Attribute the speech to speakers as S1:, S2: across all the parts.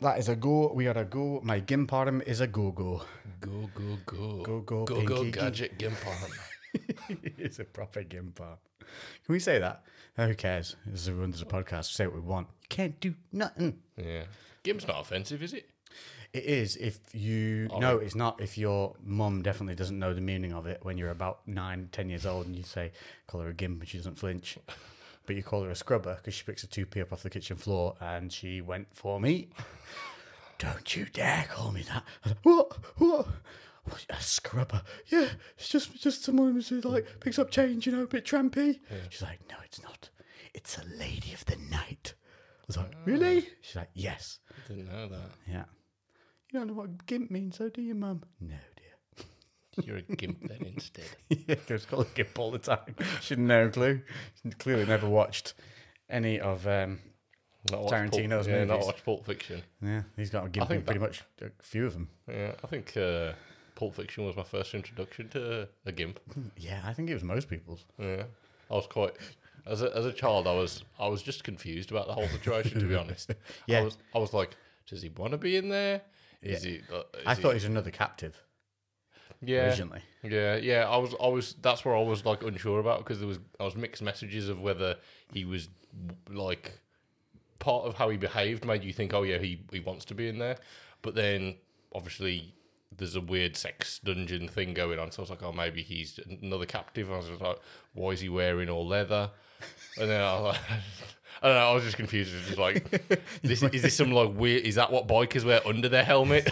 S1: That is a go. We are a go. My Gimparm is a go-go.
S2: Go, go, go.
S1: Go, go,
S2: Go, go,
S1: pinky,
S2: gadget Gimparm.
S1: it's a proper Gimparm. Can we say that? Who cares? This is everyone does a podcast. Say what we want. You can't do nothing.
S2: yeah. Gim's not offensive, is it?
S1: It is if you no, it's not if your mum definitely doesn't know the meaning of it when you're about nine, ten years old, and you say call her a gimp and she doesn't flinch, but you call her a scrubber because she picks a two p up off the kitchen floor and she went for me. Don't you dare call me that! I was like, What? What? What, A scrubber? Yeah, it's just just someone who's uh, like picks up change, you know, a bit trampy. She's like, no, it's not. It's a lady of the night. I was like, really? She's like, yes.
S2: Didn't know that.
S1: Yeah. You don't know what gimp means, though, do you, Mum? No, dear.
S2: You're a gimp then instead.
S1: yeah, it's called gimp all the time. She'd no clue. She's clearly never watched any of. Um,
S2: Not watch Pulp-
S1: Tarantino's
S2: yeah, Not
S1: movies.
S2: watch Pulp Fiction.
S1: yeah, he's got a gimp in
S2: think
S1: pretty much a few of them.
S2: Yeah, I think uh, Pulp Fiction was my first introduction to a gimp.
S1: Yeah, I think it was most people's.
S2: Yeah, I was quite as a, as a child. I was I was just confused about the whole situation. To be honest,
S1: Yeah.
S2: I was, I was like, does he want to be in there? Is
S1: Yeah.
S2: he? Uh, is
S1: I
S2: he-
S1: thought he was another captive
S2: yeah,
S1: originally.
S2: yeah, yeah. I was I was that's where I was like unsure about because there was I was mixed messages of whether he was like part of how he behaved made you think, oh yeah, he he wants to be in there, but then obviously. There's a weird sex dungeon thing going on, so I was like, "Oh, maybe he's another captive." I was just like, "Why is he wearing all leather?" And then I was like, I don't know, I was just confused. It was just like, this, is this some like weird? Is that what bikers wear under their helmet?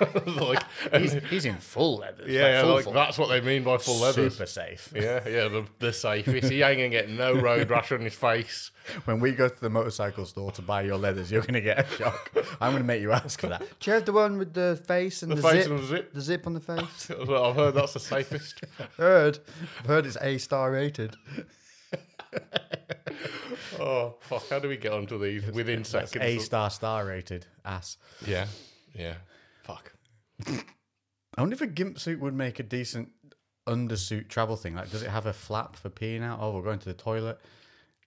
S2: like,
S1: He's, he's in full leathers. like
S2: yeah,
S1: full,
S2: like,
S1: full.
S2: that's what they mean by full leathers.
S1: Super safe.
S2: Yeah, yeah, the, the safest. He ain't gonna get no road rash on his face.
S1: When we go to the motorcycle store to buy your leathers, you're going to get a shock. I'm going to make you ask for that.
S3: Do you have the one with the face and the,
S2: face
S3: zip?
S2: and the zip.
S3: on the face.
S2: Well, I've heard that's the safest.
S3: heard, I've heard it's A star rated.
S2: Oh fuck! How do we get onto these within
S1: That's A
S2: seconds?
S1: star, star rated ass.
S2: yeah, yeah. Fuck.
S1: I wonder if a gimp suit would make a decent undersuit travel thing. Like, does it have a flap for peeing out? Oh, we're going to the toilet.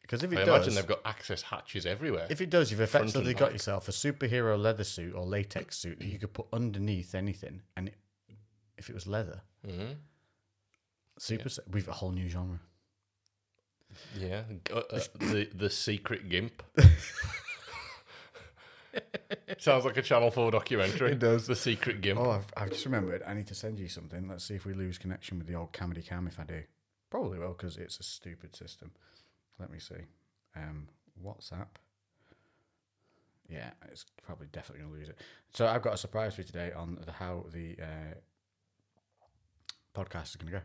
S1: Because if it
S2: I imagine
S1: does,
S2: they've got access hatches everywhere.
S1: if it does, you've effectively
S2: and
S1: got
S2: back.
S1: yourself a superhero leather suit or latex suit that you could put underneath anything. And it, if it was leather,
S2: Mhm.
S1: super, sa- we've a whole new genre.
S2: Yeah, uh, uh, the the secret gimp. Sounds like a Channel Four documentary. It does. The secret gimp.
S1: Oh, I've, I've just remembered. I need to send you something. Let's see if we lose connection with the old Comedy Cam. If I do, probably will because it's a stupid system. Let me see. Um, WhatsApp. Yeah, it's probably definitely going to lose it. So I've got a surprise for you today on the, how the uh, podcast is going to go.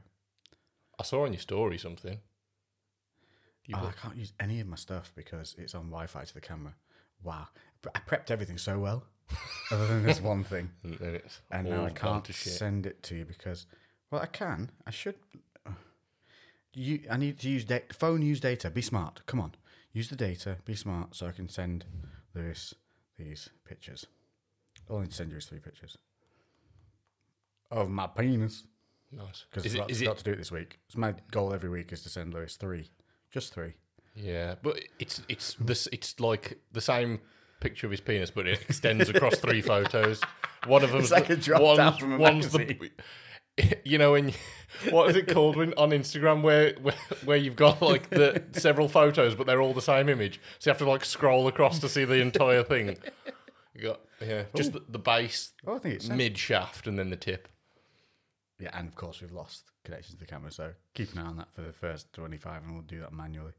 S2: I saw on your story something. You
S1: Oh,
S2: put-
S1: I can't use any of my stuff because it's on Wi-Fi to the camera. Wow, Pre- I prepped everything so well, other than this one thing.
S2: and then it's
S1: and now
S2: all
S1: I
S2: gone
S1: can't
S2: to shit.
S1: send it to you because, well, I can. I should. uh, You, I need to use data. Phone, use data. Be smart. Come on, use the data. Be smart, so I can send Lewis these pictures. All I need to send you is three pictures of my penis
S2: Nice.
S1: because
S2: Is
S1: I've
S2: it-
S1: got,
S2: is it-
S1: got to do it this week. It's my goal every week is to send Lewis three, just three.
S2: Yeah, but it's it's this it's like the same picture of his penis, but it extends across three photos. One of them
S1: It's like a drop down from a magazine.
S2: you know when you- what is it called when on Instagram where, where where you've got like the several photos, but they're all the same image, so you have to like scroll across to see the entire thing. You got yeah, just the, the base,
S1: Oh, I think it's
S2: mid shaft, and then the tip.
S1: Yeah, and of course we've lost connection to the camera, so keep an eye on that for the first twenty-five, and we'll do that manually.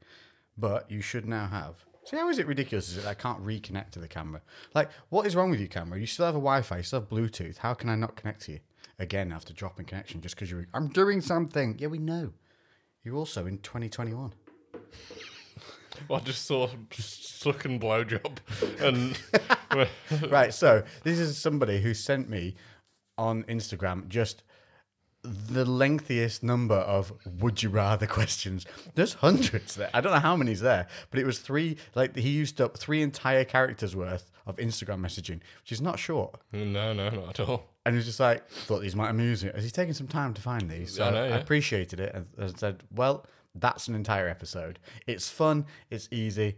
S1: But you should now have. See, how is it ridiculous? Is it that I can't reconnect to the camera? Like, what is wrong with you, camera? You still have a Wi-Fi, you still have Bluetooth. How can I not connect to you again after dropping connection just because you're? I'm doing something. Yeah, we know. You're also in 2021.
S2: I just saw suck and blowjob, and
S1: right, so this is somebody who sent me on Instagram just the lengthiest number of would you rather questions. There's hundreds there. I don't know how many's there, but it was three, like he used up three entire characters worth of Instagram messaging, which is not short.
S2: no, no, not at all.
S1: And he's just like, thought these might amuse you. Has he taken some time to find these? So
S2: I know, yeah.
S1: appreciated it and, and said, well, that's an entire episode. It's fun, it's easy,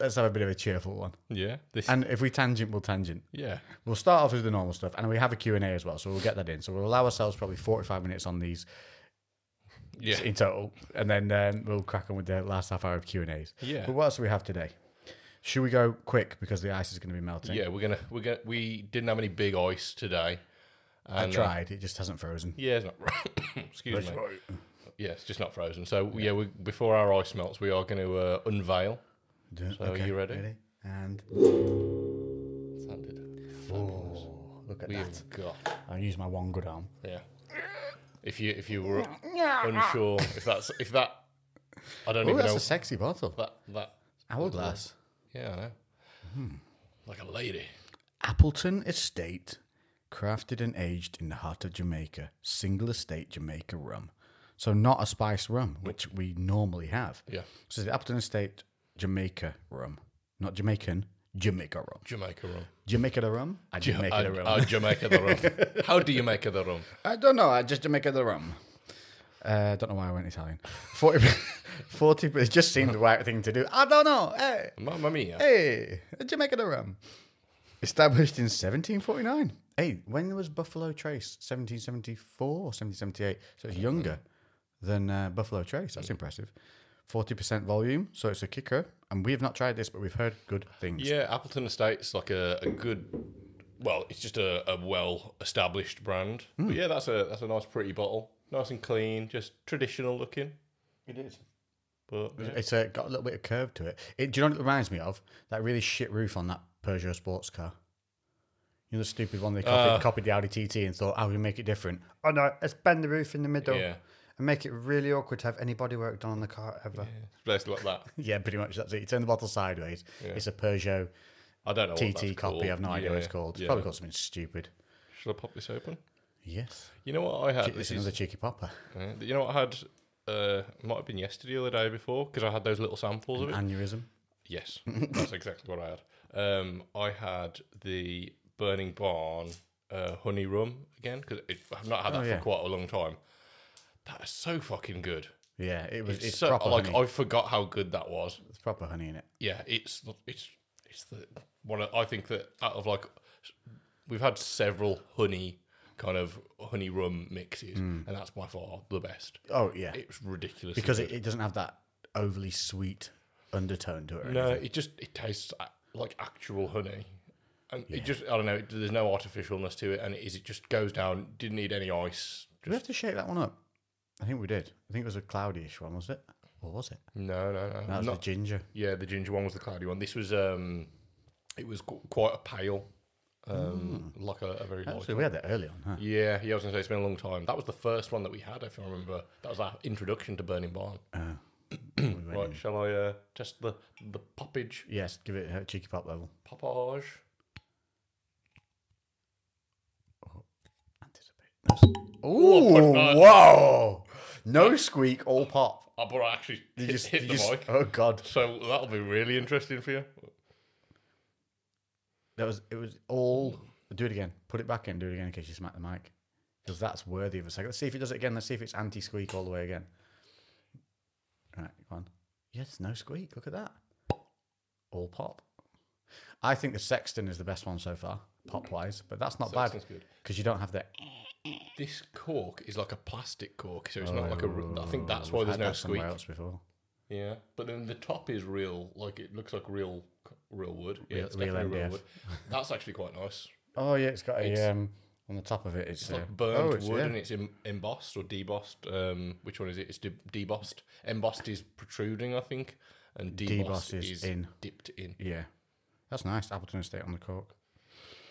S1: let's have a bit of a cheerful one.
S2: Yeah. This.
S1: And if we tangent, we'll tangent.
S2: yeah.
S1: We'll start off with the normal stuff, and we have a Q and A as well, so we'll get that in. So we'll allow ourselves probably forty-five minutes on these
S2: Yeah.
S1: in total, and then um, we'll crack on with the last half hour of Q and As.
S2: Yeah.
S1: But what else do we have today? Should we go quick because the ice is going to be melting?
S2: Yeah. We're gonna. We're gonna. We didn't have any big ice today.
S1: I
S2: And, uh,
S1: tried; it just hasn't frozen.
S2: Yeah, it's not. excuse me. Yeah, it's just not frozen. So yeah, we, before our ice melts, we are going to uh, unveil.
S1: So
S2: are you ready?
S1: And
S2: Sounded fabulous.
S1: oh, look at
S2: We
S1: that!
S2: have got.
S1: I'll use my one good arm.
S2: Yeah. If you if you were unsure if that's if that I don't
S1: Oh,
S2: even
S1: that's
S2: know
S1: a sexy bottle.
S2: that that
S1: Hourglass.
S2: yeah I know
S1: Hmm.
S2: like a lady.
S1: Appleton Estate, crafted and aged in the heart of Jamaica, single estate Jamaica rum. So not a spiced rum, which we normally have.
S2: Yeah,
S1: So the Appleton Estate Jamaica rum, not Jamaican, Jamaica rum.
S2: Jamaica rum.
S1: Jamaica the rum? I Jamaica
S2: I,
S1: the rum.
S2: I Jamaica the rum. How do you make the rum?
S1: I don't know. I just Jamaica the rum. Uh, I don't know why I went Italian. 40, 40 it just seemed the right thing to do. I don't know. Hey,
S2: Mamma mia.
S1: hey, Jamaica the rum. Established in 1749. Hey, when was Buffalo Trace? 1774 or 1778? So it's younger than uh, Buffalo Trace. That's impressive. 40% volume, so it's a kicker. And we have not tried this, but we've heard good things.
S2: Yeah, Appleton Estate's like a, a good. Well, it's just a, a well established brand.
S1: Hmm.
S2: But yeah, that's a that's a nice, pretty bottle, nice and clean, just traditional looking.
S1: It is.
S2: But yeah.
S1: It's uh, got a little bit of curve to it. it. Do you know what it reminds me of? That really shit roof on that Peugeot sports car. You know the stupid one they
S2: Uh.
S1: copied, copied the Audi TT and thought, "How oh, we make it different?"
S3: Oh no, let's bend the roof in the middle
S2: Yeah.
S3: and make it really awkward to have any bodywork done on the car ever.
S2: Place like that.
S1: Yeah, pretty much that's it. You turn the bottle sideways. It's a Peugeot
S2: I don't know. what Oh, that's
S1: TT copy.
S2: called.
S1: I have no idea what it's
S2: Yeah,
S1: called. It's
S2: yeah.
S1: probably called something stupid.
S2: Should I pop this open?
S1: Yes,
S2: You know what I had.
S1: it's
S2: Uh, This
S1: another
S2: is,
S1: cheeky popper.
S2: uh, you know what I had. Uh, might have been yesterday or the day before because I had those little samples of it.
S1: Aneurysm.
S2: Yes, that's exactly what I had. Um, I had the Burning Barn uh, honey rum again because I've not had that
S1: Oh, yeah.
S2: for quite a long time. That is so fucking good.
S1: Yeah, it was. It's,
S2: so
S1: proper
S2: like
S1: honey.
S2: I forgot how good that was.
S1: It's proper honey in it.
S2: Yeah, it's it's it's the one. Of, I think that out of like we've had several honey kind of honey rum mixes, and that's by far the best.
S1: Oh yeah,
S2: It's ridiculous
S1: Hmm. because it, it doesn't have that overly sweet undertone to it. or
S2: No, it just it tastes a- like actual honey, and it just I don't know. It, there's no artificialness to it, and it is it just goes down. Didn't need any ice.
S1: Did we have to shake that one up? I think we did. I think it was a cloudy-ish one, was it? Or was it?
S2: No, no, no.
S1: That was
S2: Not-
S1: the ginger.
S2: yeah, the ginger one was the cloudy one. This was um, it was qu- quite a pale, um,
S1: Hmm.
S2: like a, a very light.
S1: Actually, we had that early on, huh?
S2: Yeah, yeah. I was gonna say it's been a long time. That was the first one that we had, if I remember. That was our introduction to Burning Barn.
S1: Uh, We went
S2: right,
S1: in.
S2: shall I uh, test the the poppage
S1: Yes, give it a cheeky pop level.
S2: poppage?
S1: Anticipate. Ooh,
S2: nice.
S1: whoa! No squeak, all pop.
S2: I Ah, but I actually
S1: You
S2: hit,
S1: just-
S2: hit
S1: you
S2: the
S1: just-
S2: mic.
S1: Oh god,
S2: So that'll be really interesting for you.
S1: that was it. Was all.
S2: Mm.
S1: Do it again. Put it back in. Do it again in case you smack the mic, because that's worthy of a second. Let's see if it does it again. Let's see if it's anti-squeak all the way again. Right, go on. Yes, no squeak. Look at that. All pop. I think the Sexton is the best one so far, pop wise, but that's not Oh, bad
S2: Sexton's good.
S1: because you don't have the
S2: This cork is like a plastic cork, so it's not like a. r- I think that's why
S1: I've Oh,
S2: there's
S1: had
S2: no
S1: that somewhere
S2: squeak.
S1: else before.
S2: Yeah, but then the top is real, like it looks like real, real wood. Yeah,
S1: Real-
S2: it's
S1: real
S2: definitely real
S1: MDF.
S2: wood. That's actually quite nice.
S1: Oh yeah, it's got a um on the top of it. It's,
S2: It's like
S1: uh,
S2: burned
S1: oh, it's-
S2: wood
S1: yeah.
S2: and it's em- embossed or debossed. Um, which one is it? It's de- debossed. Embossed is protruding, I think, and debossed,
S1: Debossed is
S2: is,
S1: in.
S2: dipped in.
S1: yeah, that's nice. Appleton Estate on the cork.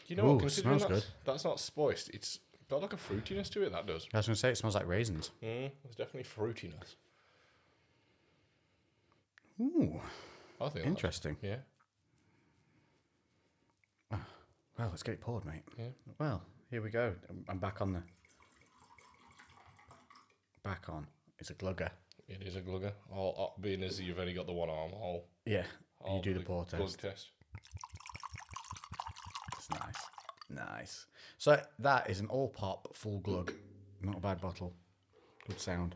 S2: You know
S1: Ooh,
S2: what? Considering
S1: smells
S2: that's, that's not spiced, it's got like a fruitiness to it. That does.
S1: I was gonna say it smells like raisins.
S2: Mm, there's definitely fruitiness.
S1: Ooh,
S2: I think. that-
S1: interesting.
S2: Yeah.
S1: Well, let's get it poured, mate.
S2: Yeah.
S1: Well, here we go. I'm- I'm back on the back on. It's a glugger.
S2: It is a glugger. I'll, i being as you've only got the one arm, I'll,
S1: Yeah,
S2: I'll
S1: you do the pour
S2: glug
S1: test.
S2: test.
S1: It's nice, nice. So that is an all pop full glug. Not a bad bottle. Good sound.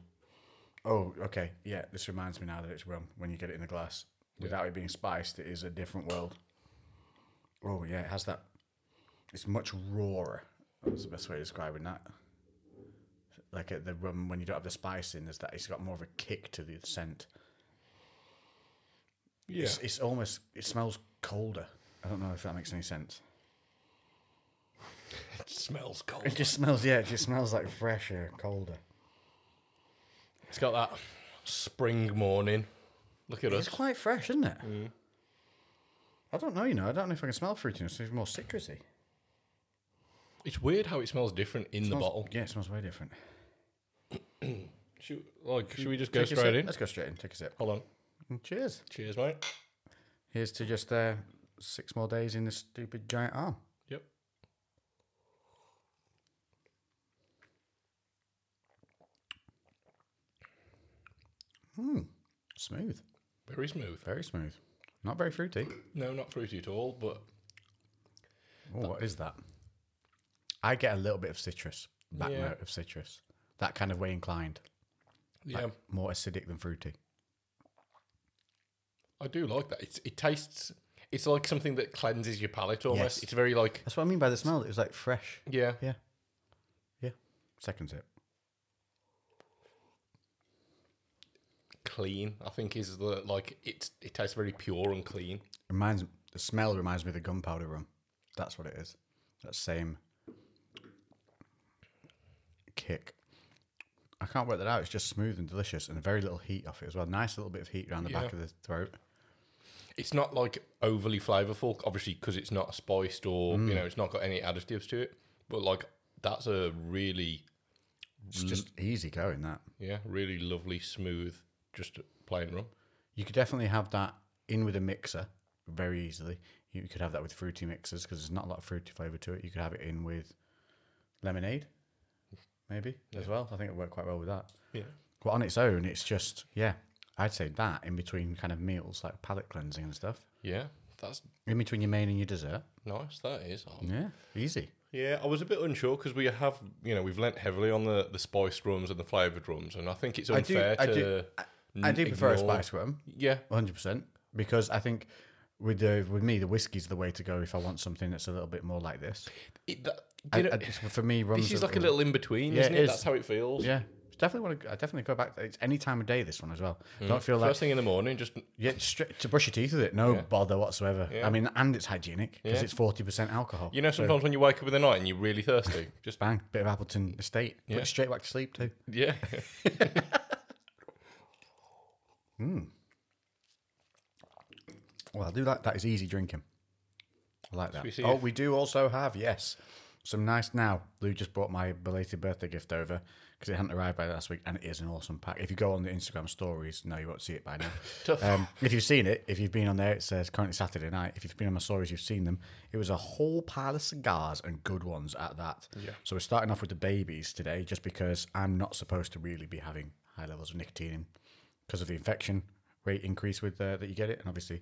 S1: Oh, okay. Yeah, this reminds me now that it's rum when you get it in the glass. Without it being spiced, it is a different world. Oh yeah, it has that. It's much rawer. That's the best way of describing that. Like at the rum, when you don't have the spice in, there's that it's got more of a kick to the scent.
S2: Yeah.
S1: It's, it's almost it smells colder. I don't know if that makes any sense.
S2: It smells cold.
S1: It just smells yeah, it just smells like fresher, colder.
S2: It's got that spring morning. Look at
S1: It's
S2: us.
S1: quite fresh, isn't it?
S2: Mm.
S1: I don't know, you know. I don't know if I can smell fruitiness. It's more citrusy.
S2: It's weird how it smells different in the
S1: Smells-
S2: bottle.
S1: Yeah, it smells way different.
S2: Should, like, should we just go
S1: Take a
S2: straight
S1: sip.
S2: in?
S1: Let's go straight in. Take a sip. Mm,
S2: Hold on.
S1: Cheers.
S2: Cheers, mate.
S1: Here's to just uh, six more days in this stupid giant arm.
S2: Yep.
S1: Mm, Smooth.
S2: Very smooth.
S1: Very smooth. Not very fruity.
S2: No, not fruity at all, but
S1: Oh, what is that? I get a little bit of citrus, back
S2: Yeah.
S1: note of citrus. That kind of way inclined.
S2: yeah,
S1: More acidic than fruity.
S2: I do like that. It's, it tastes. It's like something that cleanses your palate almost.
S1: Yes.
S2: It's very like
S1: That's what I mean by the smell. It was like fresh.
S2: yeah.
S1: Yeah. Yeah. Second sip.
S2: clean. I think is the like it's it tastes very pure and clean.
S1: Reminds the smell reminds me of the gunpowder rum. That's what it is. That same kick. I can't work that out. It's just smooth and delicious, and very little heat off it as well. Nice little bit of heat around the back of
S2: Yeah.
S1: the throat.
S2: It's not like overly flavorful, obviously, because it's not spiced or you know it's not got any additives to it. But like that's a really
S1: It's just easy going. That
S2: yeah really lovely smooth just plain rum.
S1: you could definitely have that in with a mixer very easily. You could have that with fruity mixers because there's not a lot of fruity flavor to it. You could have it in with lemonade, maybe as well. I think it worked quite well with that.
S2: Yeah.
S1: But on its own, it's just yeah. I'd say that in between kind of meals like palate cleansing and stuff.
S2: Yeah, that's
S1: In between your main and your dessert.
S2: nice. That is. I'm
S1: Yeah, easy.
S2: Yeah, I was a bit unsure because we have, you know, we've lent heavily on the the spiced rums and the flavored rums, and I think it's
S1: I do-
S2: unfair
S1: I
S2: to.
S1: do- I do prefer a
S2: ignore-
S1: spice rum,
S2: Yeah,
S1: 100, percent because I think with the with me the whiskey's the way to go if I want something that's a little bit more like this.
S2: it, that,
S1: I,
S2: you know,
S1: I just- for me, rum's
S2: this is like a little in between,
S1: Yeah,
S2: isn't
S1: it
S2: it?
S1: is.
S2: That's how it feels.
S1: Yeah, It's definitely want to. I definitely go back. To, it's any time of day. This one as well. Don't feel like
S2: Mm. First thing in the morning, just
S1: yeah, straight, to brush your teeth with it. No bother whatsoever. I mean, and it's hygienic because
S2: Yeah.
S1: it's forty percent alcohol.
S2: you know, sometimes when you wake up in the night and you're really thirsty, just
S1: bang, bit of Appleton Estate. Put you straight back to sleep too.
S2: yeah,
S1: Well, I do like that. Is easy drinking. I like that.
S2: we see
S1: oh,
S2: if-
S1: we do also have yes, some nice. Now Lou just brought my belated birthday gift over because it hadn't arrived by last week, and it is an awesome pack. If you go on the Instagram stories, no, you won't see it by now.
S2: Tough.
S1: Um, if you've seen it, if you've been on there, it says currently Saturday night. If you've been on my stories, you've seen them. It was a whole pile of cigars and good ones at that. Yeah. So we're starting off with the babies today, just because I'm not supposed to really be having high levels of nicotine because of the infection rate increase with uh, that you get it, and obviously,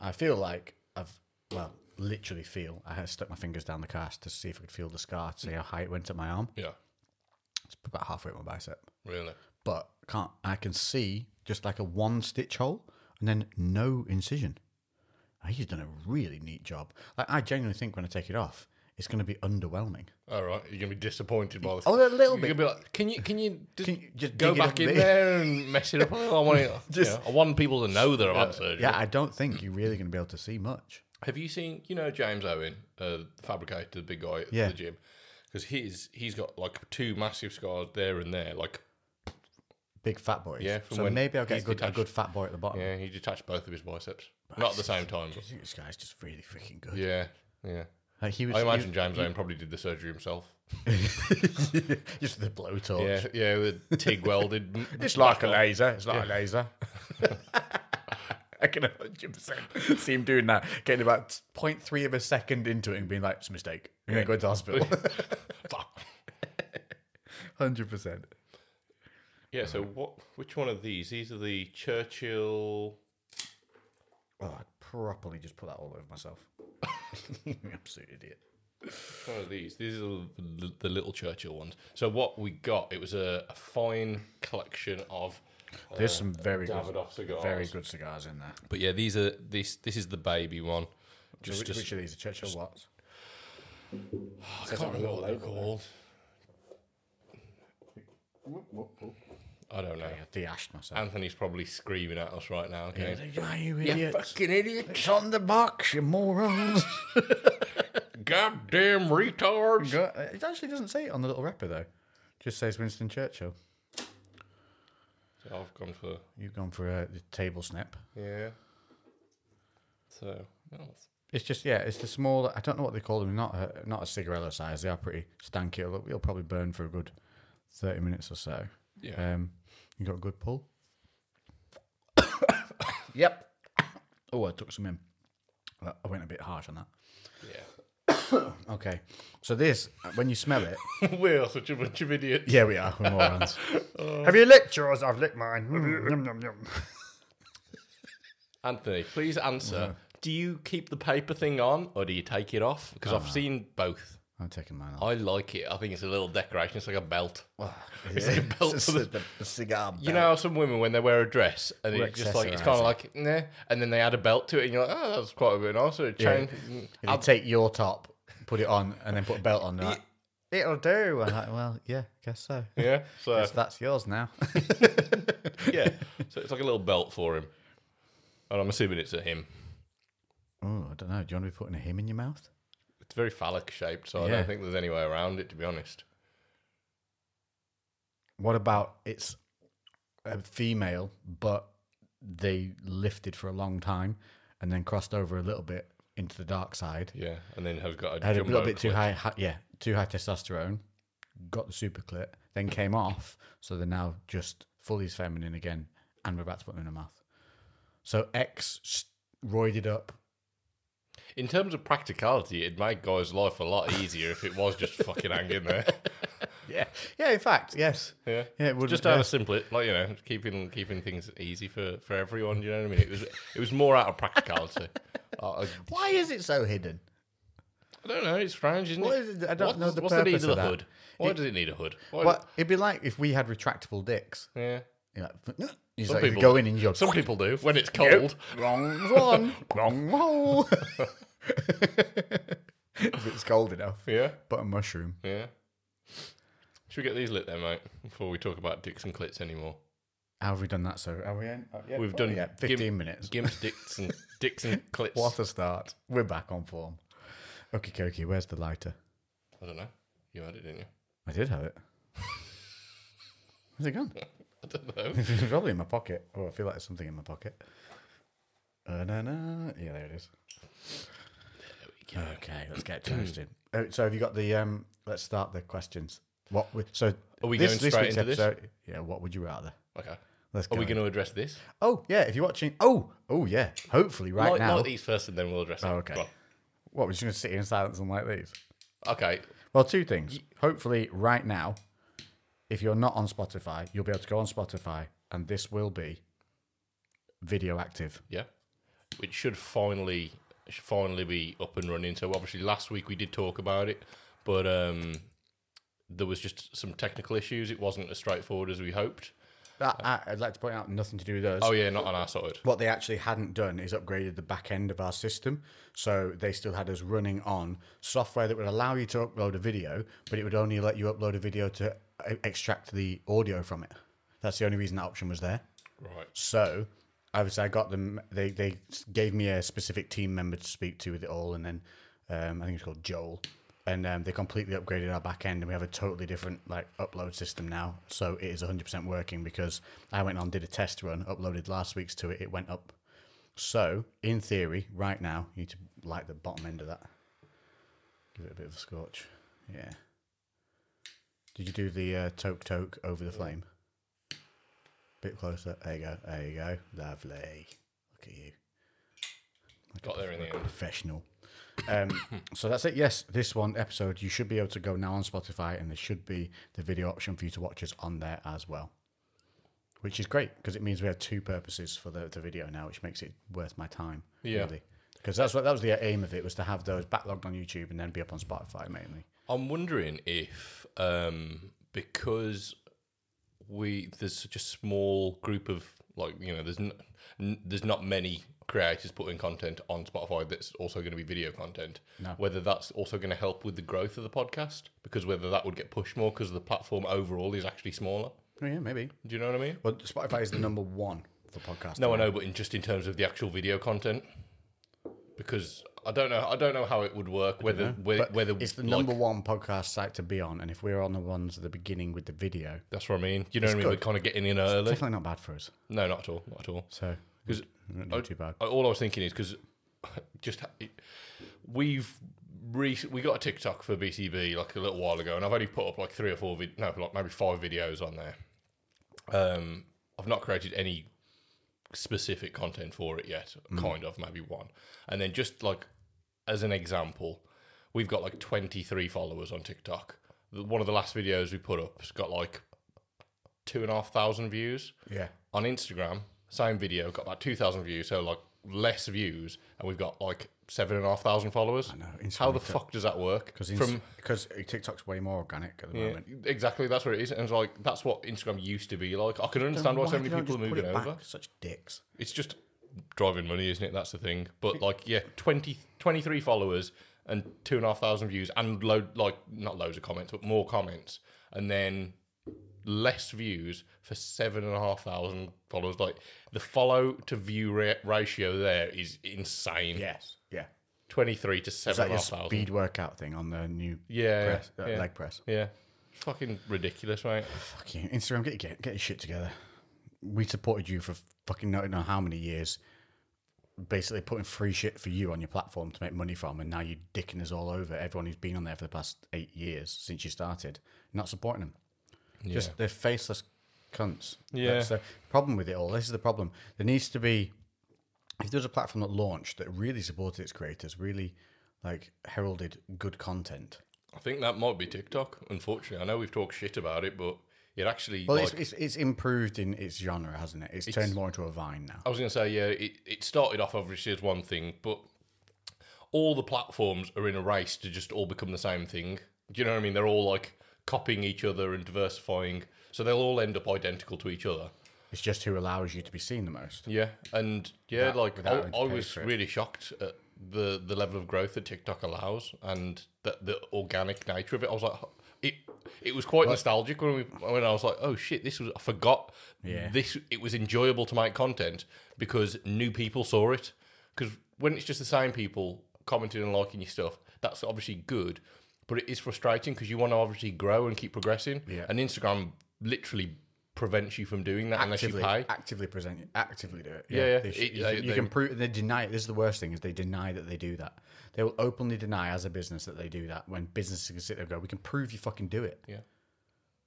S1: I feel like I've well, literally feel I had stuck my fingers down the cast to see if I could feel the scar, to see how high it went up my arm.
S2: yeah,
S1: It's about halfway up my bicep
S2: really.
S1: but can't I can see just like a one stitch hole and then no incision. Uh, He's done a really neat job. Like I genuinely think when I take it off, it's going to be underwhelming.
S2: All right, you're gonna be disappointed by this.
S1: Oh, a little
S2: you're gonna
S1: bit.
S2: be like, can you can you just,
S1: Can you just
S2: go
S1: dig it
S2: back
S1: up
S2: in
S1: a bit?"
S2: there and mess it up? a little? I want to,
S1: Just-
S2: I want people to know that I've had surgery.
S1: Yeah, I don't think you're really going to be able to see much.
S2: Have you seen, you know, James Owen, uh, the fabricator, the big guy at
S1: Yeah.
S2: the gym? Because he's he's got like two massive scars there and there. Like,
S1: Big fat boy.
S2: Yeah, from
S1: So
S2: when
S1: maybe I'll get a
S2: he's
S1: good, a
S2: detached.
S1: good fat boy at the bottom.
S2: yeah, he detached both of his biceps, not at the same time.
S1: I think this guy's just really freaking good.
S2: Yeah, yeah.
S1: Like he was.
S2: I imagine James Owen probably did the surgery himself.
S1: just the blowtorch.
S2: Yeah, yeah, the TIG welded.
S1: It's like a laser. It's like a laser. I can 100% see him doing that, getting about 0.3 of a second into it and being like, it's a mistake. I'm going to go into hospital.
S2: Fuck.
S1: 100%.
S2: Yeah. So
S1: Mm-hmm.
S2: what? Which one of these? These are the Churchill.
S1: Oh, I properly just put that all over myself. Absolute idiot.
S2: which One of these. These are the, the little Churchill ones. So what we got? It was a, a fine collection of
S1: There's some very good,
S2: Davidoff cigars.
S1: very good cigars in there.
S2: But yeah, these are this. This is the baby one.
S1: Just,
S2: Just,
S1: which, which of these? are Churchill Watts. Oh,
S2: I can't remember what they're called. I don't know.
S1: Yeah, the Ashed myself.
S2: Anthony's probably screaming at us right now.
S1: Yeah,
S2: Okay.
S1: you idiot!
S2: fucking idiot!
S1: It's on the box, you morons.
S2: Goddamn retards!
S1: Go- uh, it actually doesn't say it on the little wrapper though. Just says Winston Churchill.
S2: I've gone for
S1: You've gone for a table snap.
S2: yeah. So oh, that was-
S1: It's just yeah, it's the small. I don't know what they call them. Not a, not a cigarello size. They are pretty stanky. It'll, it'll probably burn for a good thirty minutes or so.
S2: yeah.
S1: Um, you got a good pull. yep. Oh, I took some in. I I went a bit harsh on that.
S2: yeah.
S1: Okay, so this when you smell it,
S2: we are such a bunch of idiots.
S1: yeah, we are we're morons. Oh.
S3: Have you licked yours? I've licked mine. Mm, yum, yum, yum.
S2: Anthony, please answer. Do you keep the paper thing on or do you take it off? Because
S1: Ah.
S2: I've seen both.
S1: I'm taking mine off.
S2: I like it. I think it's a little decoration. It's like a belt.
S1: It's
S2: like Oh, a belt for the-
S1: cigar.
S2: You know how some women when they wear a dress and
S1: We're
S2: it's just like it's kind of like nah, and then they add a belt to it and you're like, oh, that's quite a bit Mm. nice. So it changed.
S1: If you take your top, put it on, and then put a belt on. Right?
S3: It'll do.
S1: I'm like, well, yeah, guess so.
S2: Yeah. So
S1: Guess that's yours now.
S2: yeah. So it's like a little belt for him. And I'm assuming it's a him.
S1: oh, I don't know. Do you want to be putting a him in your mouth?
S2: It's very phallic shaped, so I
S1: Yeah.
S2: don't think there's any way around it. To be honest.
S1: What about it's a female, but they lifted for a long time and then crossed over a little bit into the dark side.
S2: Yeah. And then has got a,
S1: Had a
S2: jumbo
S1: little bit too
S2: clip.
S1: high, hi- yeah, too high testosterone. Got the super clit, then came off, so they're now just fully feminine again, and we're about to put them in her mouth. So X s- roided up.
S2: In terms of practicality, it'd make guys' life a lot easier if it was just fucking hanging there.
S1: Yeah, yeah. In fact, yes.
S2: Yeah.
S1: Yeah, it would
S2: Just
S1: yeah.
S2: out of simple, like you know, keeping keeping things easy for for everyone. You know what I mean? It was it was more out of practicality. I, I-
S1: Why is it so hidden?
S2: I don't know. It's strange, isn't
S1: What
S2: it?
S1: is it? I don't know the
S2: what's the
S1: purpose
S2: need of,
S1: of
S2: the
S1: that.
S2: hood? Why does it need a hood? Why,
S1: Well, it'd be like if we had retractable dicks.
S2: Yeah.
S1: You're like, "No." It's
S2: Some
S1: like you
S2: people-
S1: go in and you're
S2: Some people do when it's cold.
S1: wrong one, wrong hole. if it's cold enough,
S2: Yeah.
S1: but a mushroom.
S2: Yeah. Should we get these lit then, mate? Before we talk about dicks and clits anymore.
S1: How have we done that? So have we? In? uh, yeah,
S2: We've
S1: probably,
S2: done
S1: yeah,
S2: gim-
S1: fifteen minutes.
S2: Gimps, dicks, and dicks and clits.
S1: What a start! We're back on form. Okay, Koki, where's the lighter?
S2: I don't know. You had it, didn't you?
S1: I did have it. Where's it gone?
S2: I don't know.
S1: It's probably in my pocket. Oh, I feel like there's something in my pocket. Uh, na, na. Yeah, there it is. Okay, let's get toasted. Uh, so, have you got the? Um, let's start the questions. What? We, so,
S2: Are we
S1: this,
S2: going
S1: this
S2: straight
S1: week's
S2: into this?
S1: episode, Yeah. What would you rather?
S2: Okay.
S1: Let's go.
S2: Are we going to address this?
S1: Oh, yeah. If you're watching, oh, oh, yeah. Hopefully, right
S2: Like,
S1: now.
S2: like these first, and then we'll address it.
S1: Oh, okay.
S2: Go on.
S1: What? We're just going to sit here in silence and like these.
S2: Okay.
S1: Well, two things. Hopefully, right now, if you're not on Spotify, you'll be able to go on Spotify, and this will be video active.
S2: Yeah. It should finally it should finally be up and running. So obviously last week we did talk about it, but um there was just some technical issues. It wasn't as straightforward as we hoped.
S1: That, I, I'd like to point out nothing to do with us.
S2: Oh yeah, not on our side.
S1: What they actually hadn't done is upgraded the back end of our system. So they still had us running on software that would allow you to upload a video, but it would only let you upload a video to uh, extract the audio from it. That's the only reason that option was there.
S2: Right.
S1: So obviously, I got them. They they gave me a specific team member to speak to with it all, and then um, I think it's called Joel, and um, they completely upgraded our back end, and we have a totally different like upload system now. So it is 100% working because I went on did a test run, uploaded last week's to it, it went up. So in theory, right now you need to light the bottom end of that. Give it a bit of a scorch. Yeah. Did you do the uh, toke toke over the flame? Bit closer. There you go. There you go. Lovely. Look at you. Like a
S2: Got there in the
S1: prof- like a
S2: end.
S1: Professional. Um, so that's it. Yes, this one episode you should be able to go now on Spotify, and there should be the video option for you to watch us on there as well, which is great because it means we have two purposes for the, the video now, which makes it worth my time.
S2: Yeah.
S1: Because that's what that was the aim of it was to have those backlogged on YouTube and then be up on Spotify mainly.
S2: I'm wondering if um because we there's such a small group of like you know there's n- n- there's not many creators putting content on Spotify that's also going to be video content.
S1: No.
S2: Whether that's also going to help with the growth of the podcast because whether that would get pushed more because the platform overall is actually smaller.
S1: Oh, yeah, maybe.
S2: Do you know what I mean?
S1: Well, Spotify is the number one for podcasts.
S2: No, I know, but in just in terms of the actual video content, because I don't know, I don't know how it would work. Whether whe-
S1: But
S2: whether
S1: it's the
S2: like-
S1: number one podcast site to be on, and if we're on the ones at the beginning with the video,
S2: That's what I mean. You know what I mean? We're
S1: good.
S2: kind of getting in early.
S1: definitely not bad for us.
S2: No, not at all, not at all.
S1: So,
S2: Because
S1: not doing too bad.
S2: all I was thinking is because just ha- it- we've re- we got a TikTok for BCB like a little while ago, and I've only put up like three or four vid- no, like maybe five videos on there. Um, I've not created any specific content for it yet, kind of maybe one, and then just like as an example, we've got like twenty three followers on TikTok. The- One of the last videos we put up's got like two and a half thousand views
S1: Yeah.
S2: on Instagram, same video, got about 2,000 views, so like less views, and we've got like 7,500 followers. I
S1: know, Instagram
S2: How the
S1: got-
S2: fuck does that work?
S1: Because
S2: From
S1: because TikTok's way more organic at the
S2: yeah,
S1: moment.
S2: Exactly, that's what it is. And it's like, that's what Instagram used to be like. I can understand why, so
S1: Why
S2: many
S1: don't
S2: people are
S1: just put
S2: moving
S1: it back?
S2: over.
S1: Such dicks.
S2: It's just driving money, isn't it? That's the thing. But like, yeah, 20, 23 followers and 2,500 views and load, like, not loads of comments, but more comments. And then less views for seven and a half thousand followers. Like the follow to view ra- ratio there is insane.
S1: Yes. Yeah.
S2: twenty three to
S1: Is
S2: seven
S1: that
S2: and a
S1: your
S2: half thousand.
S1: speed workout thing on the new
S2: Yeah, yeah,
S1: press, uh,
S2: yeah.
S1: leg press?
S2: Yeah, It's fucking ridiculous, mate.
S1: Fuck you, Instagram. Get your, get, get your shit together. We supported you for fucking not know how many years. Basically, putting free shit for you on your platform to make money from, and now you're dicking us all over. Everyone who's been on there for the past eight years since you started, not supporting them.
S2: Yeah.
S1: Just they're faceless cunts.
S2: Yeah.
S1: That's the problem with it all. This is the problem. There needs to be if there's a platform that launched that really supported its creators, really like heralded good content.
S2: I think that might be TikTok. Unfortunately, I know we've talked shit about it, but it actually.
S1: Well,
S2: like,
S1: it's, it's it's improved in its genre, hasn't it? It's, turned more into a vine now.
S2: I was going to say, yeah, it, it started off obviously as one thing, but all the platforms are in a race to just all become the same thing. Do you know what I mean? They're all like copying each other and diversifying, so they'll all end up identical to each other.
S1: It's just who allows you to be seen the most.
S2: Yeah, and yeah, like I,
S1: without
S2: I
S1: having to pay
S2: was
S1: for it.
S2: really shocked at the the level of growth that TikTok allows and the the organic nature of it. I was like, "Huh." it it was quite nostalgic when we when I was like, oh shit, this was I forgot.
S1: Yeah.
S2: this it was enjoyable to make content because new people saw it. Because when it's just the same people commenting and liking your stuff, that's obviously good, but it is frustrating because you want to obviously grow and keep progressing.
S1: Yeah.
S2: and Instagram literally prevents you from doing that
S1: Actively,
S2: unless you pay.
S1: actively present it, actively do it.
S2: Yeah, yeah.
S1: They sh-
S2: It-
S1: you
S2: they-
S1: can, you
S2: they-
S1: can prove they deny it. This is the worst thing: is they deny that they do that. They will openly deny as a business that they do that. When businesses can sit there and go, "We can prove you fucking do it."
S2: Yeah.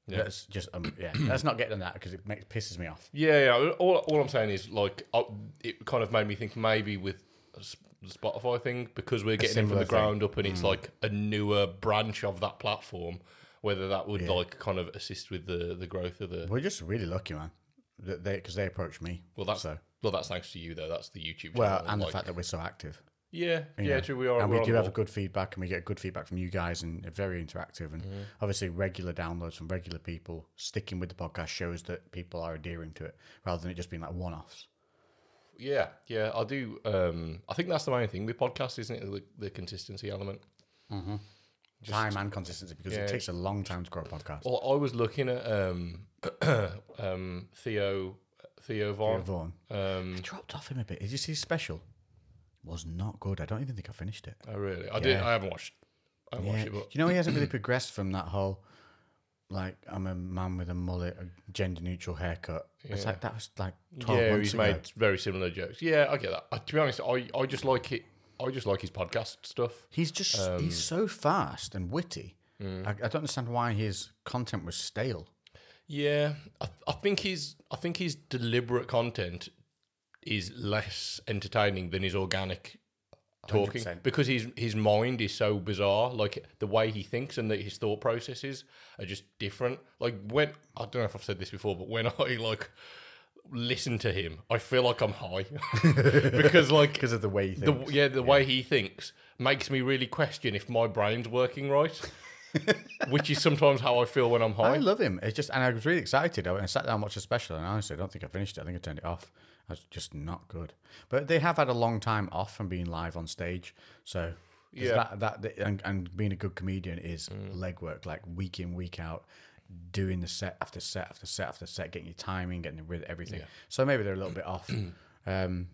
S1: Yeah. Let's just um, yeah. Let's not get on that because it makes, pisses me off.
S2: Yeah, yeah. All, all I'm saying is, like, I, it kind of made me think maybe with s- the Spotify thing, because we're getting in from
S1: similar
S2: the ground up and
S1: Mm.
S2: it's like a newer branch of that platform, whether that would, like, kind of assist with the, the growth of the.
S1: We're just really lucky, man, that they because they approached me.
S2: Well, that's.
S1: so.
S2: Well, that's thanks to you though. That's the YouTube channel.
S1: Well, and
S2: like-
S1: the fact that we're so active.
S2: yeah, yeah, true. We are.
S1: and we
S2: we're on
S1: do
S2: the
S1: have a
S2: ball.
S1: good feedback, and we get good feedback from you guys, and they're very interactive, and
S2: Mm-hmm.
S1: obviously regular downloads from regular people sticking with the podcast shows that people are adhering to it, rather than it just being like one-offs.
S2: Yeah, yeah. I do. Um, I think that's the main thing with podcasts, isn't it? The, the consistency element.
S1: time and consistency, because
S2: Yeah. Oh,
S1: it takes a long time to grow a podcast.
S2: Well, I was looking at um, um, Theo Theo Vaughn.
S1: Vaughan.
S2: Um,
S1: I dropped off him a bit. Did you see his special? Was not good. I don't even think I finished it.
S2: Oh really? I did. I haven't watched. I haven't
S1: Yeah.
S2: watched it, but
S1: You know, he hasn't really progressed from that whole like I'm a man with a mullet, a gender neutral haircut. It's like that was like twelve
S2: yeah,
S1: months
S2: he's
S1: ago.
S2: made very similar jokes. Yeah, I get that. I, to be honest, I, I just like it. I just like his podcast stuff.
S1: He's just
S2: Um,
S1: he's so fast and witty.
S2: Mm.
S1: I, I don't understand why his content was stale.
S2: Yeah, I, I think his I think his deliberate content is less entertaining than his organic talking
S1: 100%.
S2: because his his mind is so bizarre. Like the way he thinks and that his thought processes are just different. Like when I don't know if I've said this before, but when I like listen to him, I feel like I'm high because like
S1: Because of the way he
S2: the, yeah, the way he thinks makes me really question if my brain's working right. which is sometimes how I feel when I'm
S1: I
S2: high.
S1: love him. It's just, and I was really excited. I went and sat down and watched a special, and honestly, I don't think I finished it. I think I turned it off. I was just not good. But they have had a long time off from being live on stage, so there's
S2: Yeah. Mm.
S1: that that and, and being a good comedian is legwork, like week in week out, doing the set after set after set after set, getting your timing, getting with everything. So maybe they're a little bit off. um,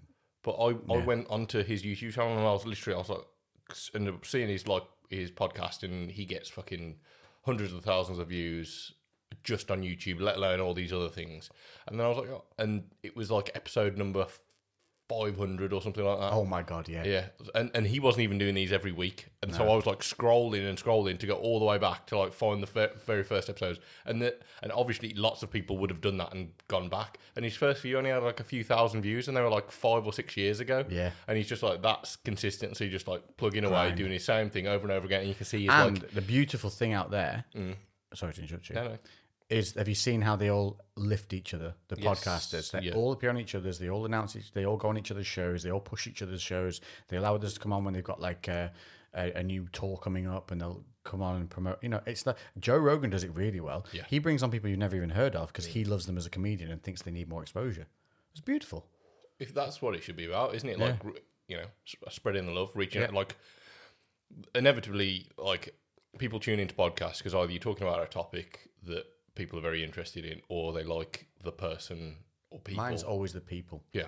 S2: But I, I went onto his YouTube channel and I was literally I was like s- ended up seeing his like his podcast and he gets fucking hundreds of thousands of views just on YouTube, let alone all these other things. And then I was like, oh, and it was like episode number five hundred or something like that.
S1: oh my god, yeah.
S2: Yeah, and and he wasn't even doing these every week, and so I was like scrolling and scrolling to go all the way back to like find the fir- very first episodes, and the, and obviously lots of people would have done that and gone back. And his first few only had like a few thousand views, and they were like five or six years ago.
S1: Yeah.
S2: and he's just like that's consistency, just like plugging away, doing his same thing over and over again. And you can see he's
S1: And
S2: like
S1: the beautiful thing out there. Sorry to interrupt you.
S2: no, no.
S1: is have you seen how they all lift each other? The podcasters, they
S2: yeah.
S1: all appear on each other's. They all announce each. They all go on each other's shows. They all push each other's shows. They allow others to come on when they've got like a, a, a new tour coming up, and they'll come on and promote. You know, it's like Joe Rogan does it really well.
S2: Yeah.
S1: He brings on people you've never even heard of because he loves them as a comedian and thinks they need more exposure. It's beautiful.
S2: if that's what it should be about, isn't it? Like r you know, s- uh, spreading the love, reaching out. Like inevitably, like people tune into podcasts because either you're talking about a topic that people are very interested in, or they like the person or people.
S1: Mine's always the people.
S2: yeah,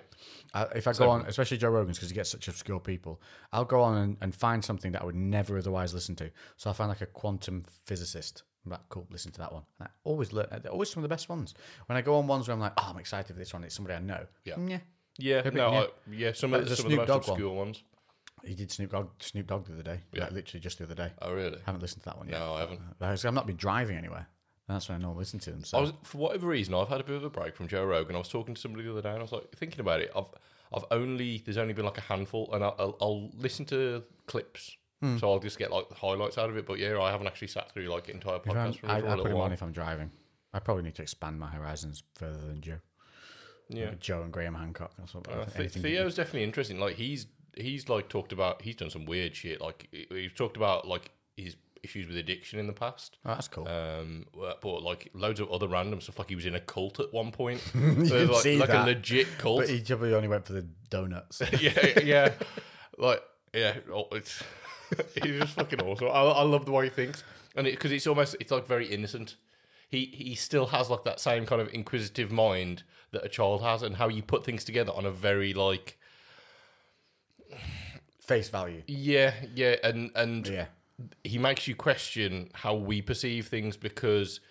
S1: I, if I go on, especially Joe Rogan's, because he gets such obscure people, I'll go on and, and find something that I would never otherwise listen to. So I find like a quantum physicist. I'm like, cool, listen to that one. And I always learn, they're always some of the best ones. When I go on ones where I'm like, oh, I'm excited for this one, it's somebody I know.
S2: Yeah.
S1: Mm, yeah.
S2: yeah, no,
S1: yeah.
S2: I, yeah. Some of
S1: Like the
S2: the, some of the
S1: Snoop
S2: most
S1: Dogg one.
S2: obscure ones.
S1: He did Snoop Dogg, Snoop Dogg the other day,
S2: Yeah.
S1: like literally just the other day.
S2: Oh, really?
S1: haven't listened to that one yet.
S2: No, I haven't.
S1: Because I've not been driving anywhere. And that's when I normally listen to them. So
S2: I was for whatever reason I've had a bit of a break from Joe Rogan. I was talking to somebody the other day and I was like thinking about it. I've I've only there's only been like a handful and I'll, I'll, I'll listen to clips.
S1: Hmm.
S2: So I'll just get like the highlights out of it, but yeah, I haven't actually sat through like entire
S1: If I'm-
S2: podcasts from
S1: I,
S2: it for
S1: I put
S2: a little
S1: him
S2: while.
S1: on if I'm driving. I probably need to expand my horizons further than Joe.
S2: Yeah,
S1: Joe and Graham Hancock. That's what
S2: Uh,
S1: I
S2: Th-
S1: think. anything-
S2: Theo's definitely interesting. Like he's he's like talked about. He's done some weird shit. Like he- he's talked about like his issues with addiction in the past.
S1: Oh, that's cool.
S2: Um, but like loads of other random stuff. Like he was in a cult at one point.
S1: can
S2: like,
S1: see
S2: like
S1: that.
S2: a legit cult.
S1: But he probably only went for the donuts.
S2: yeah, yeah, like yeah, oh, it's he's just fucking awesome. I, I love the way he thinks, and because it's almost it's like very innocent. He he still has like that same kind of inquisitive mind that a child has, and how you put things together on a very like
S1: Face value.
S2: yeah yeah, and and
S1: Yeah.
S2: he makes you question how we perceive things because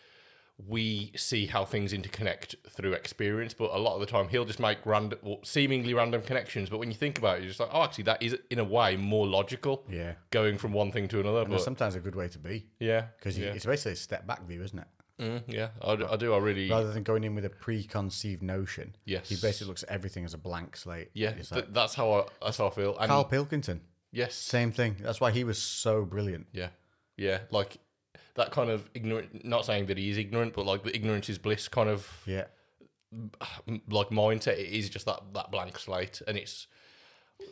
S2: we see how things interconnect through experience but a lot of the time he'll just make random well, seemingly random connections but when you think about it you're just like oh actually that is in a way more logical
S1: Yeah.
S2: going from one thing to another
S1: That's
S2: but
S1: sometimes a good way to be
S2: yeah
S1: because
S2: yeah,
S1: it's basically a step back view, isn't it?
S2: Mm, yeah I, d- I do i really
S1: Rather than going in with a preconceived notion.
S2: Yes.
S1: He basically looks at everything as a blank slate.
S2: yeah
S1: It's
S2: th-
S1: like,
S2: that's how i that's how i feel and
S1: Carl Pilkington.
S2: yes
S1: Same thing. That's why he was so brilliant.
S2: yeah yeah like that kind of ignorant not saying that he is ignorant but like the ignorance is bliss kind of
S1: Yeah.
S2: m- like mindset. It is just that that blank slate, and it's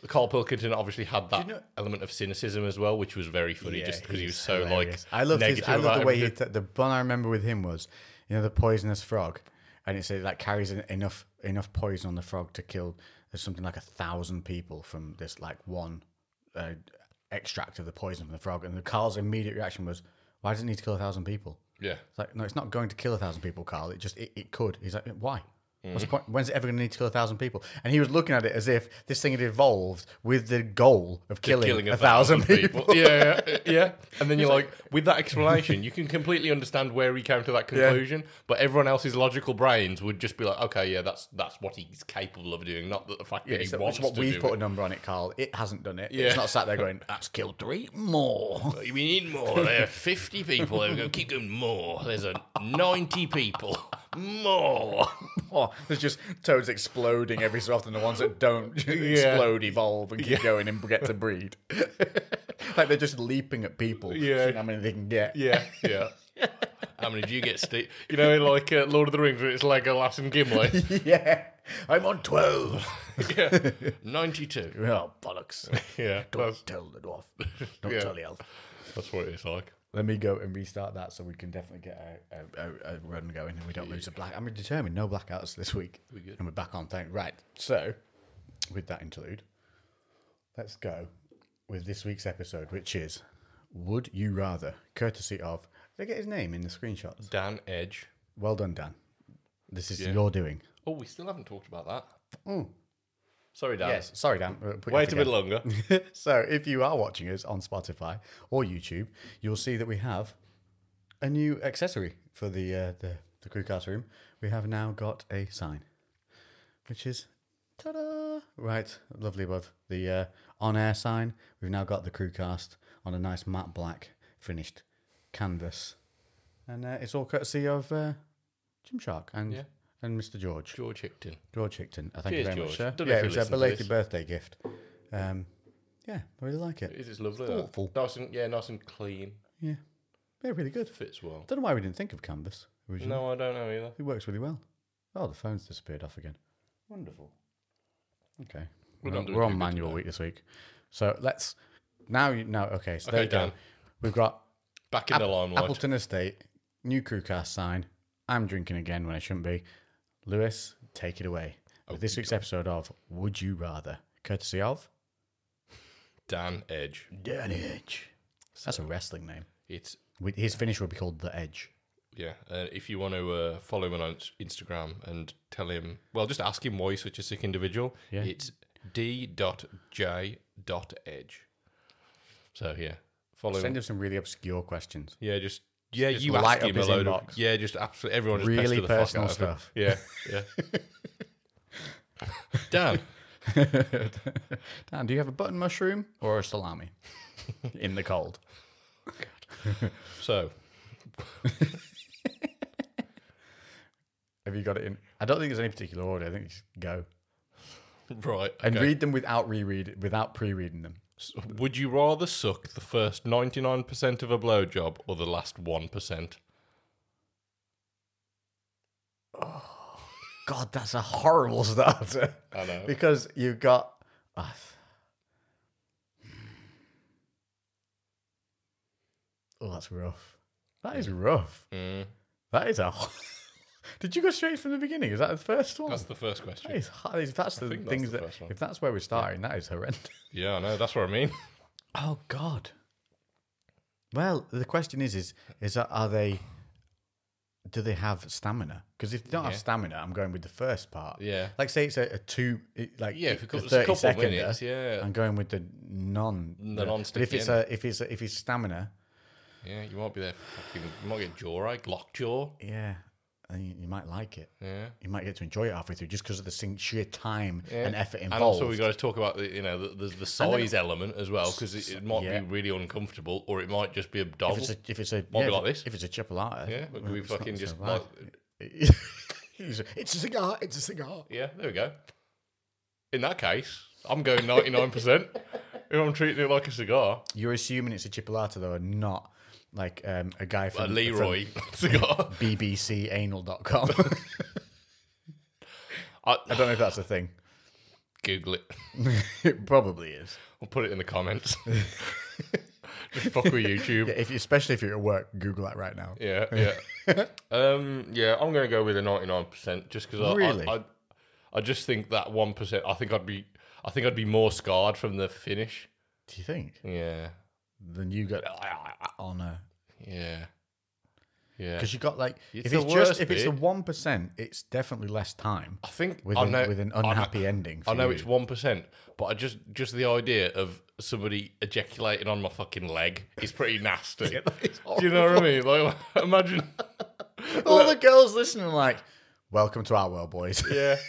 S2: Carl Pilkington obviously had that
S1: know-
S2: element of cynicism as well, which was very funny,
S1: Yeah,
S2: just because he
S1: he's
S2: was so
S1: hilarious.
S2: like
S1: I love his,
S2: negative
S1: I love
S2: about
S1: the way he
S2: everything.
S1: t- the one I remember with him was you know the poisonous frog, and it said like carries en- enough enough poison on the frog to kill there's something like a thousand people from this like one uh, extract of the poison from the frog, and the Carl's immediate reaction was, "Why does it need to kill a thousand people?"
S2: yeah.
S1: It's like, no, it's not going to kill a thousand people, Carl. It just it, it could. He's like, why? What's
S2: Mm.
S1: the point? When's it ever going to need to kill a thousand people? And he was looking at it as if this thing had evolved with the goal of killing,
S2: Killing
S1: a thousand, people.
S2: yeah, yeah, yeah. And then you're like, with that explanation, you can completely understand where he came to that conclusion. But everyone else's logical brains would just be like, okay, yeah, that's that's what he's capable of doing, not that the fact that he
S1: So
S2: wants
S1: it's what
S2: to
S1: we've
S2: do
S1: put a
S2: it.
S1: number on it, Carl. It hasn't done it.
S2: Yeah.
S1: It's not sat there going, that's killed three more.
S2: We need more. There are 50 people. There we go. Keep going. More. There's a 90 people. More.
S1: Oh, there's just toads exploding every so often. The ones that don't explode evolve and keep going and get to breed. like they're just leaping at people.
S2: Yeah.
S1: seeing How many they can get.
S2: Yeah, yeah. How many do you get, Steve? You know, in like uh, Lord of the Rings, where it's like Alas and Gimli.
S1: yeah. I'm on 12.
S2: yeah, ninety-two.
S1: oh, bollocks.
S2: Yeah, that's,
S1: tell the dwarf. Don't
S2: Yeah.
S1: tell the elf.
S2: that's what it's like.
S1: Let me go and restart that so we can definitely get a, a, a, a run going and we don't lose a black. I'm determined, no blackouts this week.
S2: We good.
S1: And we're back on thing. Right. So, with that interlude, let's go with this week's episode, which is Would You Rather? Courtesy of. Did I get his name in the screenshots?
S2: Dan Edge.
S1: Well done, Dan. This is your doing.
S2: Oh, we still haven't talked about that.
S1: Mm.
S2: Sorry, Dan.
S1: Yes. Sorry, Dan. Uh, put you off
S2: Wait a
S1: again.
S2: bit longer.
S1: so if you are watching us on Spotify or YouTube, you'll see that we have a new accessory for the uh, the, the crew cast room. We have now got a sign, which is ta-da! Right, lovely above the uh, on-air sign. We've now got the crew cast on a nice matte black finished canvas, and uh, it's all courtesy of uh, Jim Shark and
S2: Yeah.
S1: and Mr George.
S2: George Hickton.
S1: George Hickton. I Oh, thank
S2: Cheers,
S1: you very
S2: George.
S1: much, sir.
S2: Don't know
S1: yeah,
S2: if
S1: it was
S2: you
S1: a
S2: listen to
S1: belated
S2: this.
S1: birthday gift. Um, yeah, I really like it.
S2: It is lovely. that.
S1: thoughtful.
S2: Nice and yeah, nice and clean.
S1: Yeah, yeah, really good.
S2: Fits well.
S1: Don't know why we didn't think of canvas originally.
S2: No, I don't know either.
S1: It works really well. Oh, the phone's disappeared off again. Wonderful. Okay,
S2: We're
S1: we're,
S2: not
S1: on-
S2: doing
S1: we're
S2: too
S1: on
S2: good
S1: manual week this week, so let's now. You know, okay, so
S2: Okay,
S1: there you go.
S2: Dan.
S1: We've got
S2: Back in the limelight.
S1: Appleton Estate, new crew cast sign. I'm drinking again when I shouldn't be. Lewis, take it away.
S2: Oh,
S1: With this week's episode of Would You Rather, courtesy of
S2: Dan Edge.
S1: Dan Edge. That's a wrestling name.
S2: It's
S1: With- His finish would be called The Edge.
S2: yeah. Uh, if you want to uh, follow him on Instagram and tell him, well, just ask him why he's such a sick individual.
S1: Yeah.
S2: It's d dot j dot edge. So yeah, follow him.
S1: Send him some really obscure questions.
S2: Yeah, just yeah,
S1: Just
S2: you
S1: light
S2: ask
S1: up
S2: him a
S1: his
S2: load
S1: inbox.
S2: of yeah, just absolutely everyone just
S1: Really
S2: pester the fuck
S1: personal
S2: out of him.
S1: stuff.
S2: Yeah, yeah. Dan,
S1: Dan, do you have a button mushroom or a salami? In the cold.
S2: so
S1: Have you got it in? I don't think there's any particular order. I think just go.
S2: right,
S1: And
S2: okay.
S1: read them without reread, without pre-reading them.
S2: S- would you rather suck the first ninety nine percent of a blowjob or the last one percent?
S1: God, that's a horrible starter.
S2: I know.
S1: because you've got. ah, Hmm. oh, that's rough. That is rough.
S2: Mm,
S1: That is a. Did you go straight from the beginning? Is that the first one?
S2: that's the first
S1: that
S2: question.
S1: is, hard. if that's the
S2: think that's
S1: things
S2: the
S1: that.
S2: first one.
S1: If that's where we're starting, that is horrendous.
S2: Yeah, I know. That's what I mean.
S1: Oh God. Well, the question is: is is that are they? Do they have stamina? Because if they don't
S2: Yeah.
S1: have stamina, I'm going with the first part.
S2: Yeah.
S1: Like say it's a, a two, it- like
S2: Yeah, if
S1: a
S2: it was a
S1: thirty
S2: couple
S1: seconder,
S2: minutes, yeah.
S1: I'm going with the non,
S2: The
S1: But
S2: non-stick
S1: if it's
S2: in.
S1: a, if it's a, if it's stamina,
S2: Yeah, you might be there. Fucking, you might get jaw right, lock jaw.
S1: yeah, and you, you might like it.
S2: Yeah.
S1: You might get to enjoy it halfway through just because of the sing- sheer time and effort
S2: And
S1: involved.
S2: also, we've got to talk about the you know the, the, the size element as well because it, it might
S1: yeah.
S2: be really uncomfortable or it might just be
S1: if
S2: abdominal.
S1: it's a, if it's a,
S2: Might be
S1: yeah,
S2: like
S1: if,
S2: this.
S1: if it's a chipolata,
S2: yeah, but we
S1: it's not
S2: fucking
S1: so
S2: just
S1: bad.
S2: like,
S1: He's a- it's a cigar. It's a cigar.
S2: yeah, there we go. In that case, I'm going ninety nine percent. If I'm treating it like a cigar,
S1: You're assuming it's a chipolata though, and not like um, a guy
S2: a
S1: from
S2: Leroy cigar.
S1: From bbcanal.com.
S2: I,
S1: I don't know if that's a thing.
S2: Google it.
S1: it probably is.
S2: I'll put it in the comments. just fuck with YouTube.
S1: Yeah, if you, especially if you're at work, Google that right now.
S2: Yeah, yeah. um, yeah, I'm going to go with a 99% just because I,
S1: Really?
S2: I, I, I just think that 1%, I think I'd be, I think I'd be more scarred from the finish.
S1: Do you think?
S2: Yeah,
S1: Then you got on a
S2: yeah, yeah.
S1: because you got like
S2: It's
S1: if
S2: the
S1: it's just
S2: worst
S1: if it's the
S2: bit.
S1: one percent, it's definitely less time
S2: I think
S1: with,
S2: I
S1: an-
S2: know,
S1: with an
S2: I know-
S1: unhappy ending. For
S2: I know
S1: you.
S2: it's one percent, but I just just the idea of somebody ejaculating on my fucking leg is pretty nasty. Do you know what I mean? Like, imagine.
S1: all the girls listening are like, "Welcome to our world, boys."
S2: Yeah.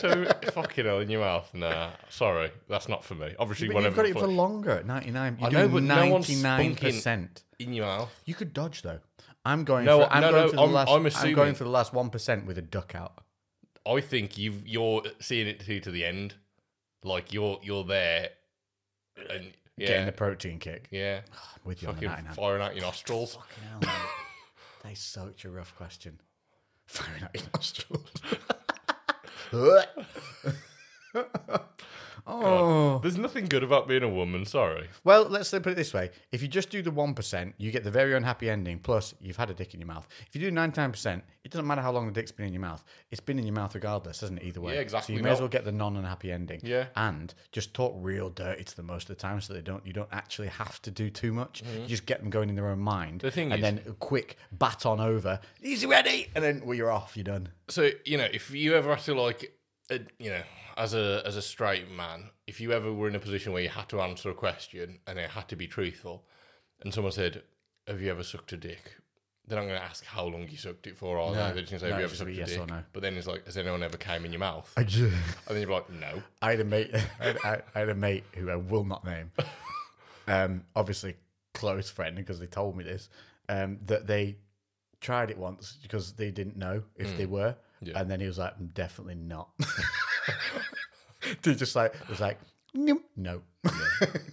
S2: So fucking hell in your mouth. Nah, sorry, that's not for me. Obviously,
S1: But you've
S2: whenever
S1: got it
S2: fl-
S1: for longer at 99. You're
S2: I know,
S1: doing
S2: but no one's
S1: 99%.
S2: in your mouth.
S1: you could dodge, though. I'm going
S2: No,
S1: for, I'm
S2: no,
S1: going
S2: no,
S1: for the
S2: I'm-
S1: last,
S2: I'm
S1: I'm,
S2: assuming-
S1: going for the last 1% with a duck out.
S2: I think you've you're seeing it through to the end. Like you're you're there, and
S1: Getting
S2: yeah,
S1: the protein kick
S2: yeah,
S1: with you on the
S2: fucking
S1: 99.
S2: firing out your nostrils.
S1: Fucking hell, mate. that is such a rough question. Oh. Firing out your nostrils.
S2: God. There's nothing good about being a woman. Sorry.
S1: Well, let's put it this way: if you just do the one percent, you get the very unhappy ending. Plus, you've had a dick in your mouth. If you do ninety-nine percent, it doesn't matter how long the dick's been in your mouth; it's been in your mouth regardless, hasn't it? Either way,
S2: Yeah, exactly
S1: So you may as
S2: that.
S1: well get the non-unhappy ending.
S2: Yeah.
S1: and just talk real dirty to them most of the time, so they don't. You don't actually have to do too much. You just get them going in their own mind.
S2: Mm-hmm. The thing
S1: and
S2: is-
S1: then a quick bat on over. Easy, ready, and then well, you're off. You're done.
S2: So you know, if you ever had to like, uh, you know, as a as a straight man, if you ever were in a position where you had to answer a question and it had to be truthful, and someone said, "Have you ever sucked a dick?" Then I'm going to ask how long you sucked it for, or they're just going to say,
S1: No,
S2: "Have you ever
S1: just
S2: sucked
S1: be
S2: a
S1: yes
S2: dick?"
S1: or no.
S2: But then it's like, "Has anyone ever came in your mouth?"
S1: I just.
S2: and then you're like, "No."
S1: I had a mate. I had, I, I had a mate who I will not name. Um, obviously close friend because they told me this. Um, that they tried it once because they didn't know if they were,
S2: Hmm. Yeah.
S1: and then he was like, "Mm, "Definitely not." they just like was like, "Nope, "No, no."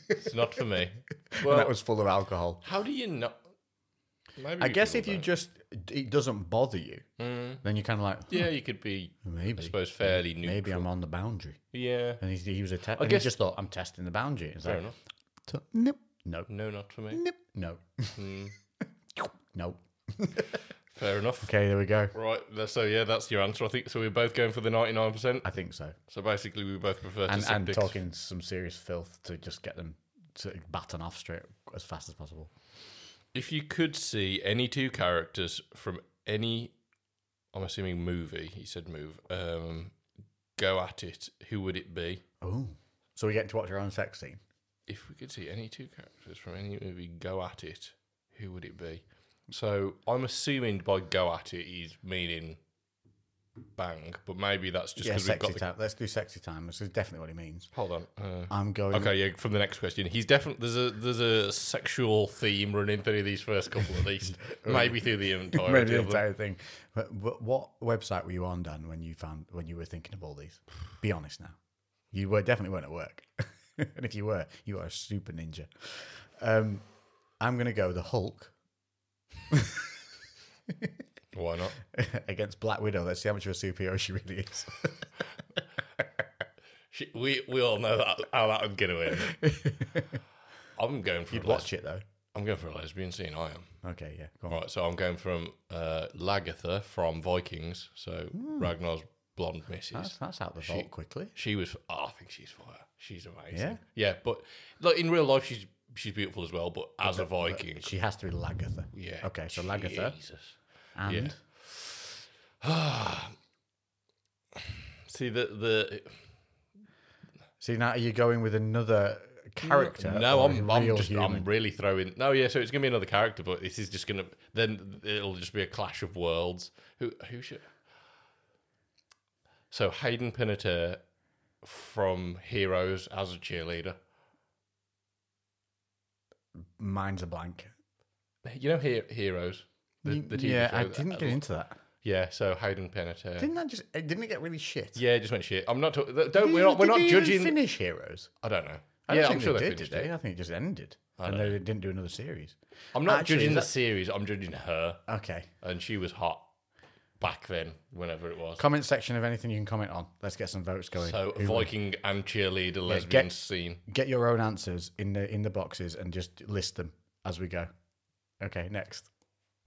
S2: It's not for me.
S1: And that
S2: Well,
S1: was full of alcohol.
S2: how do you not? Maybe
S1: I
S2: we
S1: guess
S2: should
S1: if you
S2: all know.
S1: just it doesn't bother you, then you're kind of like,
S2: Hmm? Mm. yeah, you could be, I
S1: maybe,
S2: suppose, fairly new.
S1: maybe I'm on the boundary.
S2: Yeah,
S1: And he, he was a test.
S2: guess-
S1: he just thought, "I'm testing the boundary." It's
S2: fair
S1: like,
S2: enough.
S1: "T- nope, no,
S2: No, not for me.
S1: Nip. No.
S2: Hmm.
S1: no.
S2: Fair enough.
S1: Okay, there we go.
S2: Right. th- So yeah, that's your answer. I think so. We're both going for the ninety-nine percent.
S1: I think so.
S2: So basically, we both prefer to
S1: And,
S2: suck
S1: and
S2: dicks.
S1: talking some serious filth to just get them to batten off straight as fast as possible.
S2: If you could see any two characters from any, I'm assuming movie. He said move. Um, go at it. Who would it be?
S1: Oh. So we get to watch our own sex scene.
S2: If we could see any two characters from any movie, go at it. Who would it be? So I'm assuming by go at it, he's meaning bang, but maybe that's just
S1: yeah,
S2: because we've
S1: sexy
S2: got the.
S1: time. Let's do sexy time. This is definitely what he means.
S2: Hold on. Uh,
S1: I'm going.
S2: Okay, yeah. From the next question, he's definitely there's a there's a sexual theme running through these first couple at least, maybe through the entirety
S1: Maybe the
S2: of them.
S1: entire thing. But, but what website were you on, Dan, when you found when you were thinking of all these? Be honest now. You were definitely weren't at work, and if you were, you are a super ninja. Um, I'm gonna go the Hulk.
S2: Why not?
S1: against Black Widow. Let's see how much of a superhero she really is.
S2: She, we we all know that how that would get away. I'm going for a
S1: You'd
S2: les-
S1: watch it though.
S2: I'm going for a lesbian scene. I am
S1: Okay, yeah, go on.
S2: right. So I'm going from uh, Lagatha from Vikings. So Ragnar's blonde missus.
S1: That's, that's out the vault quickly.
S2: She was. Oh, I think she's fire. She's amazing.
S1: Yeah?
S2: but like in real life, she's she's beautiful as well. But as a Viking,
S1: She has to be Lagatha.
S2: yeah.
S1: Okay, so Lagatha
S2: Jesus.
S1: and
S2: yeah. See the the
S1: see now are you going with another character?
S2: No,
S1: or a
S2: I'm, I'm
S1: real
S2: just
S1: human?
S2: I'm really throwing. No, yeah. So it's gonna be another character, but this is just gonna then it'll just be a clash of worlds. Who who should? So Hayden Panettiere from Heroes as a cheerleader.
S1: Mine's a blank.
S2: You know, he- Heroes. The, the TV
S1: Mm, yeah,
S2: show
S1: I
S2: that-
S1: didn't get into that.
S2: Yeah, so Hayden Panettiere.
S1: Didn't that just? uh, Didn't it get really shit?
S2: yeah, it just went shit. I'm not. Talk- don't.
S1: Did
S2: we're
S1: you-
S2: not. We're
S1: did
S2: not
S1: you even
S2: judging.
S1: Finish Heroes.
S2: I don't know.
S1: I don't
S2: yeah,
S1: think
S2: I'm sure
S1: they
S2: they
S1: did,
S2: finished
S1: did they?
S2: it.
S1: I think it just ended, and they didn't do another series.
S2: I'm not
S1: Actually,
S2: judging
S1: is
S2: the
S1: that-
S2: series. I'm judging her.
S1: Okay.
S2: and she was hot back then, whenever it was.
S1: Comment section of anything you can comment on. Let's get some votes going.
S2: So
S1: Who-
S2: Viking and cheerleader lesbian
S1: get-
S2: scene.
S1: get your own answers in the in the boxes and just list them as we go. Okay, next.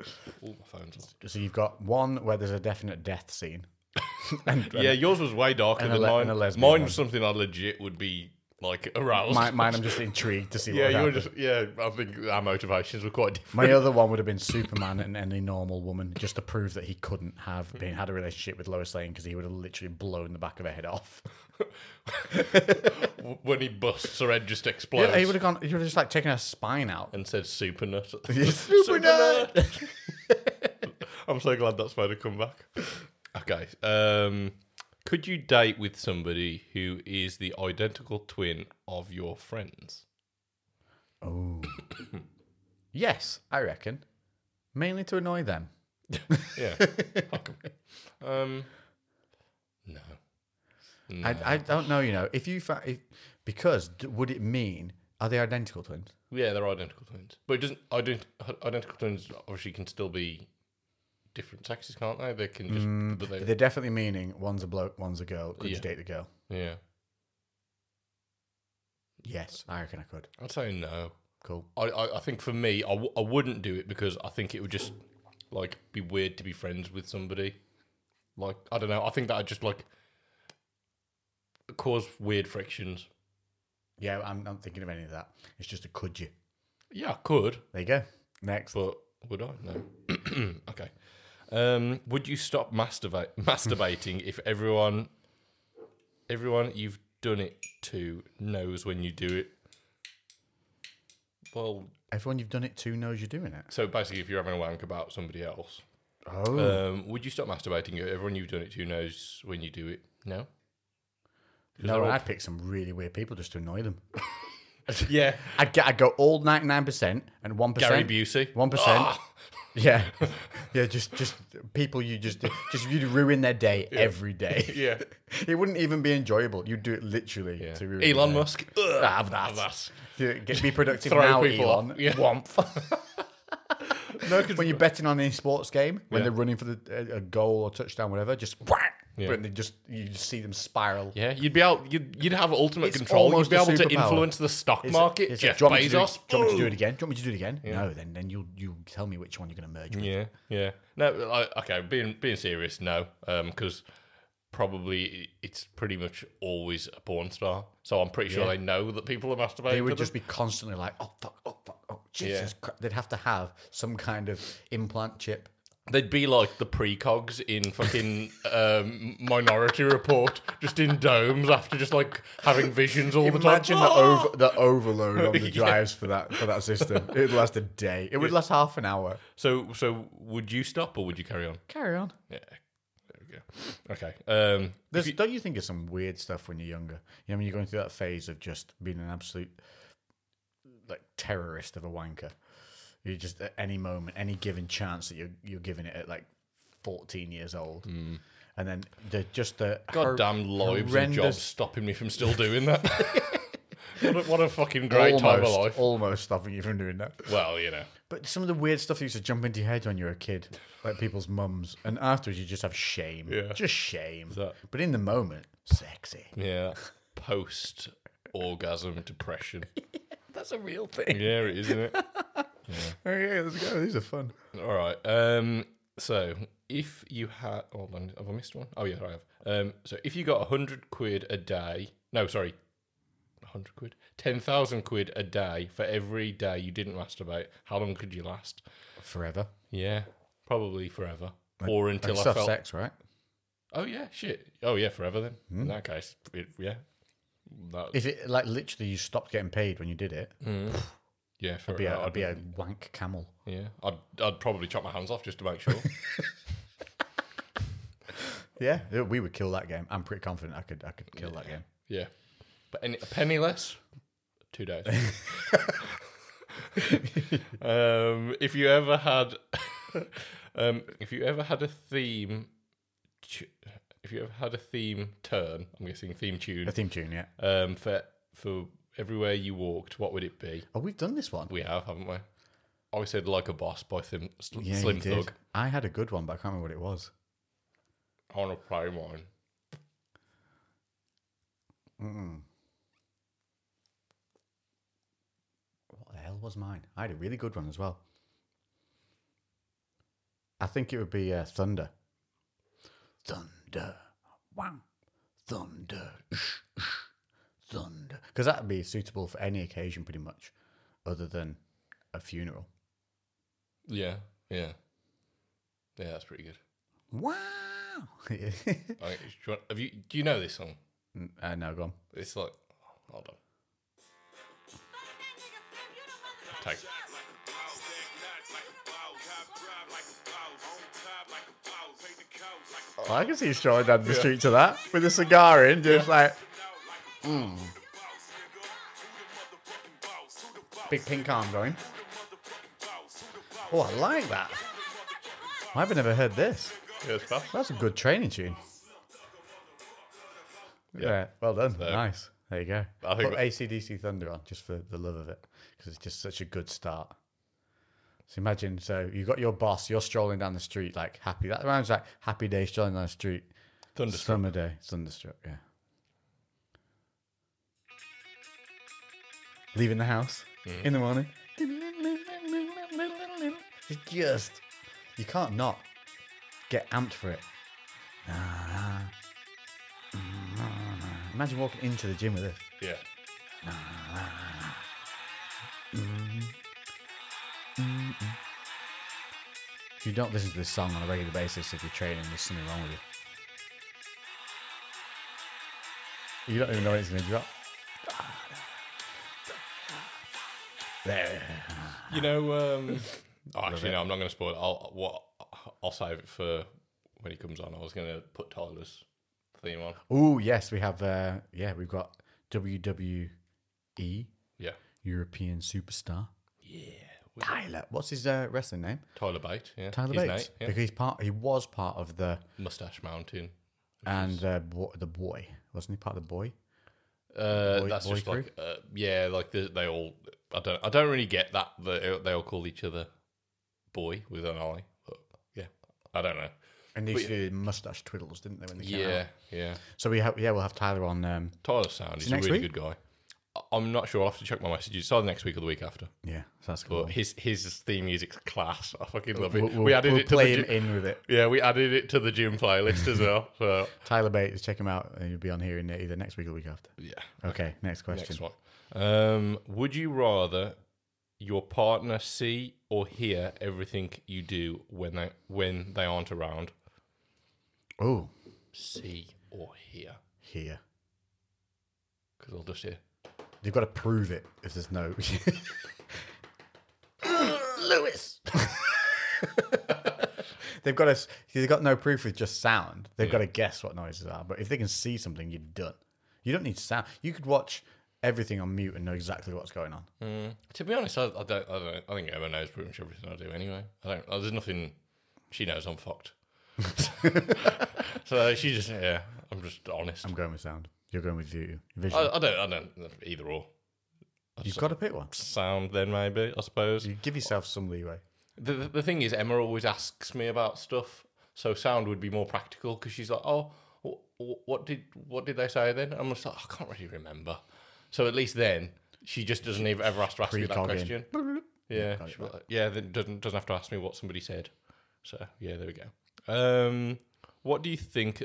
S2: Oh, my phone's off.
S1: So you've got one where there's a definite death scene. and,
S2: Yeah, yours was way darker
S1: and a
S2: than
S1: le-
S2: mine.
S1: and a lesbian
S2: mine
S1: one.
S2: was something I legit would be like aroused.
S1: my, mine, I'm just intrigued to see.
S2: yeah,
S1: what
S2: you were
S1: would
S2: just yeah. I think our motivations were quite different.
S1: My other one would have been Superman and any normal woman, just to prove that he couldn't have been had a relationship with Lois Lane because he would have literally blown the back of her head off.
S2: when he busts, her head just explodes
S1: Yeah, he would have gone. He would have just like taken her spine out.
S2: and said "super nut."
S1: Super nut!
S2: I'm so glad that's made a comeback. Okay, um, could you date with somebody who is the identical twin of your friends?
S1: Oh. yes, I reckon. Mainly to annoy them.
S2: Yeah. Fuck 'em. Um, no. no.
S1: I, I don't know. You know, if you fa- if, because d- would it mean are they identical twins?
S2: Yeah, they're identical twins. But it doesn't ident- identical twins obviously can still be different sexes, can't they? They can just but they,
S1: They're definitely meaning one's a bloke, one's a girl. Could
S2: Yeah.
S1: you date the girl?
S2: yeah.
S1: Yes, I reckon I could.
S2: I'd say no.
S1: Cool.
S2: I, I, I think for me, I, w- I wouldn't do it because I think it would just like be weird to be friends with somebody. Like I don't know. I think that would just like cause weird frictions.
S1: Yeah, I'm not thinking of any of that. It's just a could you.
S2: Yeah, I could,
S1: There you go. Next.
S2: but would I? No. okay. Um, would you stop masturbate masturbating if everyone everyone you've done it to knows when you do it? Well,
S1: Everyone you've done it to knows you're doing it.
S2: so basically, if you're having a wank about somebody else,
S1: Oh.
S2: Um, would you stop masturbating? Everyone you've done it to knows when you do it. No.
S1: no, I'd pick some really weird people just to annoy them.
S2: Yeah.
S1: I'd, get, I'd go all 99% and 1%.
S2: Gary Busey.
S1: 1%.
S2: Ah!
S1: Yeah. yeah, just just people you just just you'd ruin their day every day.
S2: Yeah.
S1: It wouldn't even be enjoyable. You'd do it literally
S2: yeah.
S1: to ruin your
S2: Elon
S1: day.
S2: Musk. Ugh,
S1: Have that.
S2: have that.
S1: Yeah, Get, be productive
S2: Throw
S1: now,
S2: people
S1: Elon.
S2: off. Yeah.
S1: Womp.
S2: No, 'cause-
S1: when you're betting on any sports game, when
S2: Yeah.
S1: they're running for the, a, a goal or touchdown, whatever, just whack.
S2: Yeah.
S1: But they just you just see them spiral.
S2: yeah, you'd be out. You'd, you'd have ultimate
S1: It's
S2: control. You'd
S1: almost
S2: be
S1: a
S2: able to
S1: superpower.
S2: influence the stock
S1: It's-
S2: market.
S1: it's like,
S2: Jeff
S1: "Do you want me to do it-
S2: Bezos.
S1: Do you want me to do
S2: Ugh."
S1: it again? Do you want me to do it again? No, then then you'll you tell me which one you're going to merge. with.
S2: Yeah, yeah. No, I, okay. Being being serious, no, because probably it's pretty much always a porn star. So I'm pretty sure
S1: Yeah.
S2: they know that people are masturbating.
S1: They would
S2: to them.
S1: just be constantly like, oh fuck, oh fuck, oh Jesus. Christ. They'd have to have some kind of implant chip.
S2: They'd be like the precogs in fucking um, Minority Report, just in domes after just like having visions all the time.
S1: Imagine the,
S2: Ah!
S1: over, the overload on the drives for that for that system. It'd last a day. It would last half an hour.
S2: So, so would you stop or would you carry on?
S1: Carry on.
S2: Yeah, there we go. Okay. Um,
S1: There's, don't you think it's some weird stuff when you're younger? You know, when you're going through that phase of just being an absolute like terrorist of a wanker. You just at any moment, any given chance that you're you're giving it at like 14 years old, and then the just the
S2: goddamn lives and jobs
S1: horrendous-
S2: stopping me from still doing that. what, a, what a fucking great
S1: almost,
S2: time of life.
S1: almost stopping you from doing that.
S2: Well, you know.
S1: But some of the weird stuff that used to jump into your head when you were a kid, like people's mums, and afterwards you just have shame,
S2: Yeah.
S1: just shame.
S2: that-
S1: But in the moment, sexy.
S2: Yeah. Post orgasm depression.
S1: That's a real thing.
S2: Yeah, it is, isn't it?
S1: Oh yeah, let's go. These are fun.
S2: All right. Um. So if you had, hold on, have I missed one? Oh yeah, I have. Um. So if you got hundred quid a day, no, sorry, hundred quid, ten thousand quid a day for every day you didn't masturbate, how long could you last?
S1: Forever.
S2: Yeah, probably forever, or until
S1: Like
S2: I
S1: soft
S2: felt.
S1: sex, right?
S2: Oh yeah, shit. Oh yeah, forever then. In that case, it, yeah. That,
S1: If Hmm. it like literally you stopped getting paid when you did it,
S2: yeah, for,
S1: be a,
S2: I'd
S1: I'd be a wank camel.
S2: yeah. I'd, I'd probably chop my hands off just to make sure.
S1: Yeah, yeah, we would kill that game. I'm pretty confident I could I could kill that game.
S2: yeah, but any, penniless, two days. um, if you ever had, um, if you ever had a theme, tu- if you ever had a theme turn, I'm guessing theme tune,
S1: A theme tune, yeah.
S2: um, for for everywhere you walked, what would it be?
S1: Oh, we've done this one.
S2: We have, haven't we? I always said like a boss by Thim, Sl-
S1: Yeah,
S2: Slim
S1: you did.
S2: Thug.
S1: I had a good one, but I can't remember what it was.
S2: I want to play mine.
S1: What the hell was mine? I had a really good one as well. I think it would be uh, Thunder. Thunder. Wow. Thunder. Shh, shh. Thunder. Because that would be suitable for any occasion, pretty much, other than a funeral.
S2: Yeah, yeah, yeah. That's pretty good.
S1: Wow.
S2: I, do, you want, have you, do you know this song?
S1: uh, no, go on.
S2: It's like, hold on. Take.
S1: I can see you strolling down the street to that with a cigar in, just like hmm. big pink arm going. Oh, I like that. I haven't ever heard this.
S2: Yeah, it's fast.
S1: That's a good training tune. Yeah, well done. Nice. There you go.
S2: I think
S1: Put
S2: that-
S1: ACDC Thunder on just for the love of it because it's just such a good start. So imagine, so you got your boss, you're strolling down the street like happy. That sounds like happy day strolling down the street.
S2: Thunderstruck.
S1: Summer day, thunderstruck. Yeah.
S4: leaving the house in the morning.
S1: It's just you can't not get amped for it.
S4: Imagine walking into the gym with this.
S2: Yeah.
S1: If you don't listen to this song on a regular basis, if you're training, there's something wrong with you. You don't even know when it's going to drop. There.
S2: You know, um, oh, actually, no, I'm not going to spoil it. I'll, what, I'll save it for when he comes on. I was going to put Tyler's theme on.
S1: Oh yes, we have. Uh, yeah, we've got WWE
S2: Yeah.
S1: European Superstar
S2: Yeah.
S1: Tyler. What's his uh, wrestling name?
S2: Tyler Bate. Yeah.
S1: Tyler
S2: His
S1: Bates.
S2: mate, yeah.
S1: Because he's part. He was part of the
S2: Mustache Mountain.
S1: and uh, bo- the boy wasn't he part of the boy?
S2: Uh,
S1: Boy-
S2: that's
S1: boy
S2: just like, uh, yeah, like the, they all. I don't. I don't really get that. The, they all call each other boy with an eye. But yeah, I don't know.
S1: And they used to do mustache twiddles, didn't they? When they came
S2: Yeah,
S1: out?
S2: yeah.
S1: So we have. Yeah, we'll have Tyler on. Um,
S2: Tyler Sound. He's a
S1: next
S2: really
S1: week?
S2: good guy. I- I'm not sure. I'll have to check my messages. It's either next week or the week after.
S1: yeah, so that's cool.
S2: But his his theme music's class. I fucking love it.
S1: We'll, we'll,
S2: we added
S1: we'll
S2: it to
S1: play
S2: the
S1: him
S2: gym,
S1: in with it.
S2: yeah, we added it to the gym playlist as well. So
S1: Tyler Bates, check him out. and You'll be on here in either next week or the week after.
S2: yeah,
S1: Okay, next question.
S2: next one. Um, would you rather your partner see or hear everything you do when they when they aren't around?
S1: Oh,
S2: See or hear?
S1: here
S2: Because I'll just hear.
S1: they've got to prove it if there's no Lewis. they've got to. They've got no proof with just sound. They've got to guess what noises are. But if they can see something, you're done. You don't need sound. You could watch everything on mute and know exactly what's going on.
S2: Hmm. To be honest, I, I don't. I don't. I think Emma knows pretty much everything I do anyway. I don't. oh, There's nothing she knows. I'm fucked. so she just yeah. I'm just honest.
S1: I'm going with sound. You're going with view. Vision.
S2: I, I don't. I don't either or
S1: You've got to pick one.
S2: sound. Then maybe I suppose
S1: You give yourself some leeway.
S2: the, the the thing is Emma always asks me about stuff. So sound would be more practical because she's like, oh, wh- wh- what did what did they say then? I'm just like, I can't really remember. So at least then she just doesn't even ever have to ask me that
S1: Precog in.
S2: question. Yeah, she'll be like, yeah. Then doesn't doesn't have to ask me what somebody said. So yeah, there we go. Um, what do you think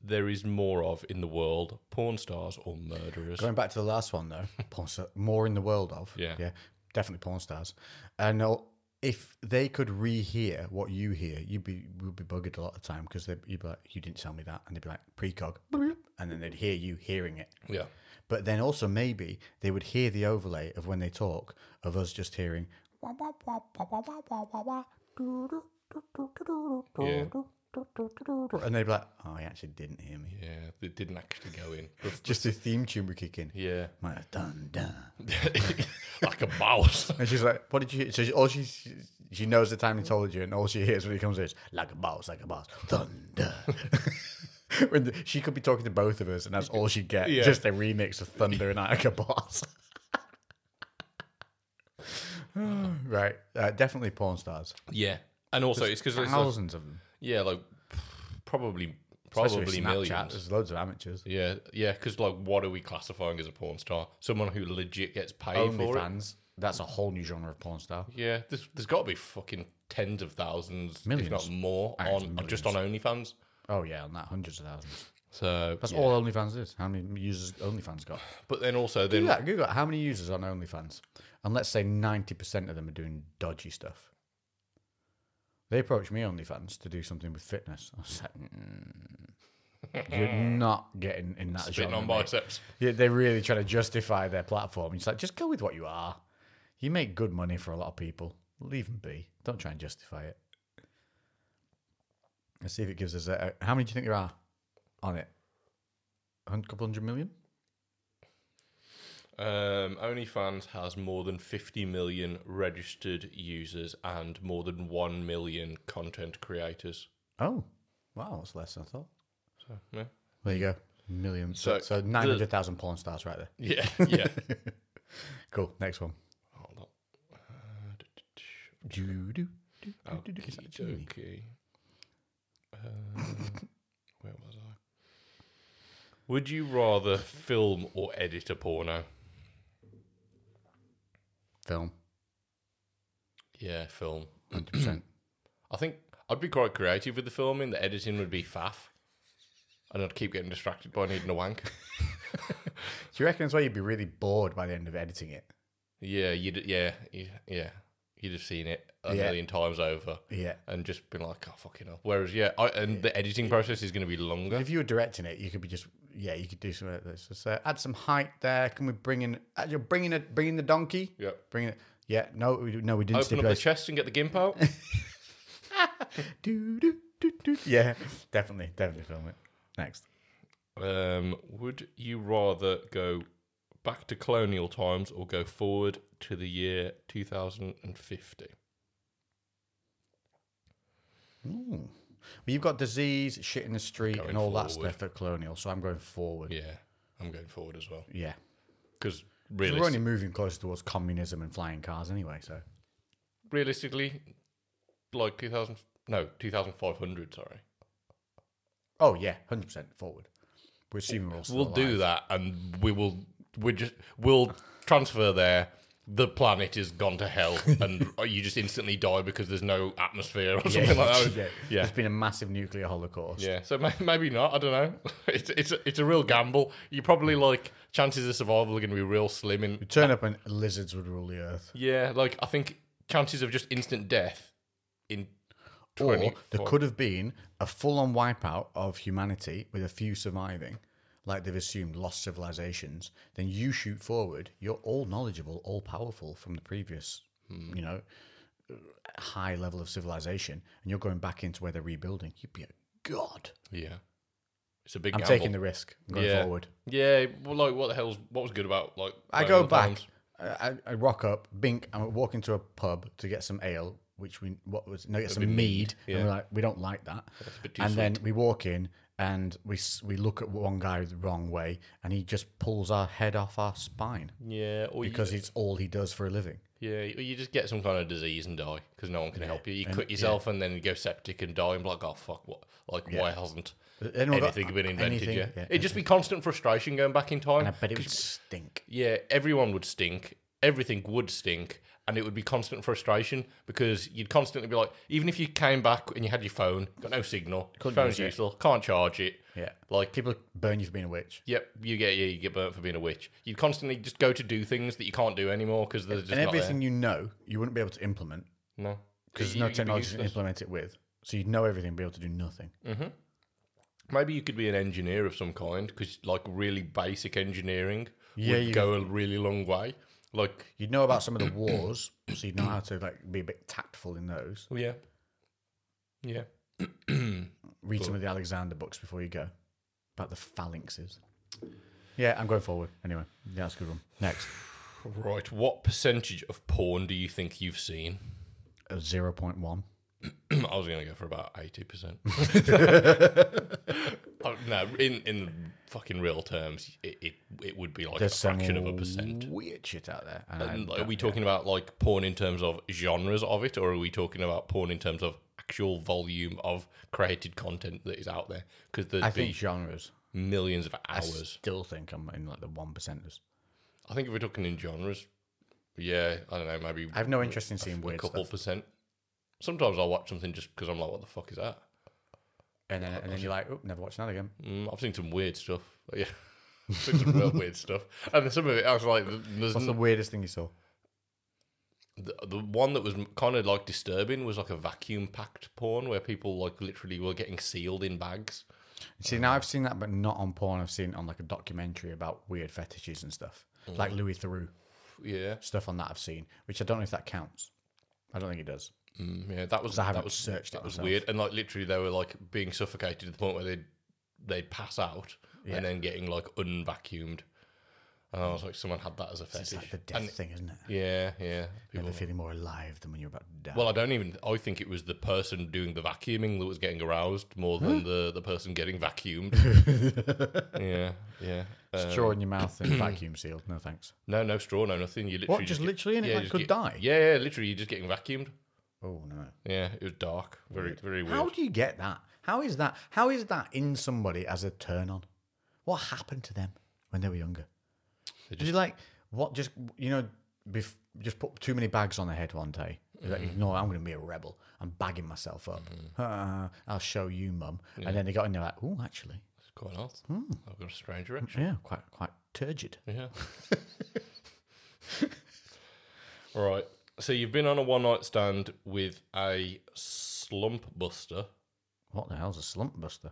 S2: there is more of in the world, porn stars or murderers?
S1: Going back to the last one though, porn star, more in the world of
S2: Yeah.
S1: yeah, definitely porn stars. And no, if they could rehear what you hear, you'd be would be buggered a lot of the time because you'd be like, you didn't tell me that, and they'd be like precog, and then they'd hear you hearing it.
S2: Yeah,
S1: But then also maybe they would hear the overlay of when they talk of us just hearing. "Wah, wah, wah, wah, wah, wah, wah, wah, wah, doo, doo, doo, doo, doo, doo,
S2: Yeah.
S1: doo, doo, doo, doo, doo," And they'd be like, "Oh, he actually didn't hear me."
S2: yeah. They didn't actually go in.
S1: Just the theme tune would kick in.
S2: yeah,
S1: Might have done, done.
S2: like a mouse.
S1: And she's like, "What did you?" Hear? So she, all she she knows the time he told you, and all she hears when he comes in is like a boss, like a boss, thunder. when the, she could be talking to both of us, and that's all she gets,
S2: Yeah.
S1: just a remix of thunder and like a boss. right, uh, definitely porn stars.
S2: Yeah, and also it's because like,
S1: Thousands of them.
S2: yeah, like probably
S1: Especially
S2: probably
S1: Snapchat,
S2: millions.
S1: There's loads of amateurs.
S2: Yeah, yeah, because like, what are we classifying as a porn star? Someone who legit gets paid
S1: Only
S2: for it.
S1: fans. That's a whole new genre of porn star.
S2: Yeah, there's, there's got to be fucking tens of thousands,
S1: Millions.
S2: if not more,
S1: Actually,
S2: on
S1: millions.
S2: just on OnlyFans.
S1: Oh yeah, and that hundreds of thousands.
S2: So
S1: That's
S2: yeah.
S1: all OnlyFans is. How many users OnlyFans got?
S2: But then also,
S1: Do
S2: then
S1: that. Google it. how many users on OnlyFans, and let's say ninety percent of them are doing dodgy stuff. They approached me OnlyFans to do something with fitness. I was like, "Mm, "You're not getting in that
S2: spitting
S1: genre."
S2: on
S1: mate."
S2: biceps.
S1: Yeah, they're really trying to justify their platform. It's like, just go with what you are. You make good money for a lot of people. Leave them be. Don't try and justify it. Let's see if it gives us a, a- how many do you think there are on it? A hun- couple hundred million.
S2: Um, OnlyFans has more than 50 million registered users and more than 1 million content creators.
S1: Oh, wow, that's less than I thought.
S2: So, yeah.
S1: There you go. Million. So, so
S2: So-
S1: 900,000 porn stars right there.
S2: Yeah, yeah.
S1: Cool. Next one.
S2: Hold on.
S1: Do, do, do,
S2: Oh,
S1: do, do, do. Is that Jiminy?
S2: Okay. Uh, where was I? Would you rather film or edit a porno?
S1: film,
S2: Yeah, film.
S1: hundred percent.
S2: I think I'd be quite creative with the filming. The editing would be faff. And I'd keep getting distracted by needing a wank.
S1: Do you reckon that's why you'd be really bored by the end of editing it?
S2: Yeah, you'd yeah, you, yeah, you'd have seen it a
S1: Yeah.
S2: million times over
S1: Yeah.
S2: and just been like, oh fucking hell. Whereas yeah, I, and the editing process is going to be longer.
S1: If you were directing it, you could be just yeah, you could do something like this. Just uh, add some height there. Can we bring in? Uh, you're bringing it, bringing the donkey.
S2: Yeah,
S1: Bring it. Yeah. No, we, no, we didn't
S2: open up the
S1: stipulate.
S2: chest and get the gimp out.
S1: Do, do, do, do. Yeah, definitely, definitely film it. Next.
S2: um, would you rather go back to colonial times or go forward to the year 2050?
S1: Ooh. Well, you've got disease, shit in the street,
S2: Going
S1: and all that
S2: forward.
S1: stuff at colonial. So I'm going forward.
S2: Yeah, I'm going forward as well
S1: Yeah.
S2: because
S1: We're only
S2: realistic-
S1: moving closer towards communism and flying cars anyway. So
S2: realistically, like 2000 no 2500. Sorry.
S1: oh yeah, hundred percent forward. We're assuming we're all still
S2: We'll do
S1: alive.
S2: that, and we will. We just we'll transfer there. The planet is gone to hell, and you just instantly die because there's no atmosphere or something like that.
S1: yeah.
S2: Yeah,
S1: There's been a massive nuclear holocaust.
S2: yeah. So may- maybe not. I don't know. It's it's a, it's a real gamble. You probably like chances of survival are going to be real slim. And
S1: Turn up and lizards would rule the earth.
S2: yeah, like I think chances of just instant death in twenty.
S1: Or there could have been a full on wipeout of humanity with a few surviving, like they've assumed lost civilizations. Then you shoot forward. You're all knowledgeable, all powerful from the previous,
S2: Hmm.
S1: you know, high level of civilization, and you're going back into where they're rebuilding. You'd be a god.
S2: yeah. It's a big.
S1: I'm
S2: gamble.
S1: taking the risk. I'm going
S2: yeah.
S1: forward.
S2: Yeah, well, like what the hell's what was good about like
S1: I go
S2: colonial
S1: back.
S2: times?
S1: I, I- I rock up. Bink. I walk into a pub to get some ale, which we what was no get some mead. And we're like, we don't like that.
S2: bit too
S1: And then we walk in and we s- we look at one guy the wrong way, and he just pulls our head off our spine
S2: Yeah, or you,
S1: because it's all he does for a living.
S2: Yeah, or you just get some kind of disease and die because no one can help you. You cut yourself and then you go septic and die and be like, oh fuck, what? Like, why hasn't
S1: Has anyone got-
S2: anything been invented
S1: anything-
S2: yet?
S1: yeah,
S2: It'd just be constant frustration going back in time.
S1: And I bet it would stink.
S2: yeah, everyone would stink. Everything would stink. And it would be constant frustration because you'd constantly be like, even if you came back and you had your phone, got no signal, phone's
S1: use it.
S2: useless, can't charge it.
S1: Yeah.
S2: Like,
S1: People burn you for being a witch.
S2: Yep, you get yeah, you get burnt for being a witch. You constantly just go to do things that you can't do anymore because there's just
S1: and
S2: not there.
S1: everything you know, you wouldn't be able to implement
S2: No,
S1: because there's
S2: You-
S1: no
S2: you'd be
S1: technology to
S2: useless.
S1: implement it with. So you'd know everything, and be able to do nothing.
S2: Maybe you could be an engineer of some kind because like really basic engineering
S1: Yeah,
S2: would
S1: you-
S2: go a really long way. Like
S1: You'd know about some of the wars, so you'd know how to like be a bit tactful in those.
S2: yeah, yeah,
S1: Read some of the Alexander books before you go about the phalanxes. Yeah, I'm going forward anyway. Yeah, that's a good one. Next,
S2: right. What percentage of porn do you think you've seen?
S1: zero point one.
S2: I was gonna go for about eighty percent. Oh, No, in in fucking real terms, it it, it would be like
S1: There's
S2: a
S1: some
S2: fraction of a percent.
S1: weird shit out there. And I
S2: And like, are
S1: don't-
S2: we talking about like porn in terms of genres of it, or are we talking about porn in terms of actual volume of created content that is out there? Because there'd
S1: I
S2: be
S1: think genres.
S2: millions of
S1: I
S2: hours.
S1: still think I'm in like the one percenters.
S2: I think if we're talking in genres, yeah, I don't know, maybe
S1: I have no interest in seeing
S2: a
S1: weird
S2: couple
S1: stuff.
S2: percent. Sometimes I'll watch something just because I'm like, what the fuck is that?
S1: And then, and then you're like, oh, never watch that again.
S2: Mm, I've seen some weird stuff. Yeah, I've seen some real weird stuff. And some of it, I was like, there's
S1: What's the weirdest thing you saw?
S2: the, the one that was kind of like disturbing was like a vacuum packed porn where people like literally were getting sealed in bags.
S1: See,
S2: Uh.
S1: now I've seen that, but not on porn. I've seen it on like a documentary about weird fetishes and stuff, like
S2: Mm.
S1: Louis Theroux.
S2: Yeah,
S1: stuff on that I've seen, which I don't know if that counts. I don't think it does.
S2: Mm, yeah, that was
S1: I haven't
S2: that was
S1: searched it
S2: that was
S1: myself.
S2: weird. And like literally, they were like being suffocated to the point where they would they'd pass out and then getting like unvacuumed. And I was like, someone had that as a
S1: It's
S2: fetish.
S1: like the death thing, isn't it?
S2: yeah, yeah. People,
S1: Never feeling more alive than when you're about to die.
S2: well, I don't even. I think it was the person doing the vacuuming that was getting aroused more than the the person getting vacuumed. yeah, yeah. Uh,
S1: straw in your mouth and vacuum sealed. No thanks.
S2: no, no straw, no nothing. You literally
S1: What? Just
S2: get-
S1: literally in it?
S2: yeah,
S1: Like,
S2: just
S1: could
S2: get-
S1: die?
S2: Yeah, yeah, literally, you're just getting vacuumed.
S1: Oh no.
S2: Yeah, it was dark, very, very weird.
S1: How do you get that? How is that? How is that in somebody as a turn on? What happened to them when they were younger? Did you like what? Just you know, bef- just put too many bags on the head one day. He's Like, no, I'm going to be a rebel. I'm bagging myself up. "Ah, I'll show you, mum. And then they got in there like, oh, actually,
S2: It's quite nice.
S1: Hmm.
S2: I've got a strange erection.
S1: yeah, quite quite turgid.
S2: Yeah. All right. So you've been on a one night stand with a slump buster.
S1: What the hell's a slump buster?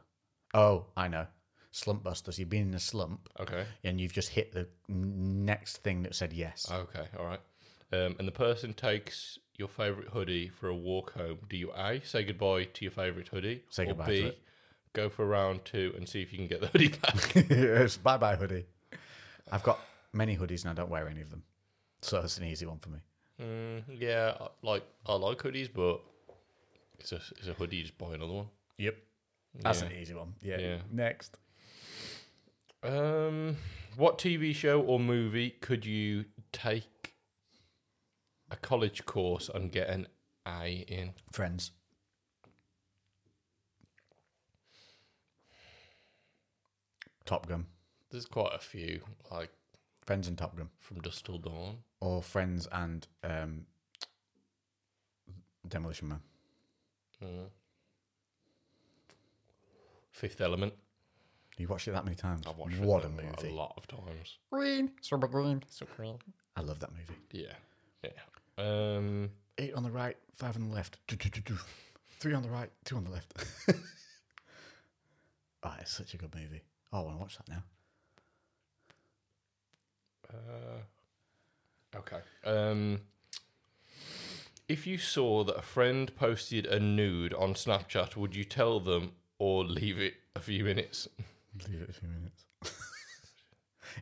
S1: Oh, I know. Slump busters. You've been in a slump
S2: Okay.
S1: and you've just hit the n- next thing that said yes.
S2: Okay. All right. Um, and the person takes your favorite hoodie for a walk home. Do you a say goodbye to your favorite hoodie,
S1: Say
S2: or
S1: goodbye
S2: b
S1: to it.
S2: go for round two and see if you can get the hoodie back?
S1: yes, bye bye hoodie. I've got many hoodies and I don't wear any of them. So that's an easy one for me.
S2: mm, yeah. I- Like I like hoodies, but it's a it's a hoodie. Just buy another one.
S1: Yep. That's
S2: Yeah.
S1: an easy one. Yeah.
S2: Yeah.
S1: Next.
S2: Um, what TV show or movie could you take a college course and get an A in?
S1: Friends. Top Gun.
S2: There's quite a few, like
S1: Friends and Top Gun.
S2: from Dust Till Dawn.
S1: Or Friends and um, Demolition Man.
S2: Mm. Fifth Element.
S1: You watched it that many times.
S2: I've watched Fifth
S1: what a
S2: Element
S1: movie.
S2: a lot of times.
S1: Green. Super green. I love that movie.
S2: Yeah, yeah. Um,
S1: Eight on the right, five on the left. Do, do, do, do. Three on the right, two on the left. Ah, it's such a good movie. Oh, I want to watch that now.
S2: uh, okay. Um, if you saw that a friend posted a nude on Snapchat, would you tell them or leave it a few minutes?
S1: Leave it a few minutes.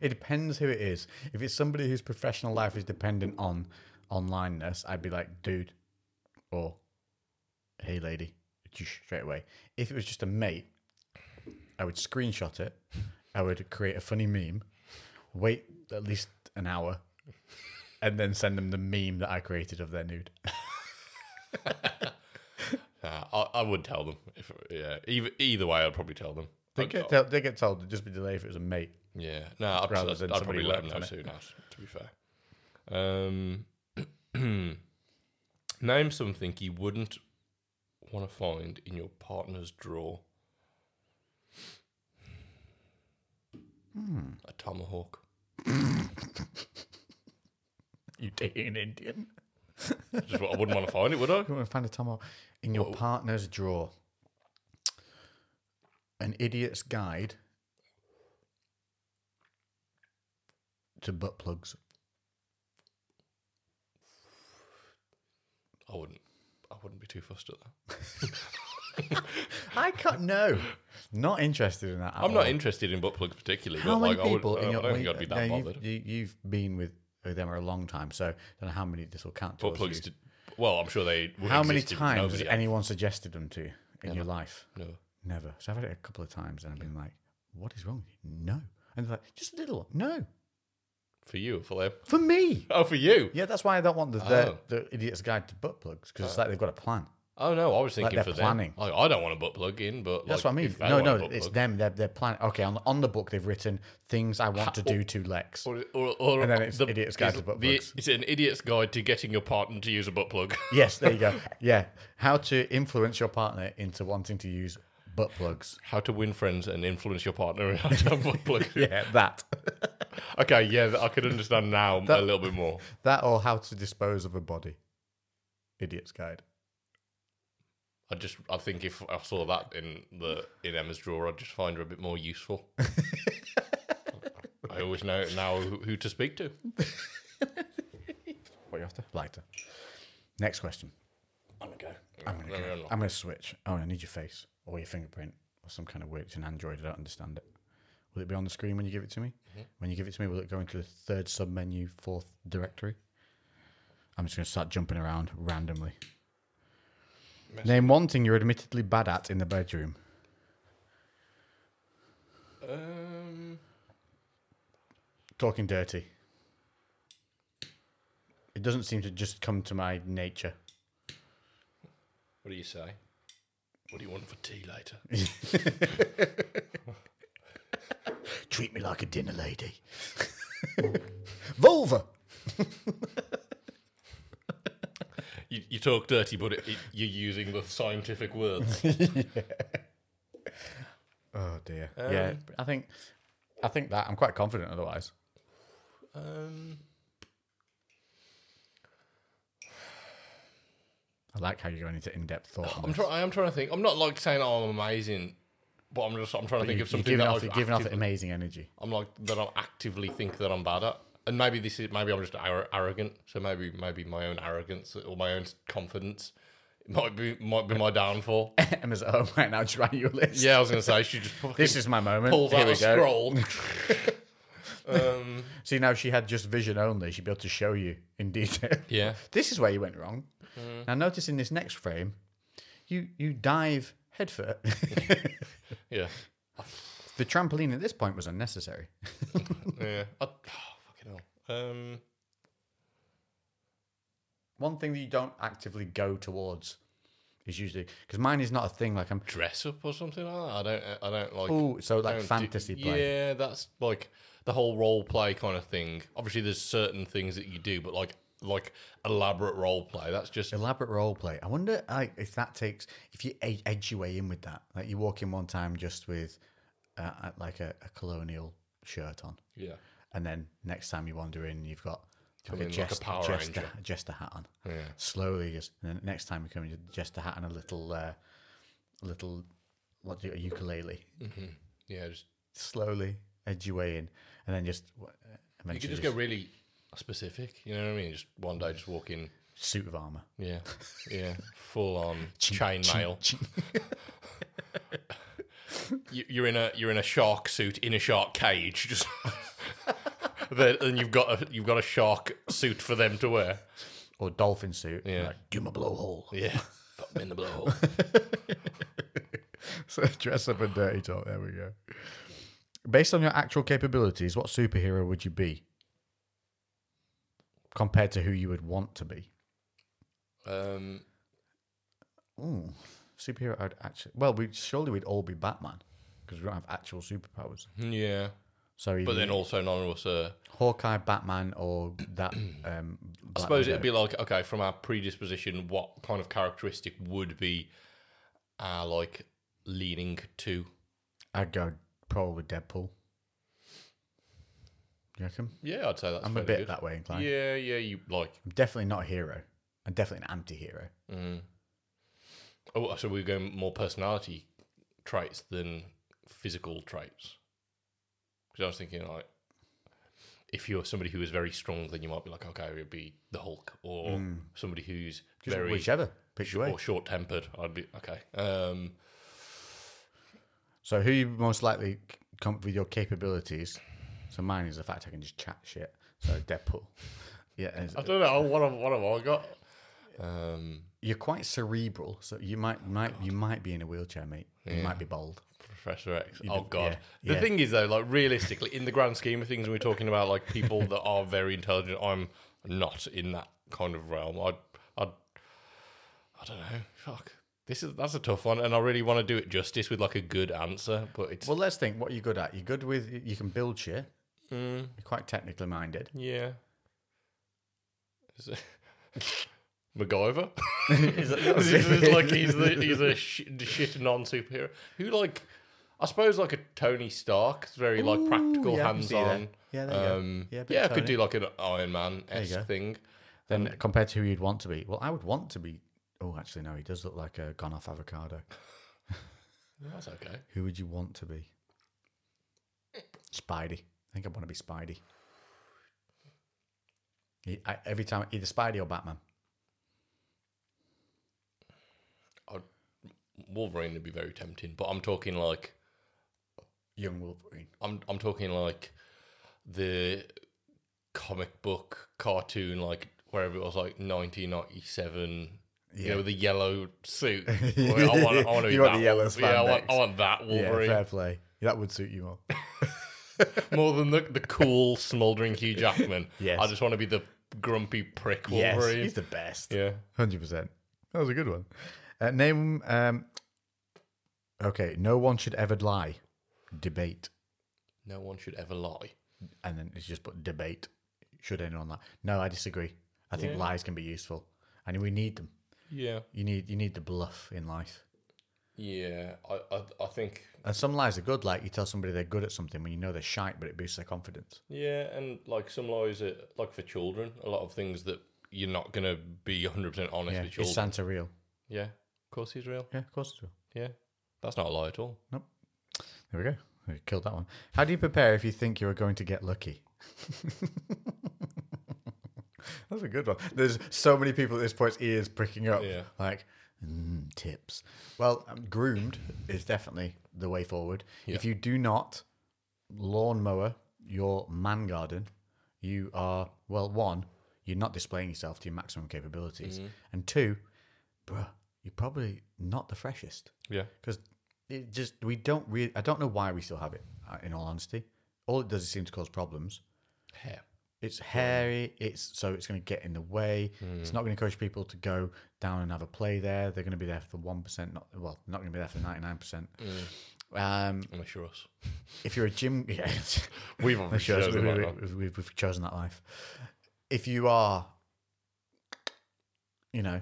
S1: it depends who it is. If it's somebody whose professional life is dependent on onlineness, I'd be like, dude, or hey, lady, just straight away. If it was just a mate, I would screenshot it. I would create a funny meme, wait at least an hour, and then send them the meme that I created of their nude.
S2: Uh, I, I would tell them. If yeah, either either way, I'd probably tell them.
S1: They
S2: I'd-
S1: get, told, they get told to just be delayed if it was a mate.
S2: yeah, no, I'd,
S1: Rather
S2: I'd,
S1: than
S2: I'd
S1: somebody
S2: probably let them
S1: worked
S2: know
S1: on it.
S2: soon. As, to be fair, um, name something you wouldn't want to find in your partner's drawer.
S1: Hmm.
S2: A tomahawk.
S1: You dating an Indian?
S2: Just what I wouldn't want to find it, would I?
S1: You want to find a tomahawk in your partner's drawer. An idiot's guide to butt plugs.
S2: I wouldn't. I wouldn't be too fussed at that.
S1: I can't. No, not interested in that. at
S2: I'm not
S1: all.
S2: interested in butt plugs particularly,
S1: Oh. How
S2: but
S1: many
S2: like I, would,
S1: people
S2: I,
S1: in
S2: I
S1: your?
S2: don't think I'd be that
S1: now,
S2: bothered.
S1: You've, you, you've been with, with them for a long time, so I don't know how many this will count.
S2: Butt
S1: towards
S2: plugs.
S1: you.
S2: Did, well, I'm sure they. would
S1: how many
S2: exist if
S1: times has
S2: nobody had-
S1: anyone suggested them to you in your life?
S2: No.
S1: Never. So I've had it a couple of times, and I've been like, "What is wrong with you?" No, and they're like, "Just a little one." No,
S2: For you, or for them.
S1: for me.
S2: Oh, for you.
S1: Yeah, that's why I don't want the
S2: Oh.
S1: the, the idiot's guide to butt plugs because it's like they've got a plan.
S2: Oh no, I was thinking
S1: they're
S2: for
S1: planning.
S2: them. Like, I don't want a butt plug in, but
S1: That's what
S2: like,
S1: I mean.
S2: if they
S1: No,
S2: want a
S1: no,
S2: butt
S1: it's
S2: plug-
S1: them. They're, they're planning. Okay, on, on the book they've written things I want to do to Lex.
S2: Or, or, or
S1: And then it's idiot's guide to butt
S2: the-
S1: plugs.
S2: It's an idiot's guide to getting your partner to use a butt plug.
S1: Yes, there you go. Yeah, how to influence your partner into wanting to use butt plugs.
S2: How to win friends and influence your partner in how to have butt plug.
S1: Yeah, that
S2: Okay, yeah, I could understand now a little bit more.
S1: that or how to dispose of a body. Idiot's guide.
S2: I just, I think if I saw that in the in Emma's drawer, I'd just find her a bit more useful. I always know now who who to speak to.
S1: What are you after? Lighter. Next question.
S2: I'm gonna go.
S1: I'm gonna
S2: no,
S1: go.
S2: no.
S1: I'm gonna switch. Oh, I need your face or your fingerprint or some kind of weird. It's an Android. I don't understand it. Will it be on the screen when you give it to me? When you give it to me, will it go into the third submenu, fourth directory? I'm just gonna start jumping around randomly. Name one thing you're admittedly bad at in the bedroom.
S2: Um,
S1: Talking dirty. It doesn't seem to just come to my nature.
S2: what do you say? What do you want for tea later?
S1: Treat me like a dinner lady. Vulva.
S2: you, you talk dirty, but it, it, you're using the scientific words.
S1: Oh dear. yeah,
S2: Um,
S1: I think I think that I'm quite confident. Otherwise,
S2: um,
S1: I like how you're going into in-depth thought. on
S2: I'm
S1: this.
S2: try- I am trying to think. I'm not like saying oh, I'm amazing, but I'm just I'm trying to think
S1: you,
S2: of
S1: you're
S2: something
S1: giving
S2: that
S1: off,
S2: I've
S1: you're giving off
S2: actively-
S1: amazing energy.
S2: I'm like that I actively think that I'm bad at. And maybe this is maybe I'm just ar- arrogant. So maybe maybe my own arrogance or my own confidence might be might be my downfall.
S1: Emma's at home right now, just writing you a list.
S2: yeah, I was gonna say she just fucking
S1: This is my moment.
S2: pulls
S1: Here
S2: out
S1: we
S2: a
S1: go.
S2: scroll. um,
S1: See, now if she had just vision only, she'd be able to show you in detail.
S2: yeah, Mm.
S1: This is where you went wrong. Now, notice in this next frame, you you dive headfirst.
S2: yeah,
S1: the trampoline at this point was unnecessary.
S2: yeah. I, oh, fucking hell. Um,
S1: One thing that you don't actively go towards is usually because mine is not a thing. Like I'm
S2: dress up or something like that. I don't. I don't like.
S1: oh, so like
S2: don't do-
S1: fantasy play.
S2: Yeah, that's like the whole role play kind of thing. Obviously, there's certain things that you do, but like like elaborate role play. That's just
S1: Elaborate role play. I wonder like, if that takes if you ed- edge your way in with that. Like you walk in one time just with uh, uh, like a, a colonial shirt on,
S2: yeah,
S1: and then next time you wander in, you've got like a
S2: in like a
S1: jester,
S2: Power
S1: jester,
S2: Ranger.
S1: jester hat on.
S2: yeah.
S1: Slowly, just and then next time you come in, just a hat and a little, uh, little what do you, a ukulele.
S2: Yeah, just,
S1: Slowly edge your way in, and then just wha- uh,
S2: you could
S1: eventually
S2: just
S1: just
S2: go really specific. You know what I mean? Just one day, just walk in.
S1: suit of armor.
S2: Yeah, yeah, full on chainmail. You- You're in a you're in a shark suit in a shark cage. Just then, and you've got a you've got a shark suit for them to wear.
S1: or dolphin suit.
S2: Yeah.
S1: like, do my blowhole.
S2: Yeah, fuck me in the blowhole.
S1: So dress up and dirty talk. There we go. Based on your actual capabilities, what superhero would you be? Compared to who you would want to be.
S2: Um,
S1: Ooh, superhero. I'd actually. Well, we surely we'd all be Batman because we don't have actual superpowers.
S2: yeah,
S1: So either
S2: but then also none of us are.
S1: Hawkeye, Batman, or that. Um,
S2: I suppose it'd be like okay, from our predisposition, what kind of characteristic would be our like leaning to?
S1: I'd go probably Deadpool. You reckon?
S2: Yeah, I'd say that's.
S1: I'm a
S2: fairly
S1: bit
S2: good.
S1: that way inclined.
S2: Yeah, yeah, you like.
S1: I'm definitely not a hero. I'm definitely an anti-hero.
S2: Oh, so we're going more personality traits than physical traits. Because I was thinking like, if you're somebody who is very strong, then you might be like, okay, it'd be the Hulk, or somebody who's
S1: Hmm. Just
S2: very
S1: whichever. Pick your way.
S2: or short tempered. I'd be okay. Um,
S1: So who you most likely come with your capabilities? So mine is the fact I can just chat shit. So Deadpool. Yeah, as-
S2: I don't know what have, what have I got. Um,
S1: you're quite cerebral, so you might might you might be in a wheelchair, mate. You might be bold.
S2: Professor X. Oh God.
S1: yeah,
S2: the
S1: yeah.
S2: thing is though, like realistically, in the grand scheme of things, we're talking about like people that are very intelligent. I'm not in that kind of realm. I, I, I don't know. Fuck. This is that's a tough one, and I really want to do it justice with like a good answer, but it's
S1: Well, let's think. What are you good at? You're good with you can build shit.
S2: Mm,
S1: You're quite technically minded.
S2: yeah. Is it MacGyver?
S1: Is that- that was
S2: He's
S1: it?
S2: just like he's the, he's a sh- shit non superhero who like I suppose like a Tony Stark, it's very like practical,
S1: yeah, I can
S2: hands
S1: see that.
S2: on.
S1: Yeah, there you go.
S2: Um,
S1: Yeah,
S2: yeah,
S1: a bit
S2: I
S1: of
S2: could
S1: Tony.
S2: do like an Iron Man esque
S1: go.
S2: thing.
S1: Then compared to who you'd want to be, well, I would want to be. Oh, actually, no, he does look like a gone off avocado.
S2: Um, That's okay.
S1: Who would you want to be? Spidey. I think I want to be Spidey. E- I- Every time, either Spidey or Batman.
S2: Wolverine would be very tempting, but I'm talking like
S1: Young Wolverine.
S2: I'm I'm talking like the comic book cartoon, like wherever it was, like 1997. You know, with the yellow suit. I want, I want to be
S1: You want
S2: that
S1: the yellow
S2: Wolverine. Yeah, I want, I
S1: spandex.
S2: want that Wolverine.
S1: play. That would suit you more.
S2: More than the, the cool, smouldering Hugh Jackman.
S1: Yes.
S2: I just want to be the grumpy prick
S1: yes,
S2: Wolverine.
S1: he's the best.
S2: yeah.
S1: Hundred percent. That was a good one. Uh, name. Um, okay, no one should ever lie. Debate,
S2: No one should ever lie.
S1: and then it's just put debate. Should anyone lie? No, I disagree. I think lies can be useful. and we need them.
S2: Yeah.
S1: You need you need the bluff in life.
S2: Yeah. I, I, I think
S1: And some lies are good. Like you tell somebody they're good at something when you know they're shite, but it boosts their confidence.
S2: Yeah, and like some lies, are, like for children, a lot of things that you're not gonna be 100 percent honest
S1: Yeah,
S2: with
S1: is
S2: children.
S1: Santa real?
S2: yeah, of course he's real.
S1: Yeah, of course it's real.
S2: Yeah, that's not a lie at all.
S1: There we go. We killed that one. How do you prepare if you think you are going to get lucky? That's a good one. There's so many people at this point, ears pricking up.
S2: Yeah.
S1: Like, mm, tips. Well, um, groomed is definitely the way forward. If you do not lawnmower your man garden, you are, well, one, you're not displaying yourself to your maximum capabilities. And two, bruh, you're probably not the freshest
S2: Yeah,
S1: because it just we don't really. I don't know why we still have it. uh, In all honesty, all it does is seem to cause problems.
S2: hair.
S1: It's hairy. It's so it's going to get in the way. It's not going to encourage people to go down and have a play there. They're going to be there for one percent. Not well, not going to be there for ninety nine percent. Um,
S2: Unless you're us,
S1: if you're a gym, yeah,
S2: we've obviously chosen
S1: we,
S2: that
S1: we,
S2: one.
S1: we've, we've chosen that life. If you are, you know,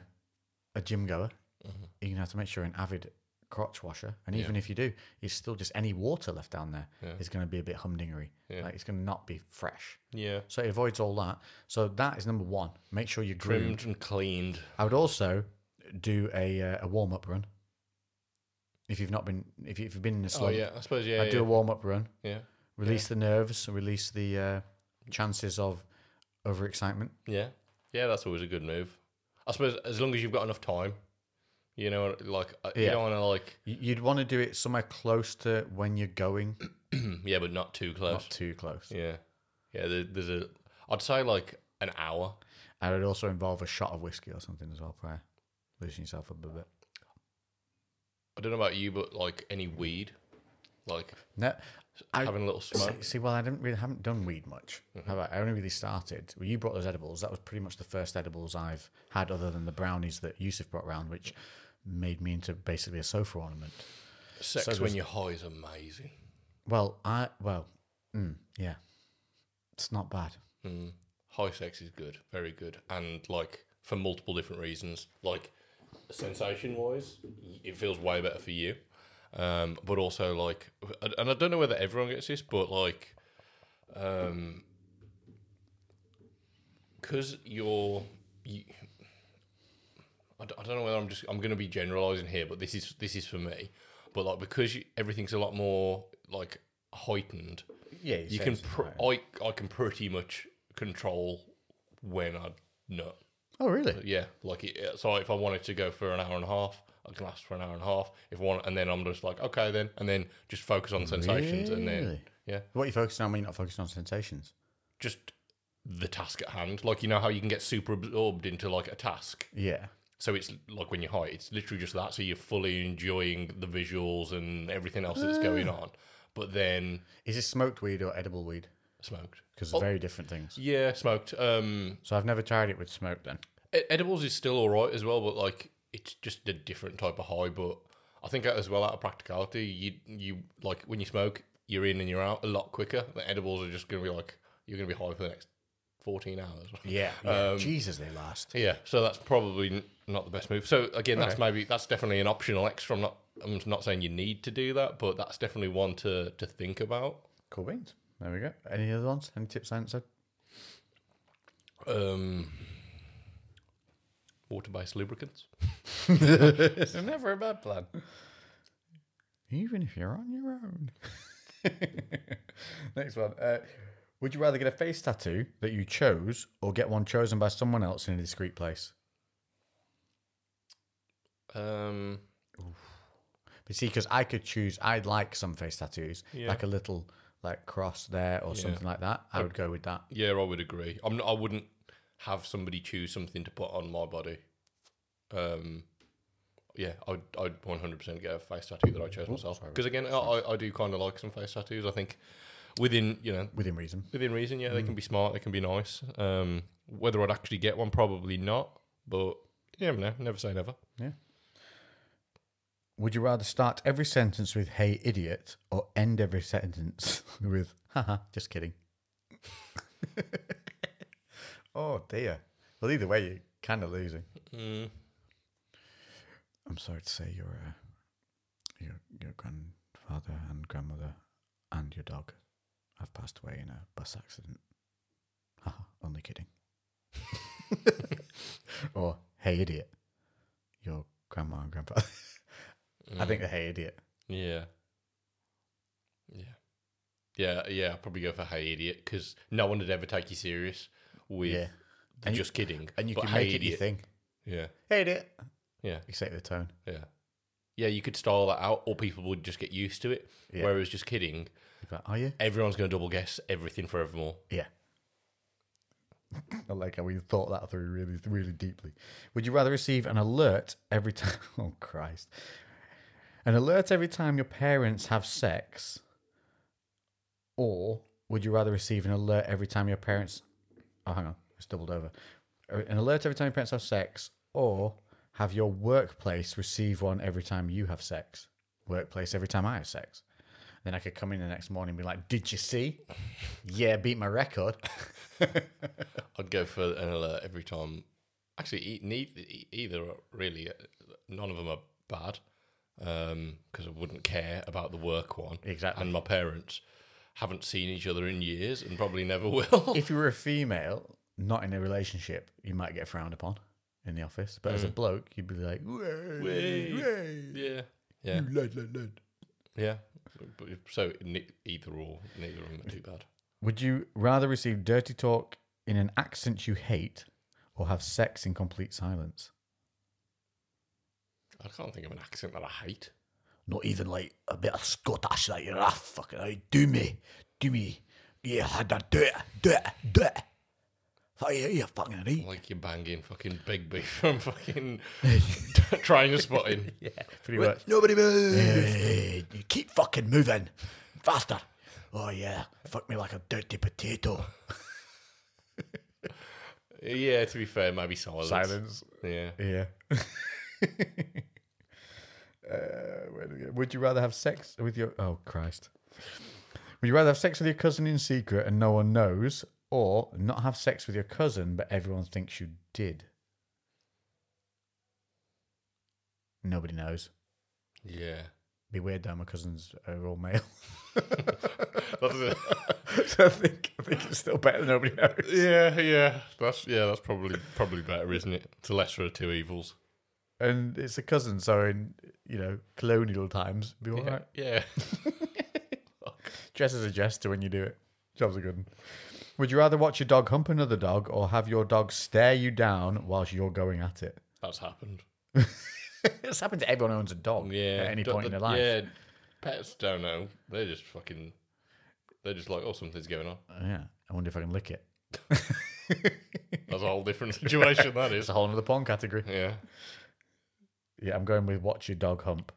S1: a gym goer,
S2: Mm-hmm.
S1: you're gonna have to make sure you're an avid crotch washer. And even if you do, it's still just any water left down there is gonna be a bit humdingery. Like it's gonna not be fresh.
S2: Yeah,
S1: So it avoids all that. So that is number one. Make sure you're groomed.
S2: trimmed and cleaned.
S1: I would also do a uh, a warm up run. If you've not been, if, you, if you've been in a
S2: Oh
S1: slump,
S2: yeah, I suppose yeah.
S1: I
S2: yeah,
S1: do a warm up run
S2: yeah.
S1: release the nerves and release the uh, chances of overexcitement.
S2: Yeah, yeah, that's always a good move. I suppose as long as you've got enough time, you know, like uh, you
S1: Yeah.
S2: don't want to like,
S1: Y- You'd want to do it somewhere close to when you're going,
S2: yeah, but not too close.
S1: not too close.
S2: yeah, yeah. There, there's a, I'd say like an hour.
S1: I would also involve a shot of whiskey or something as well, prior loosen yourself up a bit.
S2: I don't know about you, but like any weed, like
S1: No, I
S2: having a little smoke. Mm-hmm.
S1: see. Well, I didn't really haven't done weed much. Have I? I only really started. Well, you brought those edibles. That was pretty much the first edibles I've had, other than the brownies that Yusuf brought round, which made me into basically a sofa ornament.
S2: Sex
S1: So
S2: when
S1: does-
S2: you're high is amazing.
S1: Well, I well, mm, yeah, it's not bad.
S2: Mm. High sex is good, very good, and like for multiple different reasons. Like sensation wise, it feels way better for you. Um, but also like, and I don't know whether everyone gets this, but like, um, because you're, you, I d- I don't know whether I'm just I'm going to be generalizing here, but this is this is for me. But like because you, everything's a lot more like heightened,
S1: Yeah,
S2: you can pr- I I can pretty much control when I nut.
S1: Oh, really?
S2: Yeah, like it, so if I wanted to go for an hour and a half, I can last for an hour and a half. If I want, and then I'm just like okay then, and then just focus on sensations, and then
S1: Really?
S2: yeah,
S1: What are you focusing on when you're not focusing on sensations?
S2: just the task at hand. Like you know how you can get super absorbed into like a task.
S1: Yeah.
S2: So it's like when you're high, it's literally just that. So you're fully enjoying the visuals and everything else that's going on. But then
S1: Is this smoked weed or edible weed?
S2: smoked.
S1: Because very different things.
S2: Yeah, smoked. Um,
S1: So I've never tried it with smoke then.
S2: E- Edibles is still all right as well, but like it's just a different type of high. But I think as well out of practicality, you you like when you smoke, you're in and you're out a lot quicker. The edibles are just gonna be like you're gonna be high for the next fourteen hours.
S1: Yeah. Um, yeah. Jesus, they last.
S2: Yeah, so that's probably n- not the best move. So again, that's maybe that's definitely an optional extra. I'm not I'm not saying you need to do that, but that's definitely one to to think about.
S1: Cool beans. There we go. Any other ones? Any tips, answered?
S2: Um, water based lubricants.
S4: It's never a bad plan.
S1: Even if you're on your own.
S4: Next one. Uh,
S1: Would you rather get a face tattoo that you chose or get one chosen by someone else in a discreet place?
S2: Um,
S1: But see, because I could choose, I'd like some face tattoos,
S2: Yeah.
S1: like a little like cross there or something like that. I would go with that.
S2: Yeah, I would agree. I'm not, I wouldn't have somebody choose something to put on my body. Um, yeah, I'd, I'd 100% get a face tattoo that I
S1: Oh,
S2: chose myself. Because again, I, I I do kind of like some face tattoos. I think within you know
S1: Within reason.
S2: within reason,
S1: Mm.
S2: yeah, they can be smart, they can be nice. Um, whether I'd actually get one, probably not. But you never know. Never say never.
S1: Would you rather start every sentence with "Hey, idiot" or end every sentence with "Haha, just kidding"? oh dear. Well, either way, you kind of losing.
S2: Mm.
S1: I'm sorry to say your uh, your your grandfather and grandmother and your dog have passed away in a bus accident. Haha, only kidding. or hey idiot, your grandma and grandpa. I
S2: Mm.
S1: think the hey idiot.
S2: Yeah. Yeah. Yeah, yeah, I'd probably go for Hey Idiot because no one would ever take you serious with
S1: Yeah,
S2: the
S1: And you-
S2: just kidding.
S1: and you
S2: but
S1: can
S2: "Hey,
S1: make it your
S2: idiot."
S1: thing.
S2: Yeah,
S1: Hey idiot.
S2: yeah,
S1: You say it with tone.
S2: yeah. Yeah, you could style that out or people would just get used to it.
S1: Yeah.
S2: Whereas just kidding,
S1: You'd be like, Are you?
S2: everyone's going to double guess everything forevermore.
S1: Yeah. I like how we thought that through really, really deeply. Would you rather receive an alert every time? Oh, Christ. An alert every time your parents have sex, or would you rather receive an alert every time your parents? Oh, hang on, it's doubled over. Er, An alert every time your parents have sex, or have your workplace receive one every time you have sex. Workplace every time I have sex. Then I could come in the next morning and be like, "Did you see? Yeah, beat my record."
S2: I'd go for an alert every time. Actually, e- neith- e- either are really, uh, none of them are bad because I wouldn't care about the work one.
S1: Exactly.
S2: And my parents haven't seen each other in years and probably never will.
S1: if you were a female, not in a relationship, you might get frowned upon in the office. But
S5: Mm.
S1: as a bloke, you'd be like, "Way,
S2: Way.
S1: way,
S2: yeah, yeah,
S1: lad, lad, lad."
S2: yeah. But if- So ne- either or, neither of them are too bad.
S1: Would you rather receive dirty talk in an accent you hate, or have sex in complete silence?
S2: I can't think of an accent that I hate.
S5: Not even like a bit of Scottish like you're ah fucking I do me, do me, yeah, I done do it, do it, do it. Fuck you, you fucking idiot.
S2: Like you're banging fucking Big B from fucking trying to spot him.
S1: Pretty much.
S5: Nobody move. you Uh, keep fucking moving, faster. Oh yeah, fuck me like a dirty potato.
S2: Yeah, to be fair, maybe silence.
S1: Silence.
S2: Yeah.
S1: Yeah. uh, where do we go? would you rather have sex with your? Oh Christ! Would you rather have sex with your cousin in secret and no one knows, or not have sex with your cousin but everyone thinks you did? Nobody knows.
S2: Yeah.
S1: Be weird though. My cousins are all male,
S2: That's it.
S1: so I think I think it's still better. than Nobody knows.
S2: Yeah, yeah. That's yeah. That's probably probably better, isn't it? It's a lesser of two evils.
S1: And it's a cousin, so in you know colonial times, be all right.
S2: Yeah.
S1: Dress as a jester when you do it. Job's a good one. Would you rather watch your dog hump another dog or have your dog stare you down whilst you're going at it?
S2: That's happened.
S1: It's happened to everyone who owns a dog
S2: Yeah.
S1: at any
S2: Don't
S1: point in
S2: the-
S1: their life.
S2: Yeah. Pets don't know. They're just fucking. They're just like, oh, something's going on.
S1: Yeah. I wonder if I can lick it.
S2: That's a whole different situation. That
S1: It's
S2: is.
S1: a whole other porn category.
S2: Yeah.
S1: Yeah, I'm going with watch your dog hump.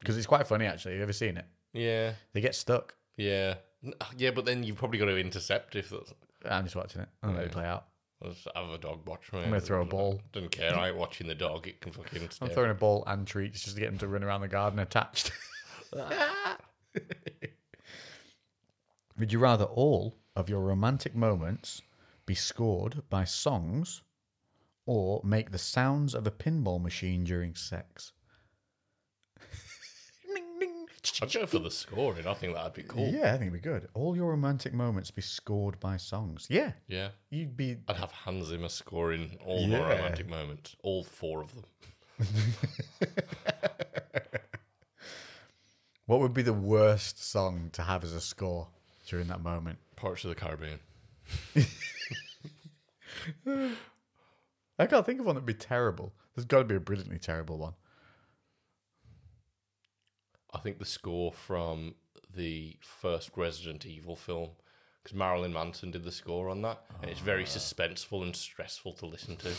S1: Because it's quite funny, actually. Have you ever seen it?
S2: Yeah.
S1: They get stuck.
S2: Yeah. N- Yeah, but then you've probably got to intercept if that's.
S1: I'm just watching it. I'm going to let it play out.
S2: Let's have a dog watch me. I'm
S1: gonna throw a ball.
S2: Doesn't care. I ain't watching the dog. It can fucking.
S1: I'm
S2: Stare.
S1: throwing a ball and treats just to get him to run around the garden attached. Would you rather all of your romantic moments be scored by songs or make the sounds of a pinball machine during sex?
S2: I'd go for the scoring. I think that'd be cool. Yeah.
S1: Yeah, I think it'd be good. All your romantic moments be scored by songs. Yeah, you'd be.
S2: I'd have Hans Zimmer scoring all
S1: Yeah.
S2: my romantic moments, all four of them.
S1: What would be the worst song to have as a score during that moment?
S2: Pirates of the Caribbean.
S1: I can't think of one that'd be terrible. There's got to be a brilliantly terrible one.
S2: I think the score from the first Resident Evil film, because Marilyn Manson did the score on that, and it's very suspenseful and stressful to listen to.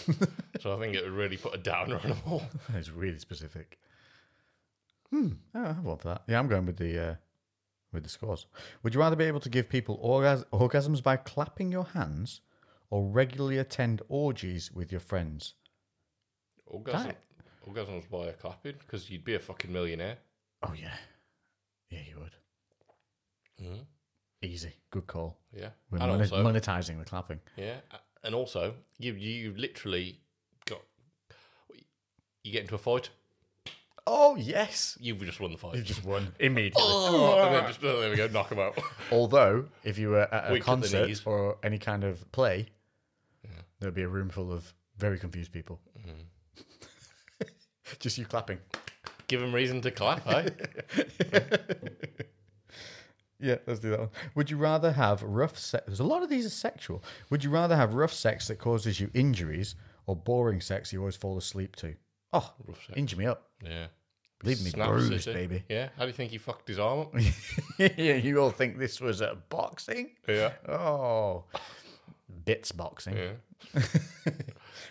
S2: so I think it would really put a downer on them all.
S1: It's really specific. Hmm. Oh, I have one for that. Yeah, I'm going with the uh, with the scores. Would you rather be able to give people orgas- orgasms by clapping your hands, or regularly attend orgies with your friends?
S2: Orgasm, orgasms by a clapping, because you'd be a fucking millionaire.
S1: Oh yeah, yeah, you would.
S2: Mhm.
S1: Easy, good call.
S2: Yeah.
S1: We're
S2: and
S1: mone-
S2: also,
S1: monetizing the clapping.
S2: yeah. a- And also, you you literally got you get into a fight.
S1: Oh yes,
S2: You've just won the fight.
S1: you've just won immediately.
S2: Oh, and then just, oh, there we go, knock him out.
S1: Although, if you were at a
S2: Weak at the
S1: concert
S2: knees.
S1: or any kind of play, there'd be a room full of very confused people.
S2: Mm-hmm.
S1: Just you clapping.
S2: Give him reason to clap, eh?
S6: Yeah, let's do that one. Would you rather have rough sex? There's a lot of these are sexual. Would you rather have rough sex that causes you injuries or boring sex you always fall asleep to? Oh, injure me up.
S2: Yeah.
S1: Leave me
S2: Snap
S1: bruised,
S2: City.
S1: baby.
S2: Yeah. How do you think he fucked his arm? up?
S1: yeah, you all think this was a boxing?
S2: yeah.
S1: Oh, bits boxing.
S2: Yeah.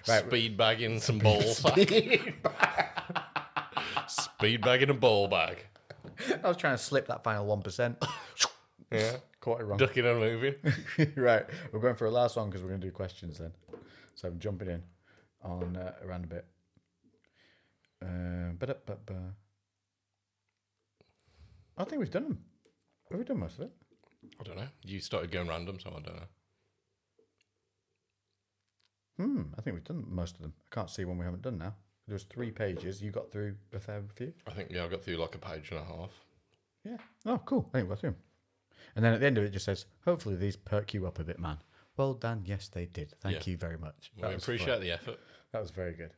S2: Speed bagging some balls. Speed bagging a ball bag.
S1: I was trying to slip that final one percent.
S2: Yeah.
S6: Quite wrong.
S2: Ducking and moving.
S6: right, we're going for a last one because we're going to do questions then. So I'm jumping in on uh, around a bit. Uh, ba-da-ba-ba. I think we've done them. Have we done most of it?
S2: I don't know. You started going random, so I don't know.
S6: Hmm, I think we've done most of them. I can't see one we haven't done now. There was three pages. You got through a fair few.
S2: I think, yeah, I got through like a page and a half.
S6: Yeah. Oh, cool. I think we got through 'em. And then at the end of it, it just says, "Hopefully these perk you up a bit, man." Well done. Yes, they did. Thank
S2: Yeah.
S6: you very much.
S2: We appreciate the effort.
S6: That was very good.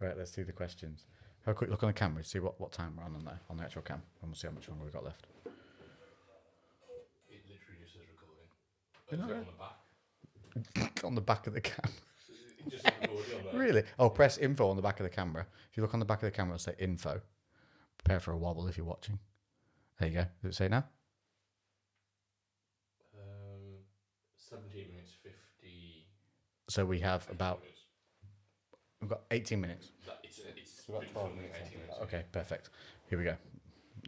S6: Right, let's do the questions. Have a quick look on the camera, see what, what time we're on on there on the actual cam, and we'll see how much longer we've got left.
S2: It literally just says recording.
S6: on the back of the cam.
S2: It just says recording on there.
S6: Really? Oh, press info on the back of the camera. If you look on the back of the camera, it'll say info. Prepare for a wobble if you're watching. There you go. Does it say now?
S2: Um, 17 minutes 50.
S6: So we have about we've got 18 minutes.
S2: It's, it's about 12 minutes.
S6: Okay, perfect. Here we go.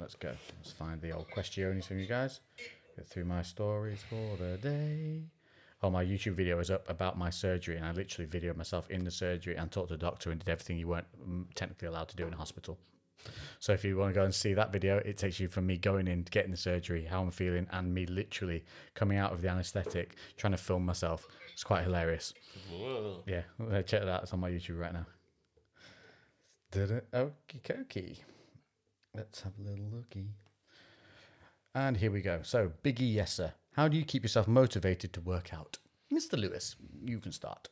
S6: Let's go. Let's find the old questiones from you guys. Get through my stories for the day. Oh, my YouTube video is up about my surgery, and I literally videoed myself in the surgery and talked to the doctor and did everything you weren't mm, technically allowed to do in a hospital. So if you want to go and see that video, it takes you from me going in, getting the surgery, how I'm feeling, and me literally coming out of the anaesthetic, trying to film myself. It's quite hilarious.
S2: Whoa.
S6: Yeah, uh, check that out. It's on my YouTube right now. Did it? Okie dokie. Let's have a little looky. And here we go. So, Biggie Yesser, how do you keep yourself motivated to work out? Mr. Lewis, you can start.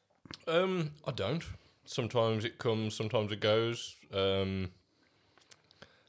S2: Um, I don't. Sometimes it comes, sometimes it goes. Um,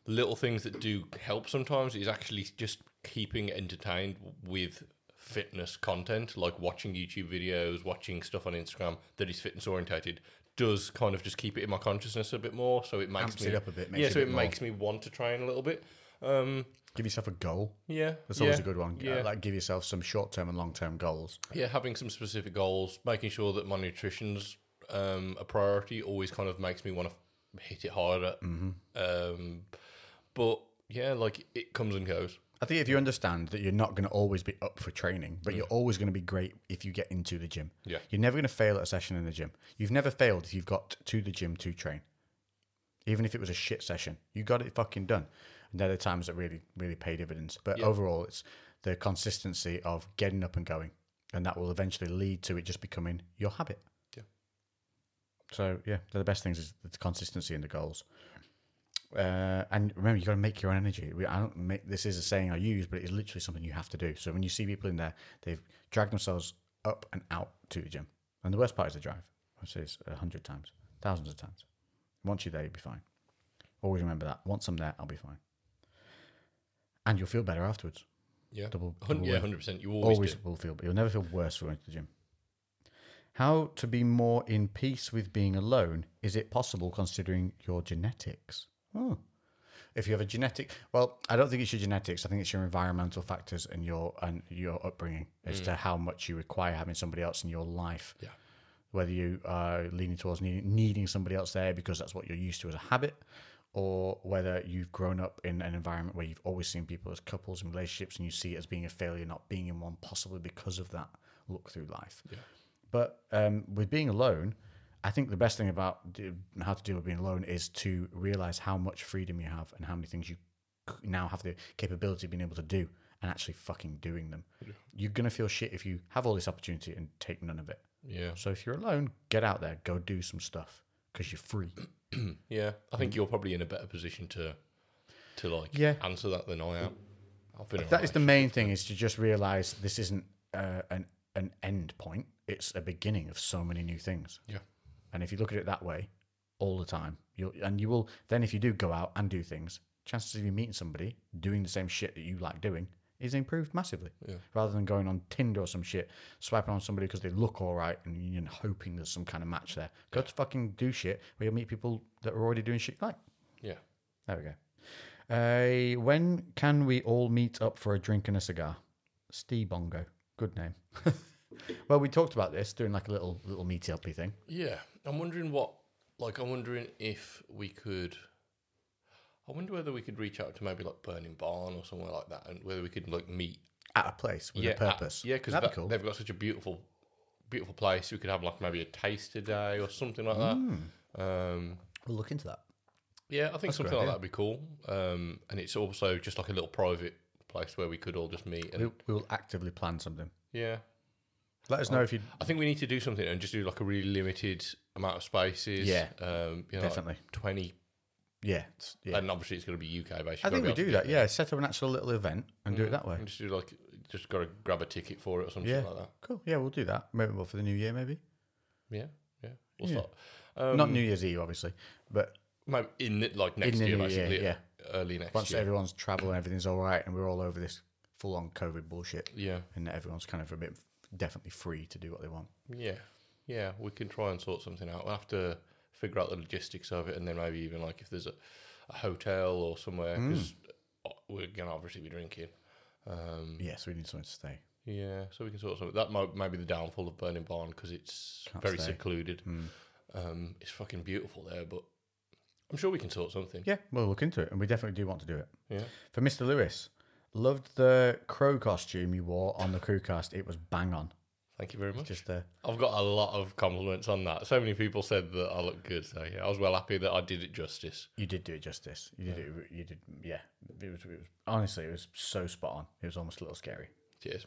S2: little things that do help sometimes is actually just keeping entertained with fitness content, like watching YouTube videos, watching stuff on Instagram that is fitness orientated. Does kind of just keep it in my consciousness a bit more, so it makes
S1: Amps
S2: me
S1: it up a bit, makes
S2: yeah,
S1: it a
S2: so
S1: bit
S2: it
S1: more-
S2: makes me want to train a little bit. Um,
S1: Give yourself a goal.
S2: yeah,
S1: That's always
S2: yeah,
S1: a good one.
S2: Yeah,
S1: Like give yourself some short-term and long-term goals.
S2: yeah, having some specific goals, making sure that my nutrition's um, a priority always kind of makes me want to hit it harder.
S1: Mm-hmm.
S2: Um, but yeah, like it comes and goes.
S1: I think if you understand that you're not going to always be up for training, but you're always going to be great if you get into the gym.
S2: Mm. Yeah.
S1: You're never going to fail at a session in the gym. You've never failed if you've got to the gym to train. Even if it was a shit session, you got it fucking done. And they're the times that really, really pay dividends. But overall, it's the consistency of getting up and going. And that will eventually lead to it just becoming your habit.
S2: Yeah.
S1: So, yeah, they're the best things is the consistency and the goals. Uh, and remember, you got to make your own energy. We, I don't make this is a saying I use, but it is literally something you have to do. So when you see people in there, they've dragged themselves up and out to the gym, and the worst part is the drive. I say this a hundred times, thousands of times. Once you're there, you'll be fine. Always remember that. Once I'm there, I'll be fine, and you'll feel better afterwards.
S2: Yeah,
S1: Double-
S2: Hun-
S1: double
S2: yeah,
S1: win.
S2: hundred percent. You always,
S1: Always,
S2: do.
S1: will feel. You'll never feel worse for going to the gym. How to be more in peace with being alone? Is it possible considering your genetics? Oh. if you have a genetic well i don't think it's your genetics i think it's your environmental factors and your and your upbringing as
S2: Hmm.
S1: to how much you require having somebody else in your life
S2: Yeah.
S1: whether you are leaning towards needing, needing somebody else there because that's what you're used to as a habit or whether you've grown up in an environment where you've always seen people as couples and relationships and you see it as being a failure not being in one possibly because of that look through life but um, with being alone, I think the best thing about do, how to deal with being alone is to realize how much freedom you have and how many things you c- now have the capability of being able to do and actually fucking doing them. You're going to feel shit if you have all this opportunity and take none of it.
S2: Yeah.
S1: So if you're alone, get out there, go do some stuff because you're free.
S2: Yeah. I think you're probably in a better position to to like
S1: Mm-hmm. Yeah.
S2: answer that than I am. I've been in a
S1: That is the main thing: is to just realize this isn't uh, an an end point; it's a beginning of so many new things.
S2: Yeah.
S1: And if you look at it that way, all the time, you'll and you will. Then, if you do go out and do things, chances of you meeting somebody doing the same shit that you like doing is improved massively.
S2: Yeah.
S1: Rather than going on Tinder or some shit, swiping on somebody because they look all right and you know, hoping there's some kind of match there. Go to fucking do shit where you'll meet people that are already doing shit you like.
S2: Yeah.
S1: There we go. Uh, when can we all meet up for a drink and a cigar? Steve Bongo, good name. well, we talked about this doing like a little little meet up thing.
S2: Yeah. I'm wondering what like I'm wondering if we could I wonder whether we could reach out to maybe like Burning Barn or somewhere like that and whether we could like meet
S1: at a place with
S2: yeah,
S1: a
S2: at-
S1: purpose.
S2: yeah, because
S1: that'd be cool.
S2: they've got such a beautiful beautiful place. We could have like maybe a taster day or something like that. Um
S1: We'll look into that.
S2: Yeah, I think something like that would be cool. Um, and it's also just like a little private place where we could all just meet. And,
S1: We, we will actively plan something. Oh.
S2: yeah,
S1: Let us know if you
S2: I think we need to do something and just do like a really limited amount of spaces.
S1: Yeah.
S2: um, you know, like
S1: Definitely.
S2: twenty.
S1: yeah yeah.
S2: And obviously, it's going to be UK based.
S1: I think we do that. Yeah, set up an actual little event and do it that way.
S2: just do like just got to grab a ticket for it or something
S1: Yeah,
S2: like that.
S1: cool. Yeah, we'll do that. Maybe well, for the new year, maybe
S2: Yeah, yeah. We'll
S1: Yeah.
S2: start. Um,
S1: not New Year's Eve, obviously, but
S2: maybe in the- like next
S1: in the
S2: year,
S1: new year,
S2: basically.
S1: yeah.
S2: early next
S1: Once
S2: year.
S1: everyone's travel and everything's all right, and we're all over this full on COVID bullshit,
S2: yeah,
S1: and everyone's kind of a bit definitely free to do what they want.
S2: Yeah, yeah, we can try and sort something out. We'll have to figure out the logistics of it, and then maybe even like if there's a, a hotel or somewhere because
S1: Hmm.
S2: we're gonna obviously be drinking. Um,
S1: Yes, we need somewhere to stay.
S2: yeah, so we can sort something. That might, might be the downfall of Burning Barn because it's
S1: Can't
S2: very
S1: stay.
S2: secluded.
S1: Mm.
S2: Um, it's fucking beautiful there, but I'm sure we can sort something.
S1: Yeah, we'll look into it, and we definitely do want to do it.
S2: Yeah.
S1: For Mr. Lewis, loved the crow costume you wore on the crewcast. It was bang on.
S2: Thank you very much.
S1: Just uh, a
S2: I've got a lot of compliments on that. So many people said that I look good. So yeah, I was well happy that I did it justice.
S1: You did do it justice. You did it. You did. Yeah. It was. It was honestly, it was so spot on. It was almost a little scary.
S2: Cheers.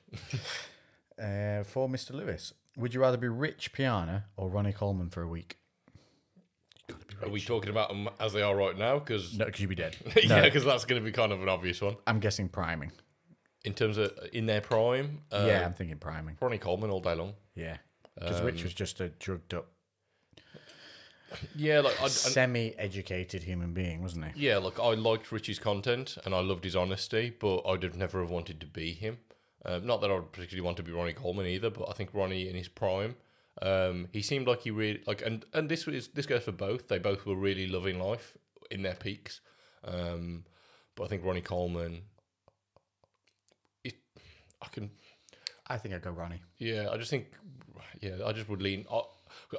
S1: Uh, for Mr. Lewis, would you rather be Rich Piana or Ronnie Coleman for a week?
S2: Are we talking about them as they are right now? Because
S1: No, because you'd be dead.
S2: yeah, because that's going to be kind of an obvious one
S1: I'm guessing priming.
S2: in terms of in their prime. Uh,
S1: yeah, I'm thinking priming.
S2: Ronnie Coleman all day long.
S1: Yeah, because Rich was just a drugged up,
S2: Yeah, like I, I,
S1: semi-educated human being, wasn't he?
S2: yeah, like I liked Richie's content and I loved his honesty, but I'd have never have wanted to be him. Um, not that I would particularly want to be Ronnie Coleman either, but I think Ronnie in his prime, um, he seemed like he really like and and this was this goes for both. They both were really loving life in their peaks, um, but I think Ronnie Coleman. It, I can
S1: I think I'd go Ronnie.
S2: Yeah, I just think, yeah, I just would lean. I,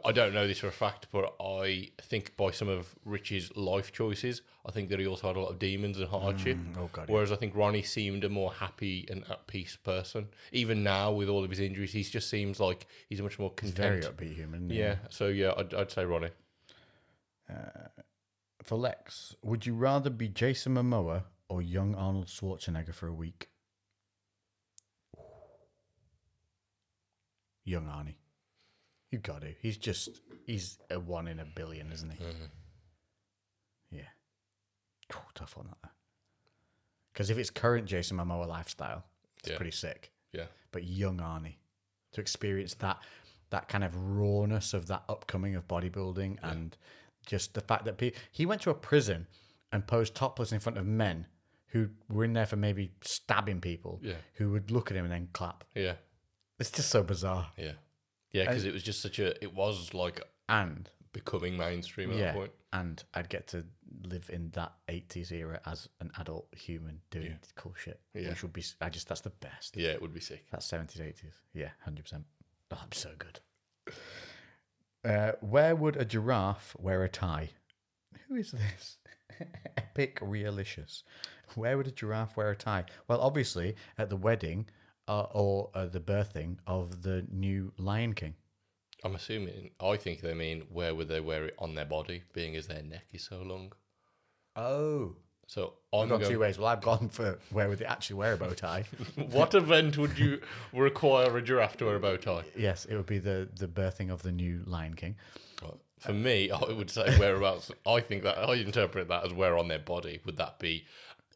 S2: I don't know this for a fact, but I think by some of Rich's life choices, I think that he also had a lot of demons and hardship.
S1: oh, God, yeah.
S2: Whereas I think Ronnie seemed a more happy and at peace person. Even now, with all of his injuries, he just seems like he's much more
S1: Very
S2: content.
S1: upbeat human.
S2: yeah, so yeah, I'd, I'd say Ronnie.
S1: For Lex, would you rather be Jason Momoa or young Arnold Schwarzenegger for a week? Young Arnie. You got to. He's just, he's a one in a billion, isn't he? Yeah. Phew, tough one, that. Because if it's current Jason Momoa lifestyle, it's
S2: Yeah.
S1: pretty sick.
S2: Yeah,
S1: But young Arnie, to experience that, that kind of rawness of that upcoming of bodybuilding and just the fact that pe- he went to a prison and posed topless in front of men who were in there for maybe stabbing people
S2: Yeah.
S1: who would look at him and then clap.
S2: yeah,
S1: It's just so bizarre.
S2: yeah, yeah. Because it was just such a. It was like
S1: And
S2: becoming mainstream at
S1: yeah,
S2: that point.
S1: and I'd get to live in that 80s era as an adult human doing cool shit,
S2: Yeah.
S1: which would be, s- I just, that's the best.
S2: Yeah, it would be sick.
S1: That's 70s, 80s. Yeah, 100%. Oh, I'm so good. Uh, where would a giraffe wear a tie? Who is this? Epic realicious. Where would a giraffe wear a tie? Well, obviously at the wedding uh, or uh, the birthing of the new Lion King.
S2: I'm assuming. I think they mean where would they wear it on their body, being as their neck is so long.
S1: Oh,
S2: So I'm
S1: I've got
S2: going.
S1: two ways. Well, I've gone for where would they actually wear a bow tie?
S2: What event would you require a giraffe to wear a bow tie?
S1: yes, it would be the the birthing of the new Lion King.
S2: For me, I would say whereabouts. I think that I interpret that as where on their body. Would that be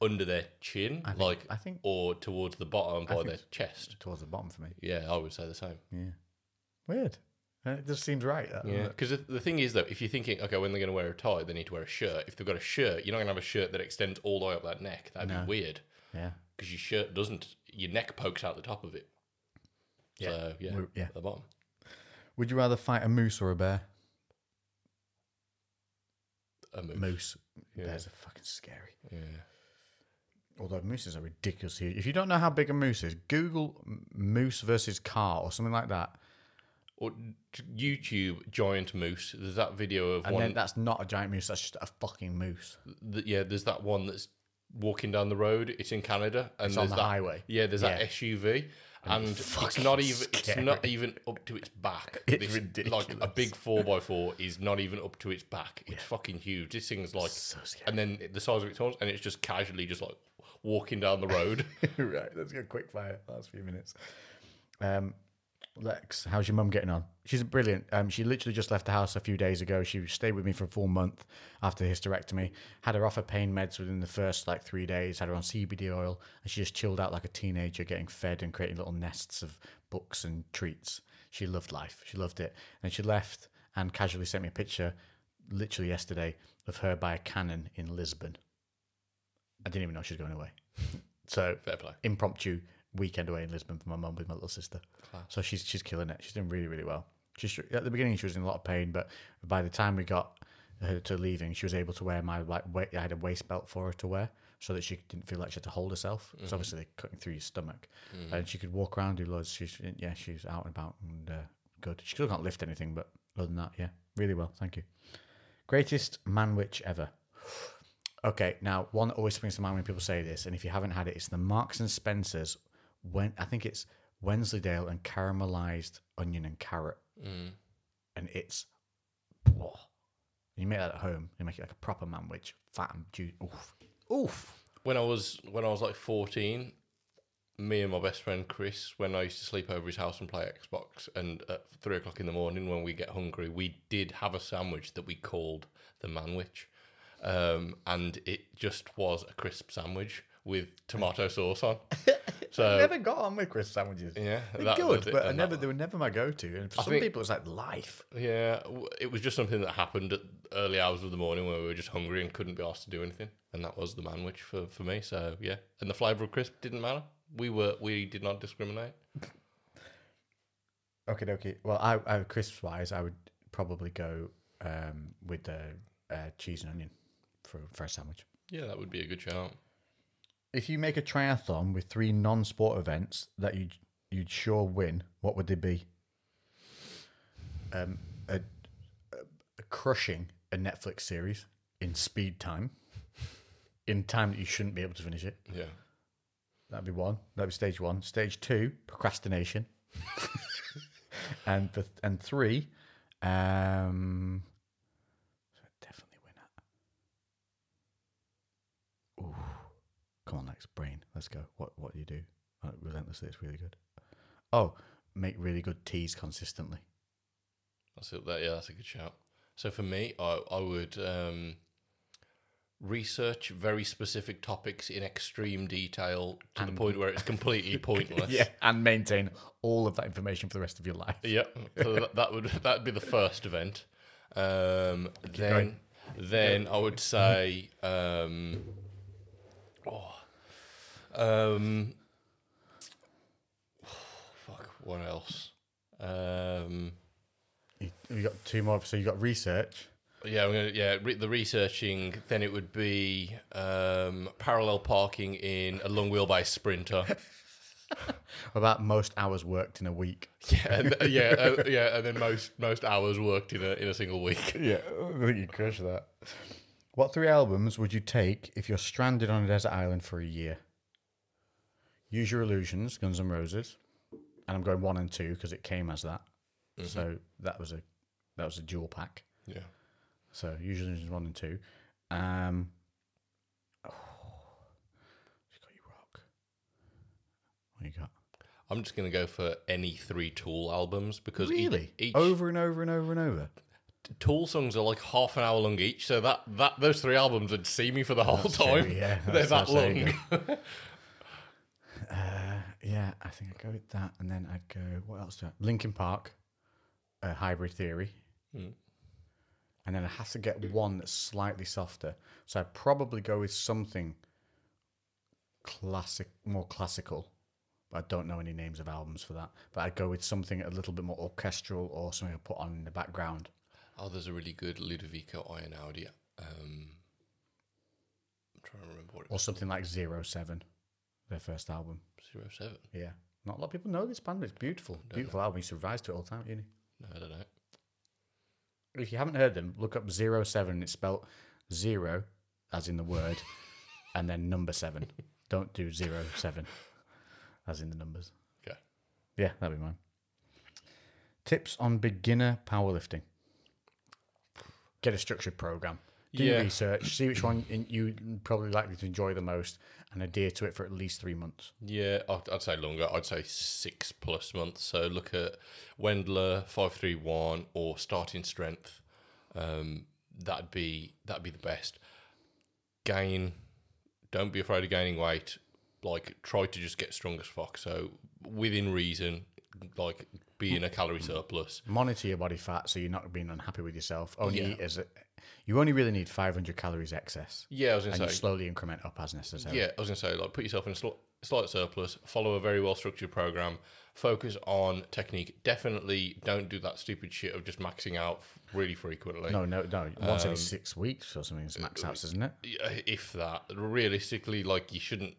S2: under their chin, like
S1: I think-
S2: or towards the bottom by their chest?
S1: Towards the bottom for me.
S2: Yeah, I would say the same.
S1: Weird. Uh, It just seems right. that, doesn't
S2: Yeah,
S1: it?
S2: because Uh, the, the thing is though, if you're thinking, okay, when they're going to wear a tie, they need to wear a shirt. If they've got a shirt, you're not going to have a shirt that extends all the way up that neck. That'd be weird
S1: Yeah.
S2: because your shirt doesn't. Your neck pokes out the top of it. Yeah, so, yeah,
S1: We're- yeah.
S2: the bottom.
S6: Would you rather fight a moose or a bear?
S2: A moose.
S1: Moose. Bears are fucking scary. Yeah. Although mooses are ridiculous huge. If you don't know how big a moose is, Google m- moose versus car or something like that.
S2: Or t- YouTube giant moose. There's that video of
S1: And
S2: one.
S1: then that's not a giant moose, that's just a fucking moose.
S2: th- yeah, there's that one that's walking down the road. It's in Canada, and
S1: It's on
S2: there's
S1: the
S2: that
S1: highway.
S2: Yeah, there's
S1: Yeah.
S2: that SUV, and, it's
S1: fucking
S2: not even it's
S1: scary.
S2: not even up to its back.
S1: It's
S2: Like a big four x four is not even up to its back. It's fucking huge. This thing's like,
S1: So scary.
S2: and then the size of its horns, and it's just casually just like walking down the road.
S1: right, let's go quick fire. Last few minutes. Um, Lex, how's your mum getting on? She's brilliant. Um, she literally just left the house a few days ago. She stayed with me for a full month after the hysterectomy. Had her off her pain meds within the first like three days. Had her on CBD oil, and she just chilled out like a teenager, getting fed and creating little nests of books and treats. She loved life. She loved it. And she left and casually sent me a picture, literally yesterday, of her by a cannon in Lisbon. I didn't even know she was going away. So
S2: Fair play.
S1: impromptu weekend away in Lisbon for my mum with my little sister. So she's she's killing it. She's doing really really well. She's at the beginning she was in a lot of pain, but by the time we got her to leaving, she was able to wear my like wa I had a waist belt for her to wear so that she didn't feel like she had to hold herself. Because obviously they're cutting through your stomach, and she could walk around do loads. She's yeah she's out and about and uh, good. She still can't lift anything, but other than that, yeah, really well. Thank you. Greatest man witch ever. Okay, now one that always springs to mind when people say this, and if you haven't had it, it's the Marks and Spencers. When I think it's Wensleydale and caramelized onion and carrot,
S2: Mm.
S1: and it's whoa. You make that at home. You make it like a proper man witch, fat and juicy. Oof, oof.
S2: when I was when I was like fourteen, me and my best friend Chris, when I used to sleep over his house and play Xbox, and at three o'clock in the morning when we get hungry, we did have a sandwich that we called the manwich, um, and it just was a crisp sandwich with tomato sauce on. So
S1: never got on with crisp sandwiches.
S2: Uh, yeah,
S1: They're
S2: that was
S1: good,
S2: it,
S1: but I
S2: and that-
S1: never. They were never my go-to, and for some
S2: think-
S1: people, it's like life.
S2: yeah, w- it was just something that happened at early hours of the morning where we were just hungry and couldn't be asked to do anything, and that was the manwich for for me. So yeah, and the flavour of crisp didn't matter. We were we did not discriminate.
S1: Okay, dokie. Well, I, I crisps wise, I would probably go um, with the uh, cheese and onion for for a sandwich.
S2: Yeah, that would be a good shout.
S6: If you make a triathlon with three non-sport events that you'd you'd sure win, what would they be?
S1: um, a, a, a crushing a Netflix series in speed time, in time that you shouldn't be able to finish it.
S2: Yeah.
S1: That'd be one. That'd be stage one. Stage two, procrastination. and the, and three, um, so I'd definitely win at. Ooh, come on, Lex, brain. Let's go. What what do you do? Uh, relentlessly, it's really good. Oh, make really good teas consistently.
S2: That's it. That, yeah, that's a good shout. So for me, I, I would um, research very specific topics in extreme detail to the point where it's completely pointless.
S1: yeah, and maintain all of that information for the rest of your life.
S2: Yep. So that, that would that would be the first event. Um, then then I would say um, oh, um, fuck. What else? Um,
S1: You, you got two more, so you got research.
S2: Yeah, I'm gonna, yeah, re- the researching. Then it would be um, parallel parking in a long wheelbase sprinter.
S1: About most hours worked in a week.
S2: yeah, and, yeah, uh, yeah, and then most most hours worked in a in a single week.
S6: Yeah, I think you crush that. What three albums would you take if you're stranded on a desert island for a year?
S1: Use Your Illusions, Guns N' Roses, and I'm going one and two because it came as that.
S2: Mm-hmm.
S1: So that was a that was a dual pack.
S2: Yeah,
S1: So Use Your Illusions one and two. Um, What you got?
S2: I'm just gonna go for any three Tool albums because ea-
S6: Really?
S2: each,
S6: Over and over and over and over.
S2: Tool songs are like half an hour long each, so that that those three albums would see me for the whole time.
S1: true, yeah.
S2: they're
S1: That's- that's-
S2: that
S1: there you
S2: long.
S1: Yeah, I think I'd go with that, and then I'd go. What else do I? Linkin Park, uh, Hybrid Theory, and then I have to get one that's slightly softer. So I'd probably go with something classic, more classical. But I don't know any names of albums for that. But I'd go with something a little bit more orchestral or something I put on in the background.
S2: Oh, there's a really good Ludovico Einaudi. Um, I'm trying to remember what it
S1: or
S2: was.
S1: something like Zero Seven, their first album.
S2: Zero seven.
S1: Yeah, not a lot of people know this band. but It's beautiful, beautiful album. You surprise to it all the time, you know.
S2: No, I don't know.
S1: If you haven't heard them, look up Zero Seven. It's spelled zero, as in the word, and then number seven. Don't do zero seven, as in the numbers.
S2: Okay.
S1: Yeah, that'd be mine. Tips on beginner powerlifting. Get a structured program. Do
S2: Yeah.
S1: research. See which one in- you probably likely to enjoy the most, and adhere to it for at least three months.
S2: Yeah, I'd, I'd say longer. I'd say six plus months. So look at Wendler five three one or starting strength. Um, that'd be that'd be the best. Gain. Don't be afraid of gaining weight. Like try to just get strong as fuck. So within reason, like be in a calorie surplus.
S1: monitor your body fat so you're not being unhappy with yourself. Only
S2: Yeah.
S1: eat as you only really need 500 calories excess,
S2: Yeah, I was gonna
S1: and
S2: say
S1: you slowly increment up as necessary.
S2: Yeah, I was gonna say like put yourself in a sl- slight surplus, follow a very well structured program, focus on technique. Definitely don't do that stupid shit of just maxing out f- really frequently.
S1: No, no, no. Once every six weeks or something is max out, isn't Um, it?
S2: Yeah, If that realistically, like you shouldn't,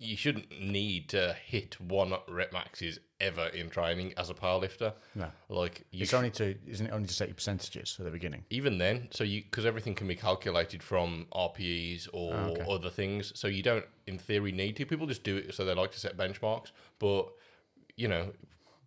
S2: you shouldn't need to hit one rep maxes ever in training as a powerlifter.
S1: No.
S2: like you
S1: It's
S2: sh-
S1: only to isn't it only to set your percentages at the beginning?
S2: even then so you because everything can be calculated from rpes or other things so you don't in theory need to people just do it so they like to set benchmarks but you know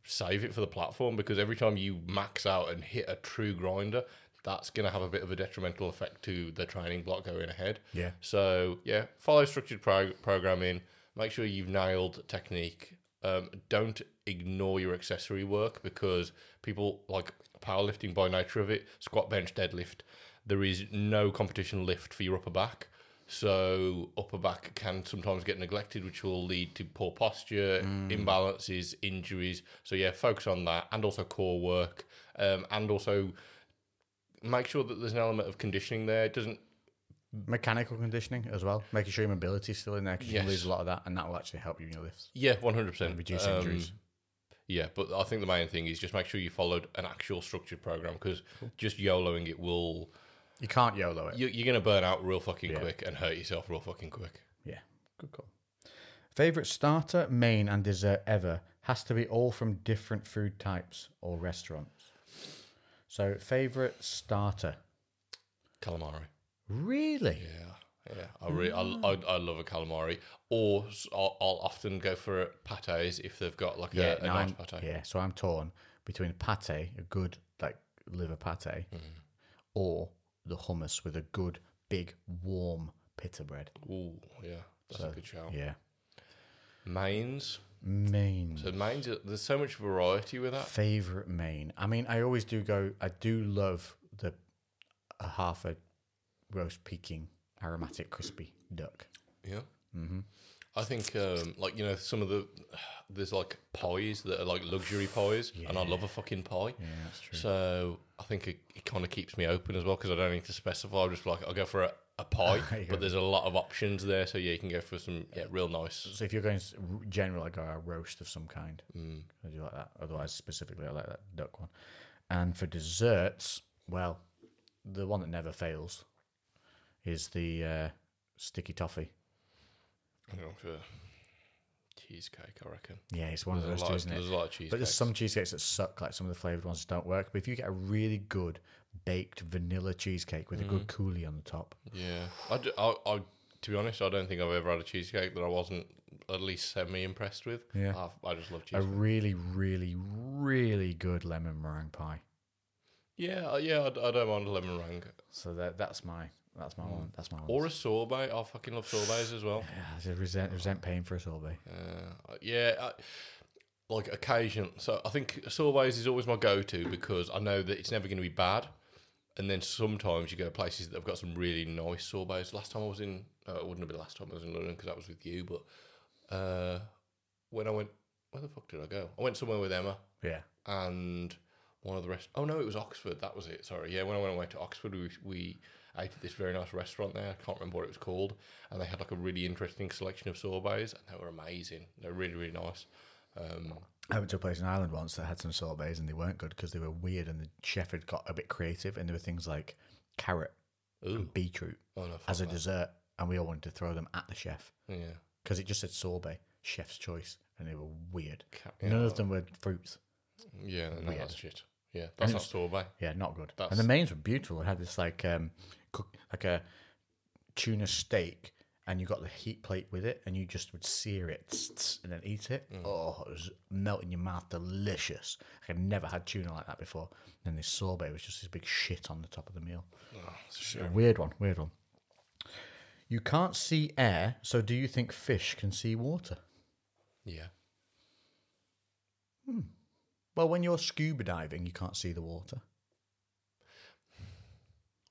S2: save it for the platform because every time you max out and hit a true grinder that's going to have a bit of a detrimental effect to the training block going ahead
S1: Yeah.
S2: so yeah follow structured prog- programming make sure you've nailed technique um, don't ignore your accessory work because people like powerlifting by nature of it squat bench deadlift there is no competition lift for your upper back so upper back can sometimes get neglected which will lead to poor posture imbalances injuries so yeah focus on that and also core work um, and also make sure that there's an element of conditioning there it doesn't
S1: Mm. Mechanical conditioning as well, making sure your mobility is still in there because you
S2: Yes.
S1: can lose a lot of that, and that will actually help you in your lifts. Um,
S2: Yeah, one hundred percent. Um,
S1: reduce injuries.
S2: Yeah, but I think the main thing is just make sure you followed an actual structured program because just YOLOing it will
S1: You can't YOLO it.
S2: you, you're gonna burn out real fucking quick and hurt yourself real fucking quick.
S1: yeah, good call.
S6: Favorite starter, main, and dessert ever has to be all from different food types or restaurants.
S1: So favorite starter,
S2: Calamari. Mm.
S1: really?
S2: Yeah, yeah. I really, I, I, I love a calamari. Or s- I'll, I'll often go for pâtés if they've got like
S1: Yeah,
S2: a, a
S1: no, I'm-
S2: nice pâté.
S1: Yeah, so I'm torn between pate, a good like liver pate,
S2: Mm.
S1: or the hummus with a good big warm pita bread.
S2: Ooh, yeah, that's a good shout.
S1: Yeah,
S2: Mains.
S1: main
S2: So mains, are- there's so much variety with that.
S1: favorite main. I mean, I always do go. I do love the a half a roast Peking aromatic crispy duck.
S2: Yeah. Mm-hmm. I think, um, like, you know, some of the, there's like pies that are like luxury pies, and I love a fucking pie. Yeah, that's true. So I think it, it kind of keeps me open as well because I don't need to specify. I'm just like, I'll go for a, a pie, but there's a lot of options there. So yeah, you can go for some, yeah, real nice.
S1: So if you're going s- r- general, I go a roast of some kind. Mm. I do like that. Otherwise, specifically, I like that duck one. And for desserts, well, the one that never fails is the uh, sticky toffee.
S2: I'm going for cheesecake, I reckon.
S1: Yeah, it's one of those
S2: There's a,
S1: two,
S2: lot of,
S1: isn't it?
S2: there's a lot of
S1: But there's
S2: cheesecakes.
S1: some cheesecakes that suck, like some of the flavored ones don't work. But if you get a really good baked vanilla cheesecake with a good
S2: Mm.
S1: coulis on the top,
S2: Yeah. I, d- I- I- to be honest, I don't think I've ever had a cheesecake that I wasn't at least semi impressed with.
S1: Yeah.
S2: I've, I just love cheesecake.
S1: a really, really, really good lemon meringue pie.
S2: Yeah, uh, yeah, I, d- I don't mind a lemon meringue.
S1: So that that's my
S6: That's my one. That's my one.
S2: Mm. Or a sorbet. I fucking love sorbets as well.
S6: yeah, I resent, resent paying for a sorbet.
S2: Uh, yeah, I, like occasion. So I think sorbets is always my go-to because I know that it's never going to be bad. And then sometimes you go to places that have got some really nice sorbets. Last time I was in, uh, it wouldn't have been last time I was in London because that was with you. But uh, when I went, where the fuck did I go? I went somewhere with Emma
S1: Yeah.
S2: and one of the rest. Oh no, it was Oxford. That was it. Sorry. Yeah, when I went away to Oxford, we we ate at this very nice restaurant there. I can't remember what it was called, and they had like a really interesting selection of sorbets, and they were amazing. They were really really nice. Um,
S1: I went to a place in Ireland once that had some sorbets and they weren't good because they were weird and the chef had got a bit creative and there were things like carrot
S2: ooh,
S1: and beetroot
S2: oh no,
S1: as
S2: as
S1: a dessert and we all wanted to throw them at the chef
S2: yeah,
S1: because it just said sorbet, chef's choice, and they were weird.
S2: Ca-
S1: None
S2: yeah,
S1: of them were fruits.
S2: yeah, no,
S1: Weird.
S2: that's shit. Yeah, that's not sorbet.
S1: Yeah, not good.
S2: That's-
S1: And the mains were beautiful. It had this like um, cook, like a tuna steak, and you got the heat plate with it, and you just would sear it tss, tss, and then eat it. Oh, it was melting your mouth, delicious. I'd never had tuna like that before. And this sorbet was just this big shit on the top of the meal. A weird one, weird one. You can't see air, so do you think fish can see water?
S2: Yeah,
S1: Well, when you're scuba diving, you can't see the water.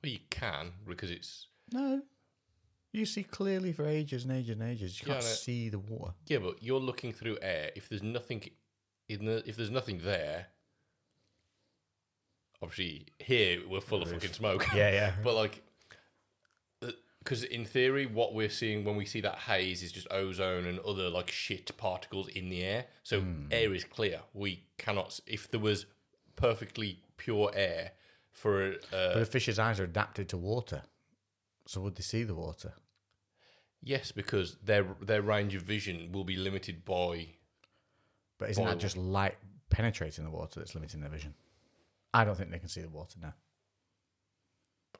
S2: well, you can because it's
S1: No. You see clearly for ages and ages and ages. You
S2: Yeah,
S1: can't
S2: I know.
S1: see the water.
S2: yeah, but you're looking through air. If there's nothing in the, if there's nothing there. Obviously, here we're full of fucking smoke.
S1: yeah.
S2: But like, because in theory, what we're seeing when we see that haze is just ozone and other like shit particles in the air. So
S1: Hmm.
S2: air is clear. We cannot. s- If there was perfectly pure air for uh,
S1: But a fish's eyes are adapted to water. So would they see the water?
S2: yes, because their their range of vision will be limited by
S1: But isn't that
S2: Boil.
S1: just light penetrating the water that's limiting their vision? I don't think they can see the water now.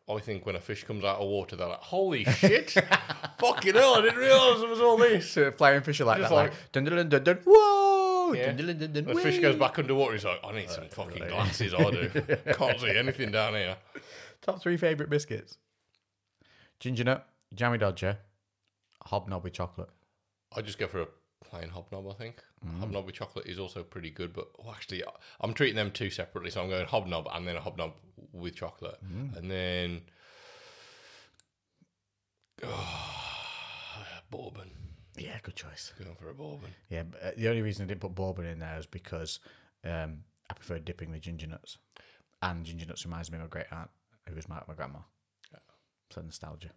S2: I think when a fish comes out of water, they're like, "Holy shit! Fucking hell! I didn't realize there was all this."
S1: Flying fish are like
S2: Just
S1: that. Like, dun, dun, dun, dun, dun, whoa!
S2: Yeah.
S1: Dun, dun, dun, dun,
S2: The fish
S1: whee!
S2: goes back underwater. He's like, "I need some fucking glasses. I do. Can't see anything down here."
S1: Top three favourite biscuits. Ginger nut, jammy dodger, hobnob with chocolate.
S2: I just go for a plain hobnob. I think hobnob with chocolate is also pretty good, but oh, actually, I- I'm treating them two separately. So I'm going hobnob and then a hobnob with chocolate, and then ah, bourbon.
S1: Yeah, good choice.
S2: Going for a bourbon.
S1: Yeah, but uh, the only reason I didn't put bourbon in there is because um, I prefer dipping with ginger nuts. And ginger nuts reminds me of my great aunt, who was my, my grandma. So nostalgia.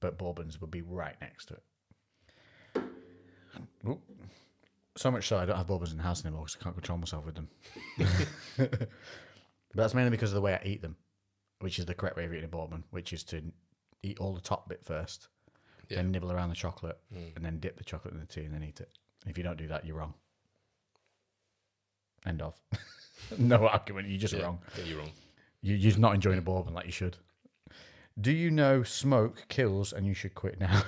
S1: But bourbons would be right next to it. Oop. So much so I don't have bourbons in the house anymore because I can't control myself with them. but that's mainly because of the way I eat them, which is the correct way of eating a bourbon, which is to eat all the top bit first, then nibble around the chocolate, and then dip the chocolate in the tea and then eat it. If you don't do that, you're wrong. End of. no argument. You're just
S2: Yeah,
S1: wrong.
S2: yeah, you're wrong.
S1: You- You're just not enjoying a bourbon like you should.
S6: Do you know smoke kills and you should quit now?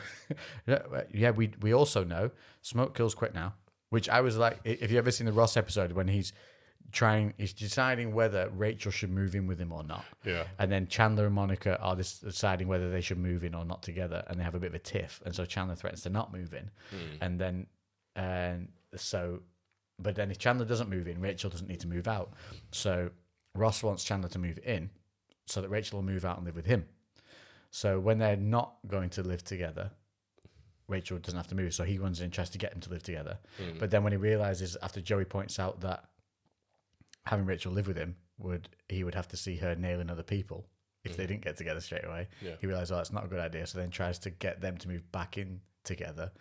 S1: yeah, we we also know smoke kills quit now, which I was like, i- if you ever seen the Ross episode when he's trying, he's deciding whether Rachel should move in with him or not.
S2: Yeah.
S1: And then Chandler and Monica are this, deciding whether they should move in or not together, and they have a bit of a tiff, and so Chandler threatens to not move in, and then and so, but then if Chandler doesn't move in, Rachel doesn't need to move out, so Ross wants Chandler to move in, so that Rachel will move out and live with him. So when they're not going to live together, Rachel doesn't have to move, so he runs in and tries to get them to live together. But then when he realizes after Joey points out that having Rachel live with him would he would have to see her nailing other people if they didn't get together straight away.
S2: Yeah.
S1: He realizes, oh, that's not a good idea. So then tries to get them to move back in together,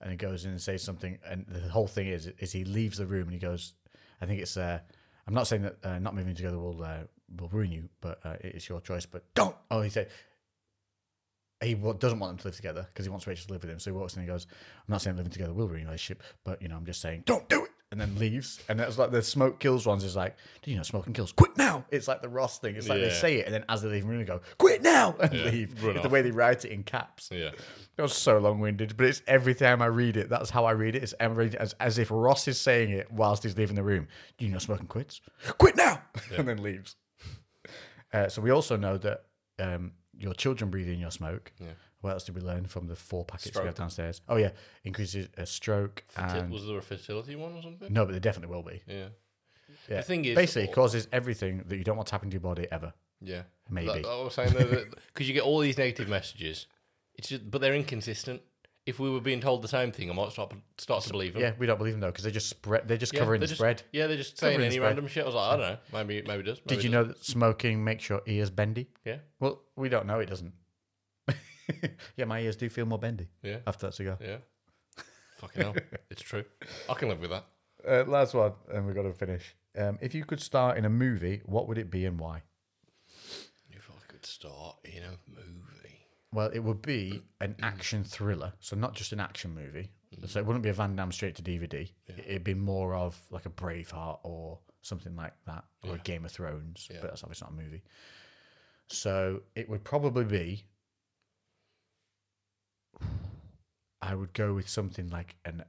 S1: and he goes in and says something. And the whole thing is, is he leaves the room and he goes, I think it's. Uh, I'm not saying that uh, not moving together will uh, will ruin you, but uh, it's your choice. But don't. Oh, he said he wa- doesn't want them to live together because he wants Rachel to live with him. So he walks in and he goes, I'm not saying living together will ruin your relationship, but you know, I'm just saying, don't do it. And then leaves. And that's like the smoke kills ones is like, do you know smoking kills? Quit now. It's like the Ross thing. It's like they
S2: Yeah.
S1: say it and then as they leave the room, they go, quit now and leave.
S2: run
S1: It's the
S2: off.
S1: way they write it in caps.
S2: Yeah.
S1: It was so long winded, but it's every time I read it, that's how I read it. It's I read it as, as if Ross is saying it whilst he's leaving the room. Do you know smoking quits? Quit now! and then leaves. Uh, so we also know that um, your children breathe in your smoke.
S2: Yeah.
S1: What else did we learn from the four packets we
S2: Stroke.
S1: have downstairs? Oh yeah, increases a stroke
S2: Fertil-
S1: and
S2: was there a fertility one or something?
S1: no, but there definitely will be.
S2: Yeah.
S1: Yeah.
S2: The thing is,
S1: Basically, it causes everything that you don't want to happen to your body ever.
S2: yeah,
S1: Maybe.
S2: Like, I was saying because you get all these negative messages. It's just, but they're inconsistent. If we were being told the same thing, I might start start to believe them.
S1: Yeah, we don't believe them though because they're just spread. They're just
S2: Yeah,
S1: covering
S2: they're
S1: the
S2: just-
S1: spread.
S2: Yeah, they're just saying
S1: Covering
S2: any
S1: spread.
S2: random shit. I was like, I don't know. Maybe, maybe it does.
S1: Did you know that smoking makes your ears bendy?
S2: Yeah.
S1: Well, we don't know. It doesn't. yeah, my ears do feel more bendy
S2: Yeah,
S1: after that cigar.
S2: yeah. Fucking hell, it's true. I can live with that.
S6: Uh, last one, and we've got to finish. Um, if you could star in a movie, what would it be and why?
S2: If I could start in a movie,
S1: Well, it would be an action thriller, so not just an action movie. So it wouldn't be a Van Damme straight to DVD. It'd be more of like a Braveheart or something like that, or a Game of Thrones. But that's obviously not a movie. So it would probably be. I would go with something like an,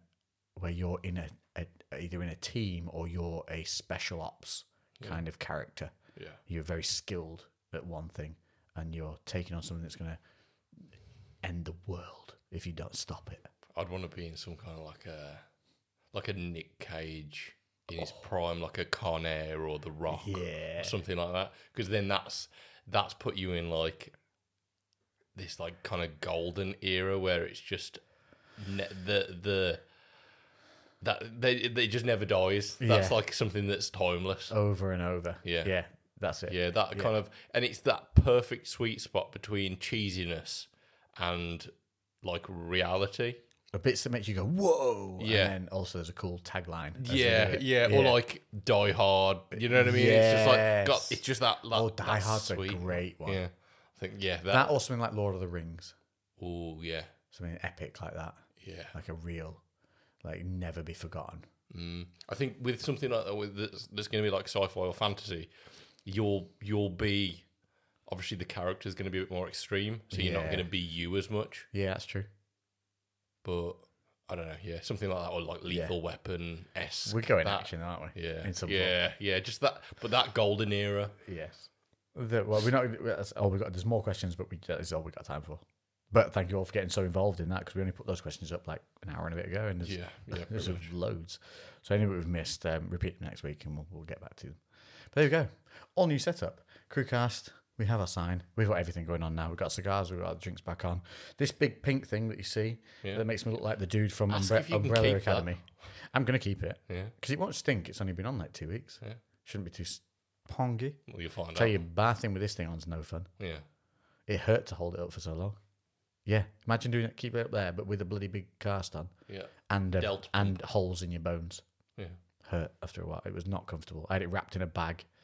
S1: where you're in a, a either in a team or you're a special ops kind of character
S2: yeah,
S1: you're very skilled at one thing and you're taking on something that's going to end the world if you don't stop it.
S2: I'd want to be in some kind of like a like a Nick Cage in his prime, like a Con Air or The Rock,
S1: Yeah.
S2: or something like that. Because then that's that's put you in like this like kind of golden era where it's just ne- the the that they they just never dies. That's
S1: Yeah.
S2: like something that's timeless.
S1: Over and over.
S2: Yeah.
S1: Yeah. That's it.
S2: Yeah, that kind of, and it's that perfect sweet spot between cheesiness and like reality.
S1: The bits that make you go, whoa.
S2: Yeah.
S1: And then also there's a cool tagline. as they
S2: Yeah,
S1: do it.
S2: yeah, or like Die Hard. You know what I mean? It's just like
S1: Yes.
S2: got. It's just that. that
S1: Oh, Die
S2: that
S1: Hard's
S2: sweet.
S1: a great one.
S2: Yeah, I think yeah. That.
S1: That or something like Lord of the Rings.
S2: oh yeah,
S1: Something epic like that.
S2: yeah.
S1: Like a real, like never be forgotten.
S2: Mm. I think with something like that, with that's, that's going to be like sci-fi or fantasy, you'll you'll be obviously the character's going to be a bit more extreme, so you're not
S1: Yeah.
S2: going to be you as much.
S1: Yeah, that's true.
S2: But I don't know. Yeah, something like that, or like Lethal Weapon s.
S1: We're going
S2: that.
S1: action, aren't we?
S2: Yeah,
S1: In some
S2: yeah, yeah. Just that, but that golden era.
S1: Yes. The, well, we're not. That's all we got. There's more questions, but we that is all we got time for. But thank you all for getting so involved in that because we only put those questions up like an hour and a bit ago, and there's,
S2: Yeah, yeah,
S1: there's loads. So anyway, we've missed. Um, repeat it next week, and we'll, we'll get back to them. But there you go. All new setup. Crewcast. We have our sign. We've got everything going on now. We've got cigars. We've got our drinks back on. This big pink thing that you see that makes me look like the dude from
S2: Ask
S1: Umbre-
S2: if you can
S1: Umbrella
S2: keep that.
S1: Academy. I'm gonna keep it
S2: Yeah,
S1: because it won't stink. It's only been on like two weeks.
S2: Yeah.
S1: Shouldn't be too s- pongy.
S2: well, you'll find
S1: Tell
S2: out.
S1: you, bathing with this thing on's no fun.
S2: Yeah,
S1: It hurt to hold it up for so long. Yeah, imagine doing it, keep it up there, but with a bloody big cast on
S2: yeah,
S1: and uh,
S2: Delt
S1: and holes in your bones.
S2: yeah.
S1: Hurt after a while. It was not comfortable. I had it wrapped in a bag.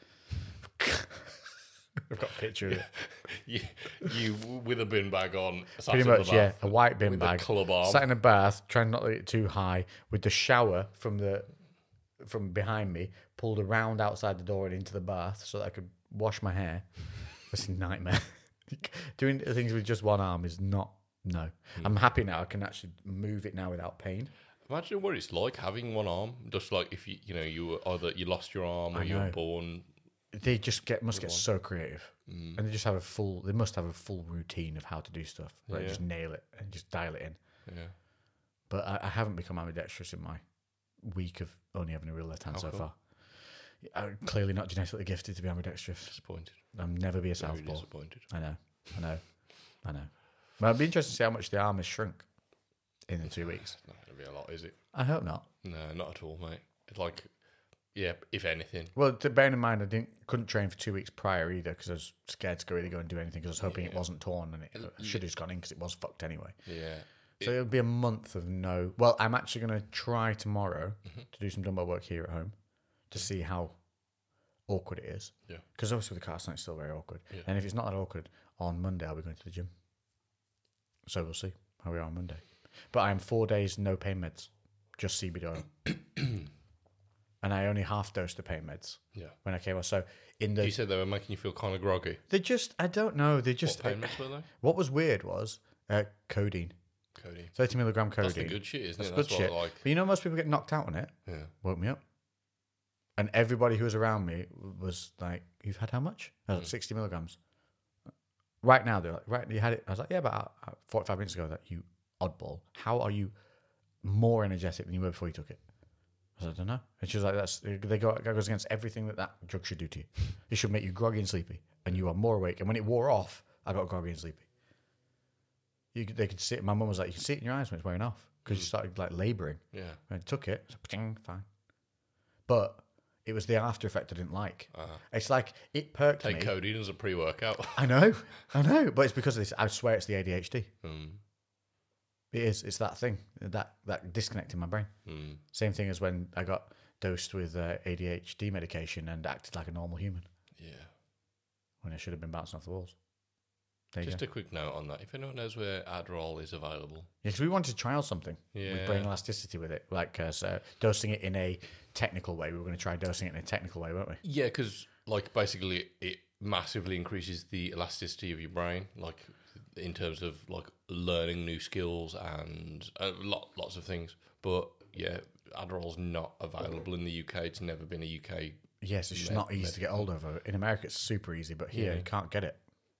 S1: I've got a picture of it.
S2: You, you with a bin bag on, sat
S1: Pretty
S2: in
S1: much,
S2: the
S1: yeah.
S2: bath
S1: A white bin
S2: with
S1: bag.
S2: a club arm.
S1: Sat in a bath, trying not to get it too high, with the shower from the from behind me pulled around outside the door and into the bath so that I could wash my hair. It's a nightmare. Doing things with just one arm is not no.
S2: Hmm.
S1: I'm happy now. I can actually move it now without pain.
S2: Imagine what it's like having one arm. Just like if you, you know, you were either you lost your arm or you were
S1: know.
S2: born.
S1: They just get must get so creative,
S2: Mm.
S1: and they just have a full. They must have a full routine of how to do stuff. Like
S2: Yeah.
S1: just nail it and just dial it in.
S2: Yeah,
S1: but I, I haven't become ambidextrous in my week of only having a real left
S2: Oh,
S1: hand so far. I'm clearly not genetically gifted to be ambidextrous.
S2: disappointed.
S1: I'll never be a
S2: Very
S1: southpaw.
S2: disappointed.
S1: I know, I know, I know. Well, it'd be interesting to see how much the arm has shrunk in the two weeks.
S2: It's not going to be a lot, is it?
S1: I hope not.
S2: No, not at all, mate. It's like, yeah, if anything.
S1: Well, to bear in mind, I didn't couldn't train for two weeks prior either because I was scared to go either go and do anything because I was hoping it wasn't torn and it should have just gone in because it was fucked anyway.
S2: Yeah,
S1: So it'll be a month of no. Well, I'm actually going to try tomorrow
S2: Mm-hmm.
S1: to do some dumbbell work here at home to see how awkward it is.
S2: Yeah.
S1: Because obviously with the cast night, it's still very awkward. And if it's not that awkward, on Monday I'll be going to the gym. So we'll see how we are on Monday. But I'm four days no pain meds, just CBD oil. and I only half dosed the pain meds
S2: yeah.
S1: when I came on. So in
S2: You
S1: the
S2: said they were making you feel kind of groggy.
S1: they just I don't know they just uh,
S2: What payments were they?
S1: what was weird was uh, codeine,
S2: Cody.
S1: thirty milligram codeine.
S2: That's the good shit, isn't it?
S1: Good
S2: That's what
S1: shit.
S2: I like.
S1: But you know, most people get knocked out on it.
S2: Yeah.
S1: Woke me up. And everybody who was around me was like, You've had how much? I was like, 60 milligrams. Right now, they're like, right, you had it. I was like, yeah, but I, I, 45 minutes ago, that you oddball. How are you more energetic than you were before you took it? I said, I don't know. And she was like, that's, uh, they go, it goes against everything that that drug should do to you. It should make you groggy and sleepy, and you are more awake. And when it wore off, I got groggy and sleepy. You, could- they could see it. My mum was like, you can see it in your eyes when it's wearing off because you started like laboring.
S2: Yeah.
S1: And I took it. So, pting, fine. But it was the after effect I didn't like. It's like it perked
S2: Take
S1: me.
S2: codeine as a pre workout.
S1: I know, I know, but it's because of this. I swear it's the ADHD.
S2: Mm,
S1: It is. It's that thing that that disconnect in my brain.
S2: mm,
S1: Same thing as when I got dosed with uh, ADHD medication and acted like a normal human
S2: yeah.
S1: when I should have been bouncing off the walls. There you
S2: Just
S1: go.
S2: a quick note on that. If anyone knows where Adderall is available,
S1: Yeah, because we wanted to trial something with brain
S2: Yeah.
S1: elasticity with it, like uh, so dosing it in a technical way. We were going to try dosing it in a technical way, weren't we?
S2: yeah, because like basically it massively increases the elasticity of your brain, like in terms of like learning new skills and uh, lot lots of things. But yeah, Adderall's not available in the UK. It's never been a UK.
S1: Yes, it's just
S2: Med-
S1: not easy to get hold of. Uh, In America, it's super easy, but here
S2: Yeah.
S1: you can't get it.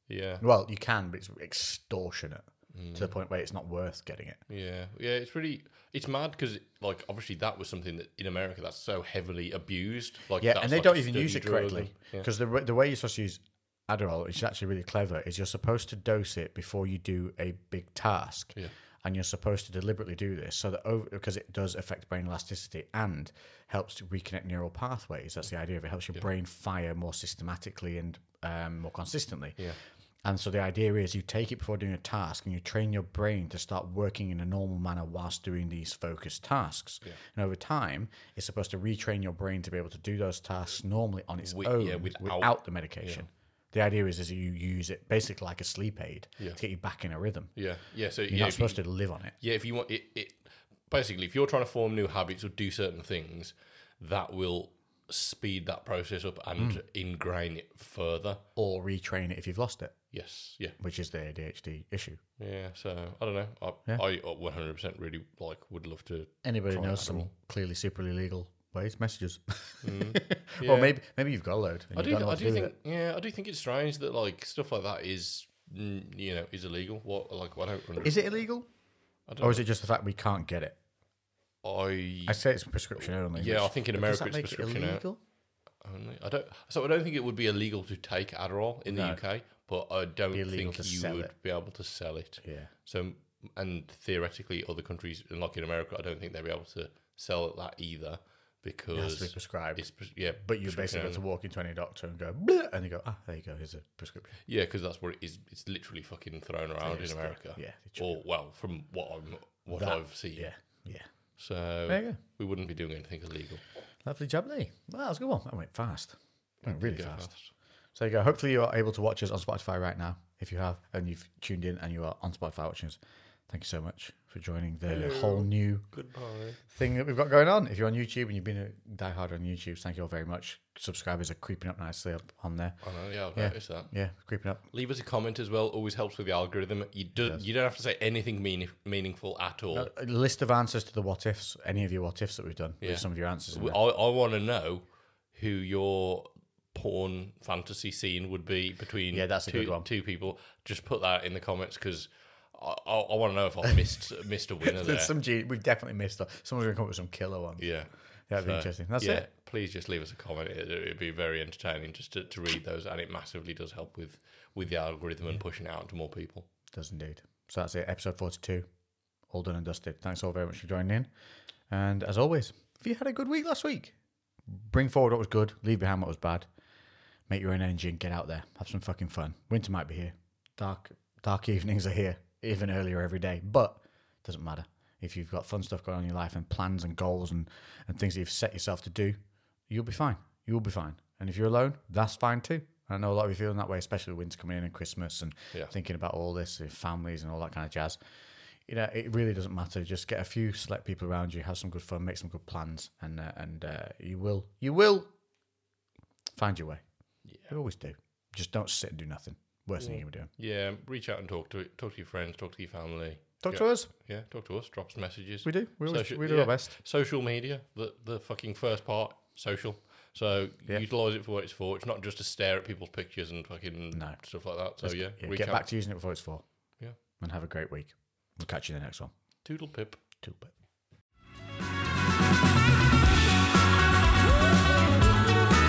S2: Yeah,
S1: Well, you can, but it's extortionate to the point where it's not worth getting it.
S2: yeah, yeah. It's really it's mad because like obviously that was something that in America that's so heavily abused. Like
S1: Yeah,
S2: that's
S1: and they
S2: like
S1: don't
S2: a
S1: even use it
S2: study drug and-
S1: correctly
S2: Yeah.
S1: because the, w- the way you're supposed to use Adderall, which is actually really clever, is you're supposed to dose it before you do a big task,
S2: Yeah.
S1: and you're supposed to deliberately do this so that over because it does affect brain elasticity and helps to reconnect neural pathways. That's the idea of it helps your brain fire more systematically and um, more consistently. Yeah. And so the idea is you take it before doing a task and you train your brain to start working in a normal manner whilst doing these focused tasks. And over time, it's supposed to retrain your brain to be able to do those tasks normally on its
S2: Wi-
S1: own
S2: yeah,
S1: without,
S2: without-
S1: the medication. The idea is, is you use it basically like a sleep aid to get you back in a rhythm.
S2: Yeah, yeah. So
S1: You're
S2: yeah,
S1: not
S2: if you-
S1: supposed to live on it.
S2: yeah, if you want it, it, basically, if you're trying to form new habits or do certain things, that will speed that process up and
S1: Hmm.
S2: ingrain it further.
S1: or retrain it if you've lost it,
S2: Yes, yeah,
S1: which is the ADHD issue.
S2: yeah. So I don't know. I, I 100 percent really like would love to.
S1: Anybody knows some clearly superly legal ways? Messages, or maybe maybe you've got a load. And
S2: I
S1: you
S2: do.
S1: don't know
S2: I
S1: what to
S2: do
S1: with
S2: think.
S1: it.
S2: Yeah, I do think it's strange that like stuff like that is, mm, you know, is illegal. What like I don't. Under,
S1: Is it illegal, or is it just the fact we can't get it?
S2: I
S1: I say it's prescription only.
S2: yeah. I
S1: which-
S2: think in
S1: does
S2: America
S1: that
S2: it's
S1: make it
S2: prescription only.
S1: illegal?
S2: Only- I don't. So I don't think it would be illegal to take Adderall in the UK, but I don't
S1: illegal
S2: think
S1: to
S2: you
S1: sell
S2: would
S1: it.
S2: be able to sell it.
S1: Yeah.
S2: So and theoretically, other countries, and like in America, I don't think they'd be able to sell it that
S1: It
S2: either
S1: has to be
S2: because
S1: prescribed.
S2: it's pres- yeah.
S1: but you're basically
S2: prescription
S1: able
S2: only.
S1: to walk into any doctor and go, Bleh, and they go, ah, there you go, here's a prescription.
S2: yeah, because that's what it is. It's literally fucking thrown around in
S1: is, yeah.
S2: America.
S1: Yeah, it should
S2: Or well, from what I'm what I've seen.
S1: Yeah, yeah. you
S2: So
S1: go.
S2: we wouldn't be doing anything illegal.
S1: Lovely job, Lee. Well, that was a good one. That went fast. That went really
S2: Go
S1: fast.
S2: fast.
S1: So there you go. Hopefully you are able to watch us on Spotify right now. If you have and you've tuned in and you are on Spotify watching us, thank you so much for joining the whole new thing that we've got going on. If you're on YouTube and you've been a diehard on YouTube, thank you all very much. Subscribers are creeping up nicely up on there.
S2: I know. Yeah, I've noticed that.
S1: Yeah, creeping up.
S2: Leave us a comment as well. Always helps with the algorithm. You do, you don't have to say anything meaning, meaningful at all.
S1: A list of answers to the what ifs, any of your what ifs that we've done with some of your answers. in
S2: I,
S1: there.
S2: I want to know who your porn fantasy scene would be between
S1: Yeah, that's a
S2: two,
S1: good one.
S2: two people. Just put that in the comments because I, I, I want to know if I missed missed a winner there.
S1: There's some geni- we've definitely missed. that. Someone's gonna come up with some killer ones.
S2: yeah.
S1: That'd be interesting. That's
S2: yeah,
S1: it.
S2: please just leave us a comment. It, it'd be very entertaining just to, to read those, and it massively does help with with the algorithm and pushing it out to more people.
S1: Does indeed. So that's it, episode 42. All done and dusted. Thanks all very much for joining in. And as always, if you had a good week last week, bring forward what was good, leave behind what was bad, make your own energy and get out there. Have some fucking fun. Winter might be here. Dark dark evenings are here, even earlier every day. But it doesn't matter. If you've got fun stuff going on in your life and plans and goals and, and things that you've set yourself to do, you'll be fine. You'll be fine. And if you're alone, that's fine too. I know a lot of you feeling that way, especially with winter coming in and Christmas and
S2: Yeah.
S1: thinking about all this, and families and all that kind of jazz. You know, it really doesn't matter. Just get a few select people around you, have some good fun, make some good plans, and uh, and uh, you will you will find your way. You always do. Just don't sit and do nothing. Worst thing you can be doing.
S2: Yeah, reach out and talk to talk to your friends, talk to your family.
S1: Talk
S2: Yeah.
S1: to us.
S2: Yeah, talk to us. Drop us messages.
S1: We do. We, always,
S2: Social-
S1: we do
S2: yeah.
S1: our best.
S2: Social media, the the fucking first part, social. So utilize it for what it's for. It's not just to stare at people's pictures and fucking
S1: No.
S2: stuff like that. So Oh, yeah,
S1: yeah,
S2: recap.
S1: get back to using it before it's four.
S2: Yeah.
S1: And have a great week. We'll catch you in the next one.
S2: Toodle pip. Toodle pip.